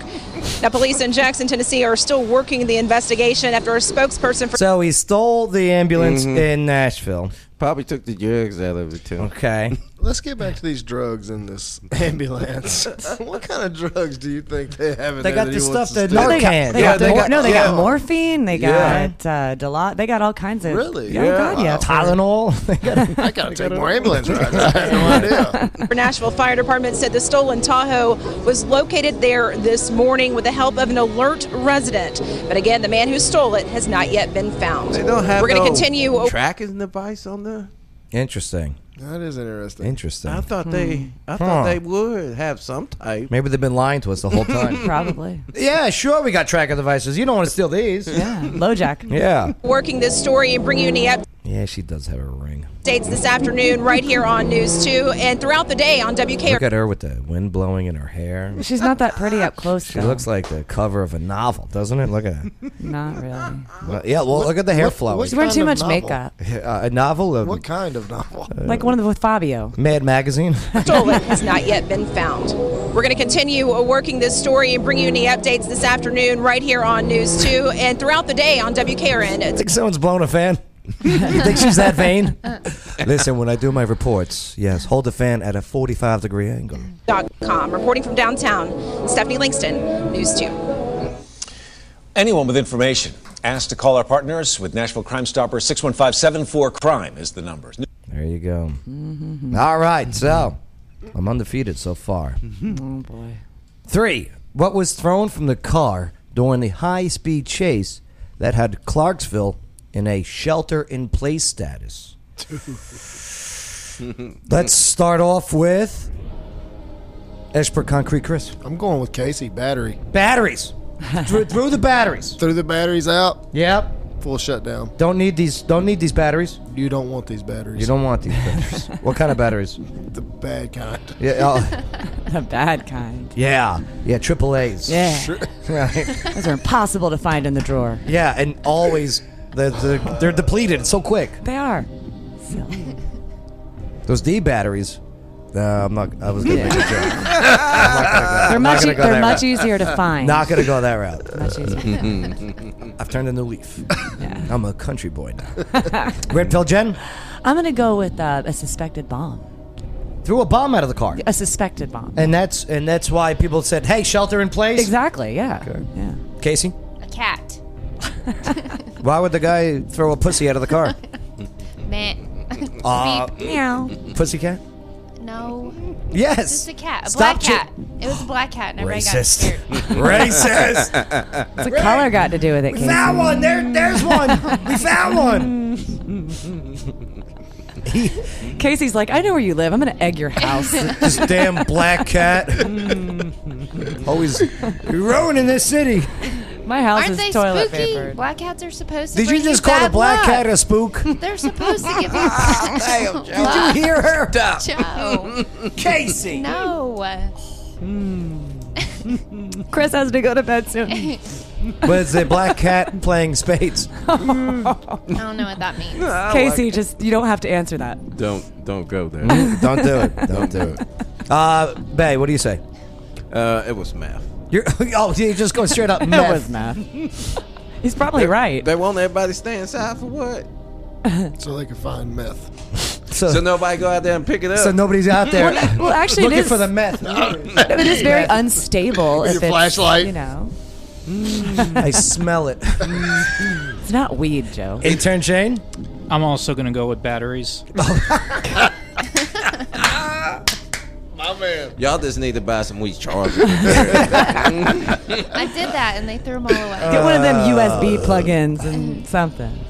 S9: Now, police in Jackson, Tennessee are still working the investigation after a spokesperson for
S1: so he stole the ambulance
S3: Mhm.
S1: in Nashville.
S3: Probably took the drugs out of it too.
S1: Okay.
S7: Let's get back to these drugs in this ambulance. what kind of drugs do you think they have in
S1: They
S7: there?
S1: got
S7: that he
S1: the
S7: wants
S1: stuff
S7: to
S1: that
S7: steal?
S5: they got, they got mor- no, they got
S7: Yeah.
S5: morphine. They
S7: Yeah.
S5: got uh, Dilaud. They got all kinds of.
S7: Really?
S5: Oh, God, yeah.
S1: Tylenol.
S7: I gotta take more ambulance rides. I had no idea.
S9: for Nashville Fire Department said the stolen Tahoe was located there this morning with the help of an alert resident. But again, the man who stole it has not yet been found.
S3: They don't have
S9: We're going to
S3: no
S5: Oh.
S9: continue.
S3: tracking device on there.
S1: Interesting.
S7: That is interesting.
S1: Interesting.
S3: I thought they. I
S1: Huh.
S3: thought they would have some type.
S1: Maybe they've been lying to us the whole time.
S5: Probably.
S1: yeah, sure. We got tracker devices. You don't want to steal these.
S5: Yeah. LoJack.
S1: Yeah.
S9: Working this story and bring you any updates.
S1: Yeah, she does have a ring.
S9: States this afternoon right here on News 2 and throughout the day on WKR.
S1: Look at her with the wind blowing in her hair.
S5: She's not that pretty up close.
S1: She
S5: though.
S1: looks like the cover of a novel, doesn't it? Look at that.
S5: Not really.
S1: Well, yeah, well,
S5: What-
S1: look at the hair
S5: what-
S1: flowing.
S5: what She's wearing too kind of much novel? makeup.
S1: Uh, a novel of Uh,
S7: What kind of novel?
S5: like one of the with Fabio.
S1: Mad Magazine.
S9: stolen has not yet been found. We're going to continue uh, working this story and bring you any updates this afternoon right here on News 2 and throughout the day on WKRN.
S1: think someone's blown a fan. you think she's that vain? Listen, when I do my reports, yes, hold the fan at a 45 degree angle.
S9: .com. Reporting from downtown, Stephanie Langston, News 2.
S21: Anyone with information asked to call our partners with Nashville Crime Stopper 615 crime is the numbers.
S1: There you go.
S5: Mhm.
S1: All right, so I'm undefeated so far.
S5: Oh boy.
S1: Three. What was thrown from the car during the high speed chase that had Clarksville in a shelter in place status? Let's start off with Expert Concrete Chris.
S7: I'm going with Casey. Battery.
S1: Batteries. threw, threw the batteries.
S7: Threw the batteries out.
S1: Yep.
S7: Full shutdown.
S1: Don't need these. Don't need these batteries.
S7: You don't want these batteries.
S1: You don't want these batteries. what kind of batteries?
S7: The bad kind.
S1: Yeah. oh,
S5: the bad kind.
S1: yeah. Yeah. Triple A's.
S5: Yeah.
S1: right.
S5: Those are impossible to find in the drawer.
S1: Yeah, and always the, the, they're depleted so quick.
S5: They are. Silly.
S1: Those D batteries. Uh, I'm not. I was gonna make a joke.
S5: They're
S1: I'm not
S5: much
S1: gonna
S5: e-
S1: go
S5: they're
S1: that
S5: much
S1: route.
S5: easier to find.
S1: Not gonna go that route.
S5: Much easier.
S1: I've turned a new leaf. I'm a country boy now. Red pill, Jen
S5: I'm gonna go with uh, a suspected bomb.
S1: threw a bomb out of the car,
S5: A suspected bomb.
S1: and that's and that's why people said, "Hey, shelter in place."
S5: Exactly. Yeah. Yeah.
S1: Casey,
S6: A cat.
S1: why would the guy throw a pussy out of the car?
S6: Meh.
S1: Uh,
S6: Beep. Meow.
S1: Pussycat.
S6: No.
S1: Yes.
S6: Just a cat. A
S1: Stop
S6: black
S1: chi-
S6: cat. It was a black cat, and everybody got
S1: Racist.
S6: scared.
S1: Racist.
S5: What's the color got to do with it?
S1: We found one. There, there's one. We found one.
S5: Casey? Casey's like, I know where you live. I'm gonna egg your house.
S1: this damn black cat. Always ruining this city.
S5: My house
S6: Aren't
S5: is
S6: they
S5: toilet
S6: spooky?
S5: papered.
S6: Black cats are supposed to.
S1: Did you
S6: bring
S1: just call the
S6: bad
S1: black
S6: luck.
S1: cat a spook?
S6: They're supposed to give you.
S1: Did you hear her?
S6: Joe.
S1: Casey.
S6: No.
S5: Chris has to go to bed soon.
S1: But it's a black cat playing spades.
S6: I don't know what that means.
S5: Casey, just you don't have to answer that.
S3: Don't don't go there.
S1: Don't do it. Don't do it. Hmm. Uh, Bay, what do you say?
S3: Uh, it was math.
S1: You're, oh, you just going straight up
S3: It
S1: meth.
S3: was math.
S5: He's probably right.
S3: They want everybody to stay inside for what?
S7: so they can find meth.
S1: So,
S3: nobody go out there and pick it up.
S1: So nobody's out there.
S5: Well, actually, it
S1: looking
S5: is-
S1: for the meth.
S5: it is very unstable.
S1: With
S5: if
S1: your
S5: it's,
S1: flashlight.
S5: You know,
S1: I smell it.
S5: it's not weed, Joe.
S1: Intern Shane?
S8: I'm also going to go with batteries.
S7: My man.
S3: Y'all just need to buy some weed chargers.
S6: I did that, and they threw them all away.
S5: Get one of
S1: Uh.
S5: them USB plugins and something.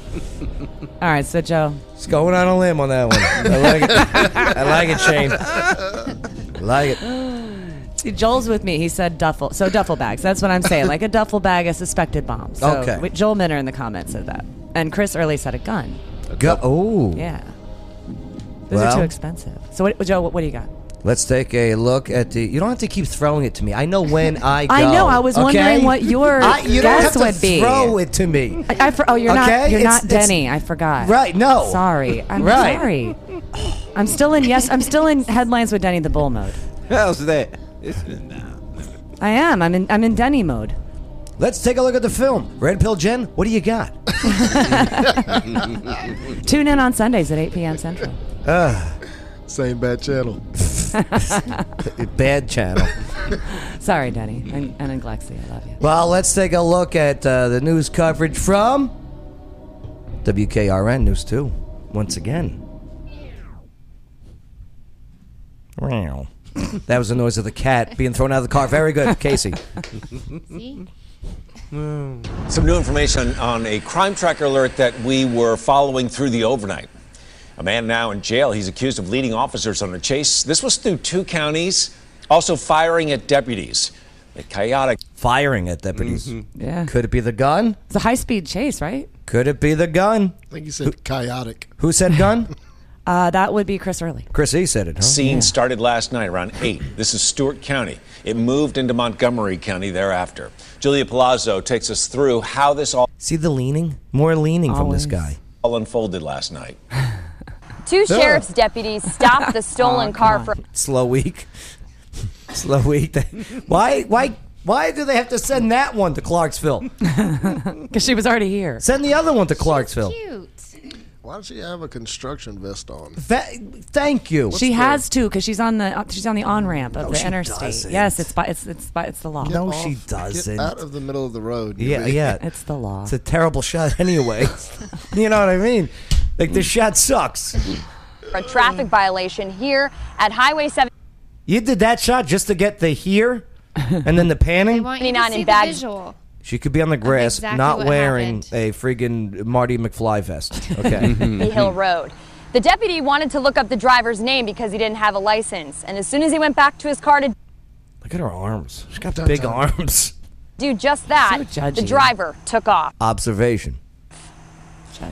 S5: All right, so Joe,
S1: It's going on a limb on that one. I like it. I like it, Shane. I like it.
S5: see Joel's with me. He said duffel, so duffel bags. That's what I'm saying, like a duffel bag, a suspected bomb. So
S1: Okay.
S5: wait, Joel Minner in the comments said that, and Chris early said a gun.
S1: Go. Oh.
S5: Yeah, those are
S1: Well.
S5: too expensive. So what, Joe, what, what do you got?
S1: Let's take a look at the. You don't have to keep throwing it to me. I know when I go.
S5: I know, I was wondering what your
S1: I, you don't
S5: guess
S1: have to
S5: would be.
S1: Throw it to me.
S5: I, I for, oh, you're
S1: Okay,
S5: not you're
S1: it's-
S5: not
S1: it's-
S5: Denny. I forgot.
S1: Right, no.
S5: Sorry. I'm
S1: Right.
S5: sorry. I'm still in yes. I'm still in headlines with Denny the Bull mode.
S3: How's that? It's, nah.
S5: I am. I'm in. I'm in Denny mode.
S1: Let's take a look at the film. Red Pill Jen, what do you got?
S5: Tune in on Sundays at 8 p.m. Central.
S1: Uh,
S7: Same bad channel.
S1: bad channel.
S5: Sorry, Denny. And, and Glexi, I love you.
S1: Well, let's take a look at uh, the news coverage from WKRN News 2 once again. Wow. that was the noise of the cat being thrown out of the car. Very good, Casey.
S21: Some new information on a crime tracker alert that we were following through the overnight. A man now in jail. He's accused of leading officers on a chase. This was through two counties, also firing at deputies. The chaotic. Mm-hmm.
S1: Firing at deputies.
S5: Yeah.
S1: Could it be the gun?
S5: It's a high speed chase, right?
S1: Could it be the gun?
S7: I think you said chaotic.
S1: Who said gun?
S5: Uh, that would be Chris Early.
S1: Chris E said it, huh?
S21: Scene started last night around 8. This is Stewart County. It moved into Montgomery County thereafter. Julia Palazzo takes us through how this all,
S1: See the leaning? More leaning from this guy.
S21: all unfolded last night.
S23: Two
S1: Duh.
S23: sheriff's deputies stopped
S1: Oh,
S23: the stolen car from
S1: Slow week. Slow week. why why why do they have to send that one to Clarksville?
S5: Because she was already here.
S1: Send the other one to Clarksville.
S7: Why does she have a construction vest on?
S1: Tha- thank you.
S5: she has to because she's on the she's on the on ramp of
S1: No,
S5: the
S1: she
S5: interstate.
S1: doesn't.
S5: Yes, it's by, it's it's by, it's the law.
S1: No, she
S7: Get
S1: doesn't.
S7: out of the middle of the road. you
S1: Yeah,
S7: idiot.
S1: yeah.
S5: It's the law.
S1: It's a terrible shot anyway. you know what I mean? Like the shot sucks.
S23: a traffic violation here at Highway 7.
S1: You did that shot just to get the here and then the panning?
S6: want you to
S23: 29
S6: see
S23: in
S6: the
S23: Bag-
S6: visual.
S1: She could be on the grass,
S23: exactly
S1: not
S23: what
S1: wearing a friggin' Marty McFly vest. Okay.
S23: Bay Hill Road. The deputy wanted to look up the driver's name because he didn't have a license. And as soon as he went back to his car to
S1: Look at her arms. She's got
S23: Dun,
S1: big
S23: dun.
S1: arms.
S23: do just that,
S1: So judgy.
S23: the driver took off.
S1: Observation.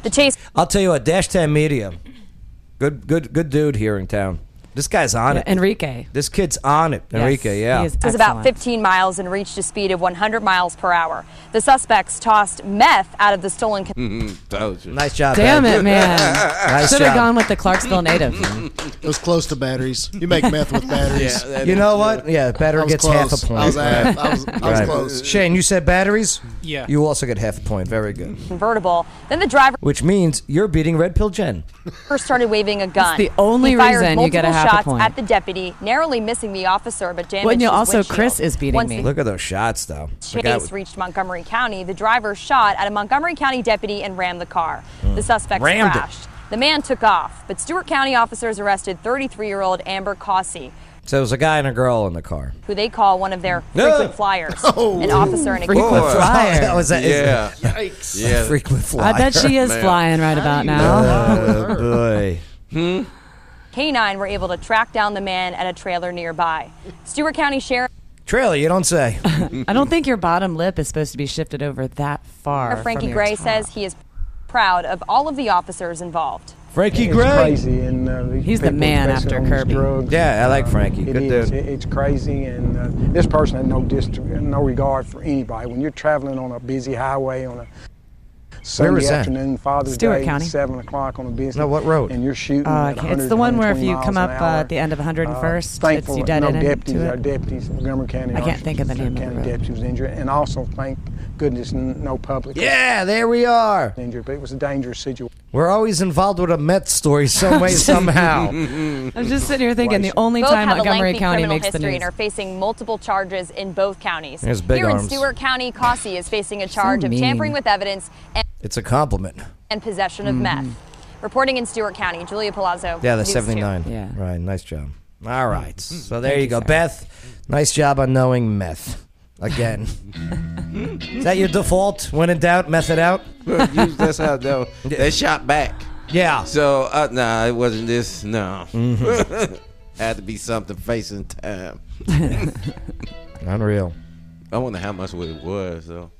S23: The chase
S1: I'll tell you what, Dash 10 Media. Good good good dude here in town. This guy's on
S5: Yeah,
S1: it.
S5: Enrique.
S1: This kid's on it.
S5: Yes,
S1: Enrique, yeah.
S5: he is
S23: was about 15 miles and reached a speed of 100 miles per hour. The suspects tossed meth out of the stolen. Con-
S1: Nice job.
S5: Damn
S1: Pat.
S5: it, man.
S1: nice
S5: Should have
S1: job.
S5: gone with the Clarksville native.
S7: It was close to batteries. You make meth with batteries.
S1: you know what? Yeah, battery
S7: I was
S1: gets half
S7: close.
S1: a point.
S7: I was, half- I was, I was
S1: Right.
S7: close.
S1: Shane, you said batteries?
S23: Yeah.
S1: You also get half a point. Very good.
S23: Convertible. Then the driver
S1: Which means you're beating Red Pill Jen.
S23: started waving a gun.
S5: the only
S23: he fired
S5: reason you get a
S23: multiple
S5: half a
S23: shots
S5: point.
S23: at the deputy, narrowly missing the officer, but damaged
S5: Well, and you
S23: his
S5: also,
S23: windshield.
S5: Chris is beating
S23: Once
S5: me.
S23: the
S1: Look at those shots, though. The guy-
S23: Chase reached Montgomery County, the driver shot at a Montgomery County deputy and rammed the car. The
S1: Mm.
S23: suspect
S1: Rammed it.
S23: crashed. The man took off, but Stewart County officers arrested 33-year-old Amber Cossey,
S1: So there's a guy and a girl in the car.
S23: who they call one of their
S1: No.
S23: frequent flyers.
S1: Oh.
S23: An officer and a
S1: Frequent
S23: cop.
S1: flyer. That was that.
S3: Yeah.
S1: Yikes.
S3: Yeah.
S1: Frequent
S5: I
S1: flyer.
S5: bet she is
S1: Man.
S5: flying right about now.
S1: Oh, boy. Hmm?
S23: K9 were able to track down the man at a trailer nearby. Stewart County Sheriff
S1: Trailer, you don't say.
S5: I don't think your bottom lip is supposed to be shifted over that far. from
S23: Frankie
S5: your
S23: Gray
S5: top.
S23: says he is proud of all of the officers involved.
S1: Frankie
S13: it's
S1: Gray.
S13: Crazy and, uh, these
S5: He's the
S13: people,
S5: man after
S13: especially on these
S5: Kirby.
S13: Drugs,
S1: Yeah, I like Frankie.
S13: It
S1: Good
S13: is.
S1: dude.
S13: It- It's crazy, and uh, this person had no dist- no regard for anybody. When you're traveling on a busy highway on a Sunday
S1: was that?
S13: afternoon, Father's
S5: Stewart
S13: Day,
S5: County.
S13: seven o'clock on a business.
S1: No, what road?
S13: And you're shooting.
S5: Uh,
S13: at
S5: it's the one where if
S13: 120
S5: you
S13: miles
S5: come
S13: an
S5: up uh,
S13: hour.
S5: at the end of 101st,
S13: Uh,
S5: it's
S13: thankful
S5: you
S13: that
S5: dead
S13: no
S5: end
S13: deputies,
S5: to
S13: our
S5: it.
S13: deputies, Montgomery County.
S5: I can't think of the name of the
S13: County
S5: road.
S13: deputies was injured, and also thank goodness n- no public.
S1: Yeah, there we are.
S13: Injured, but it was a dangerous situation.
S1: We're always involved with a Met story some way, somehow.
S5: I'm just sitting here thinking the only
S23: both
S5: time
S23: have a
S5: Montgomery
S23: lengthy
S5: County
S23: criminal
S5: makes the
S23: history
S5: news.
S23: and are facing multiple charges in both counties.
S1: There's big
S23: Here
S1: arms.
S23: in Stewart County, Cossey is facing a charge of
S1: mean.
S23: tampering with evidence and,
S1: It's a compliment.
S23: and possession of
S1: Mhm.
S23: meth.
S5: Mm-hmm.
S23: Reporting in Stewart County, Julia Palazzo.
S1: Yeah, that's
S23: News
S1: 79.
S23: Two.
S1: Yeah. Right, nice job. All right.
S5: Mm-hmm.
S1: So there
S23: Thank
S1: you
S23: you,
S1: go.
S23: sir.
S1: Beth, nice job on knowing meth. Again. Is that your default? When in doubt, meth it out?
S3: Use that's how though. They shot back.
S1: Yeah.
S3: So uh, nah, it wasn't this. No,
S1: Mhm.
S3: had to be something facing time.
S1: Unreal.
S3: I wonder how much what it was though.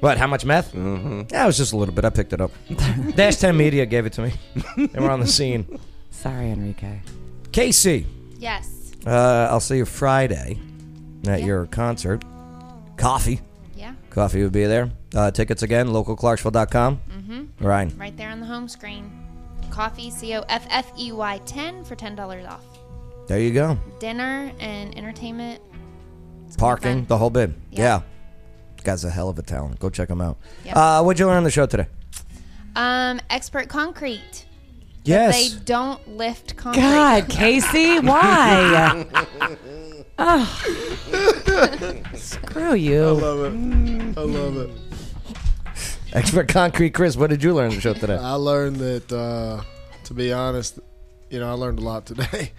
S1: What, how much meth?
S3: Mm-hmm.
S1: Yeah, it was just a little bit. I picked it up. Dash 10 Media gave it to me. They were on the scene.
S5: Sorry, Enrique.
S1: Casey,
S6: Yes.
S1: uh, I'll see you Friday at your concert. Coffee.
S6: Yeah.
S1: Coffee would be there. Uh, tickets again, localclarksville.com.
S6: Mm-hmm.
S1: Ryan.
S6: Right there on the home screen. Coffee, C O F F E Y 10 for $10 off.
S1: There you go.
S6: Dinner and entertainment.
S1: Parking, the whole bit.
S6: Yeah.
S1: Yeah. Guy's a hell of a talent. Go check him out.
S6: Yep.
S1: Uh, what'd you learn on the show today?
S6: Um, expert concrete. That
S1: Yes.
S6: They don't lift concrete.
S5: God, Casey, why? oh, screw you.
S7: I love it. I love it.
S1: Expert Concrete Chris, what did you learn on the show today?
S7: I learned that, uh, to be honest, you know, I learned a lot today.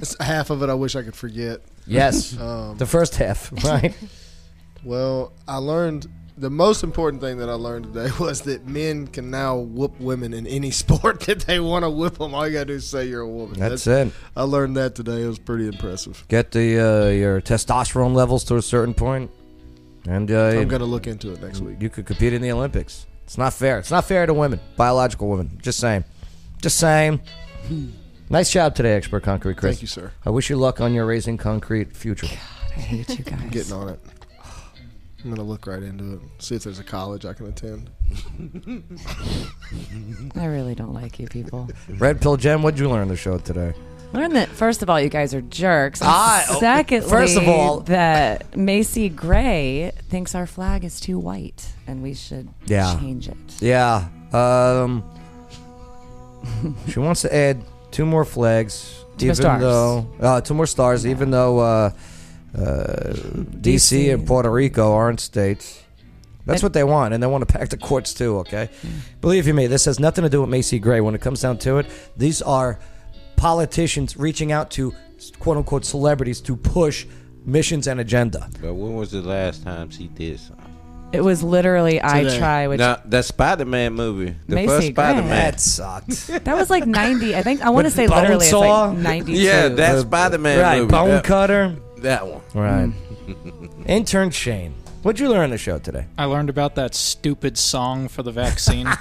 S7: It's half of it I wish I could forget.
S1: yes.
S7: Um,
S1: the first half, right?
S7: well, I learned the most important thing that I learned today was that men can now whoop women in any sport that they want to whip them. All you got to do is say you're a woman.
S1: That's it.
S7: I learned that today. It was pretty impressive.
S1: Get the uh, your testosterone levels to a certain point, and uh,
S7: I'm gonna look into it next week.
S1: You could compete in the Olympics. It's not fair. It's not fair to women, biological women. Just saying. Just saying. Nice job today, expert concrete Chris.
S7: Thank you, sir.
S1: I wish you luck on your raising concrete future.
S5: I hate you guys.
S7: I'm getting on it. I'm gonna look right into it. See if there's a college I can attend.
S5: I really don't like you people.
S1: Red pill, Jen. What'd you learn on the show today?
S5: Learn that first of all, you guys are jerks. And
S1: I- oh,
S5: Secondly,
S1: first of all-
S5: that Macy Gray thinks our flag is too white and we should
S1: Yeah.
S5: change it.
S1: Yeah. Um, she wants to add two more flags,
S5: Two more
S1: even
S5: stars.
S1: though uh, two more stars, even though uh, uh, DC, and Puerto Rico aren't states. That's what they want, and they want to pack the courts too. Okay,
S5: Mm.
S1: believe you me, this has nothing to do with Macy Gray. When it comes down to it, these are politicians reaching out to quote unquote celebrities to push missions and agenda.
S3: But when was the last time she did something?
S5: It was literally I try, which
S3: Now, that Spider Man movie. The
S5: Macy
S3: first
S5: Gray.
S3: Spider Man.
S5: That
S1: sucked.
S5: that was like ninety. I think I want to say literally it's
S1: Bonesaw?
S5: like ninety.
S3: Yeah, that's Spider Man
S1: Right,
S3: movie.
S1: Bone
S3: That-
S1: Cutter.
S3: That one. Mm.
S1: Right. Intern Shane, what'd you learn on the show today?
S8: I learned about that stupid song for the vaccine.
S5: God.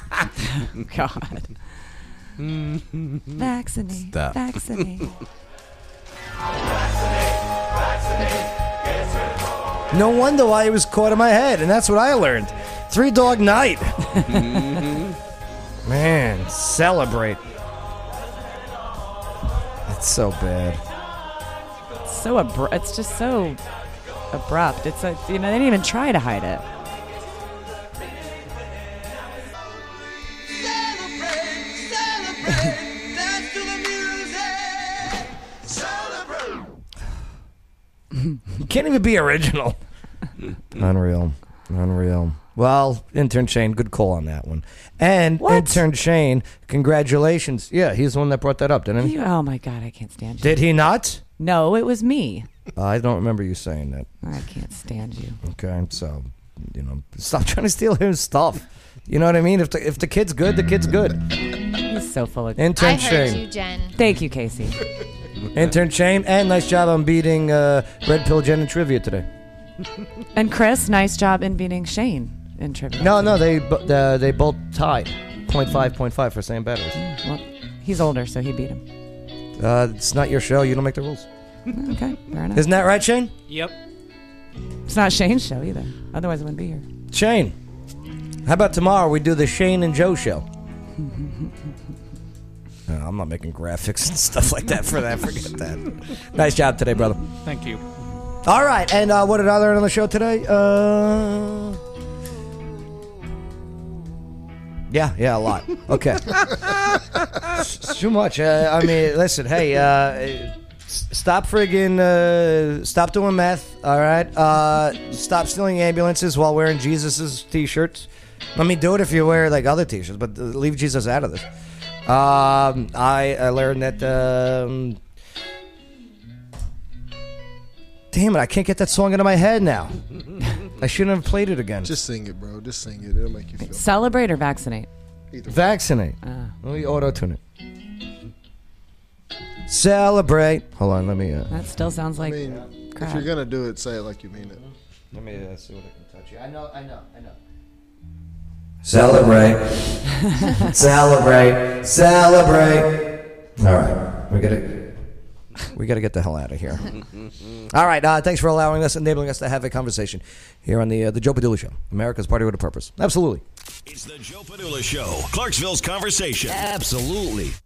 S5: Vaccinate.
S8: Stop.
S5: Vaccinate.
S1: No wonder why it was caught in my head, and that's what I learned. Three Dog Night.
S3: Mm-hmm.
S1: Man, celebrate. That's so bad.
S5: so abrupt. It's just so abrupt. It's like you know they didn't even try to hide it.
S1: You can't even be original.
S3: Mm.
S1: Unreal. Unreal. Well, intern Shane, good call on that one. And intern Shane, congratulations. Yeah, he's the one that brought that up, didn't he?
S5: You- oh my god, I can't stand you.
S1: Mm-hmm. Did he not?
S5: No, it was me.
S1: I don't remember you saying that.
S5: I can't stand you.
S1: Okay, so you know, stop trying to steal his stuff. You know what I mean? If the if the kid's good, the kid's good.
S5: He's so full of
S1: intern
S6: I heard
S1: Shane.
S6: you, Jen.
S5: Thank you, Casey.
S1: Intern Shane, and nice job on beating uh, Red Pill Jen and Trivia today.
S5: And Chris, nice job in beating Shane in trivia.
S1: No, no, they bo- uh, they both tied, 0.5, 0.5 for same batters.
S5: Mm, Well, he's older, so he beat him.
S1: Uh, it's not your show. You don't make the rules. Mm-hmm.
S5: Okay, fair enough.
S1: Isn't that right, Shane?
S8: Yep.
S5: It's not Shane's show either. Otherwise, I wouldn't be here.
S1: Shane, how about tomorrow we do the Shane and Joe show? Mm-hmm. Uh, I'm not making graphics and stuff like that for that. Forget that. Nice job today, brother.
S8: Thank you.
S1: All right, and uh, what did I learn on the show today? Uh, yeah, yeah, a lot. Okay, It's too much. Uh, I mean, listen, hey, uh, s- stop friggin', uh, stop doing meth. All right, uh, stop stealing ambulances while wearing Jesus's t-shirts. I mean, do it if you wear like other t-shirts, but uh, leave Jesus out of this. Um, I, I learned that. Um, Damn it, I can't get that song into my head now. I shouldn't have played it again.
S7: Just sing it, bro. Just sing it. It'll make you feel.
S5: Celebrate or vaccinate? Uh.
S1: Vaccinate. Let me auto tune it. Celebrate. Hold on, let me. Uh,
S5: That still sounds like
S7: I mean, if
S5: crap.
S7: you're gonna do it, say it like you mean it.
S1: Let me uh, see what I can touch you. I know, I know, I know.
S15: Celebrate.
S1: Celebrate. Celebrate. All right, we gotta we gotta get the hell out of here. All right, uh, thanks for allowing us, enabling us to have a conversation here on the uh, the Joe Padula Show, America's Party with a Purpose. Absolutely.
S2: It's the Joe Padula Show, Clarksville's conversation. Absolutely.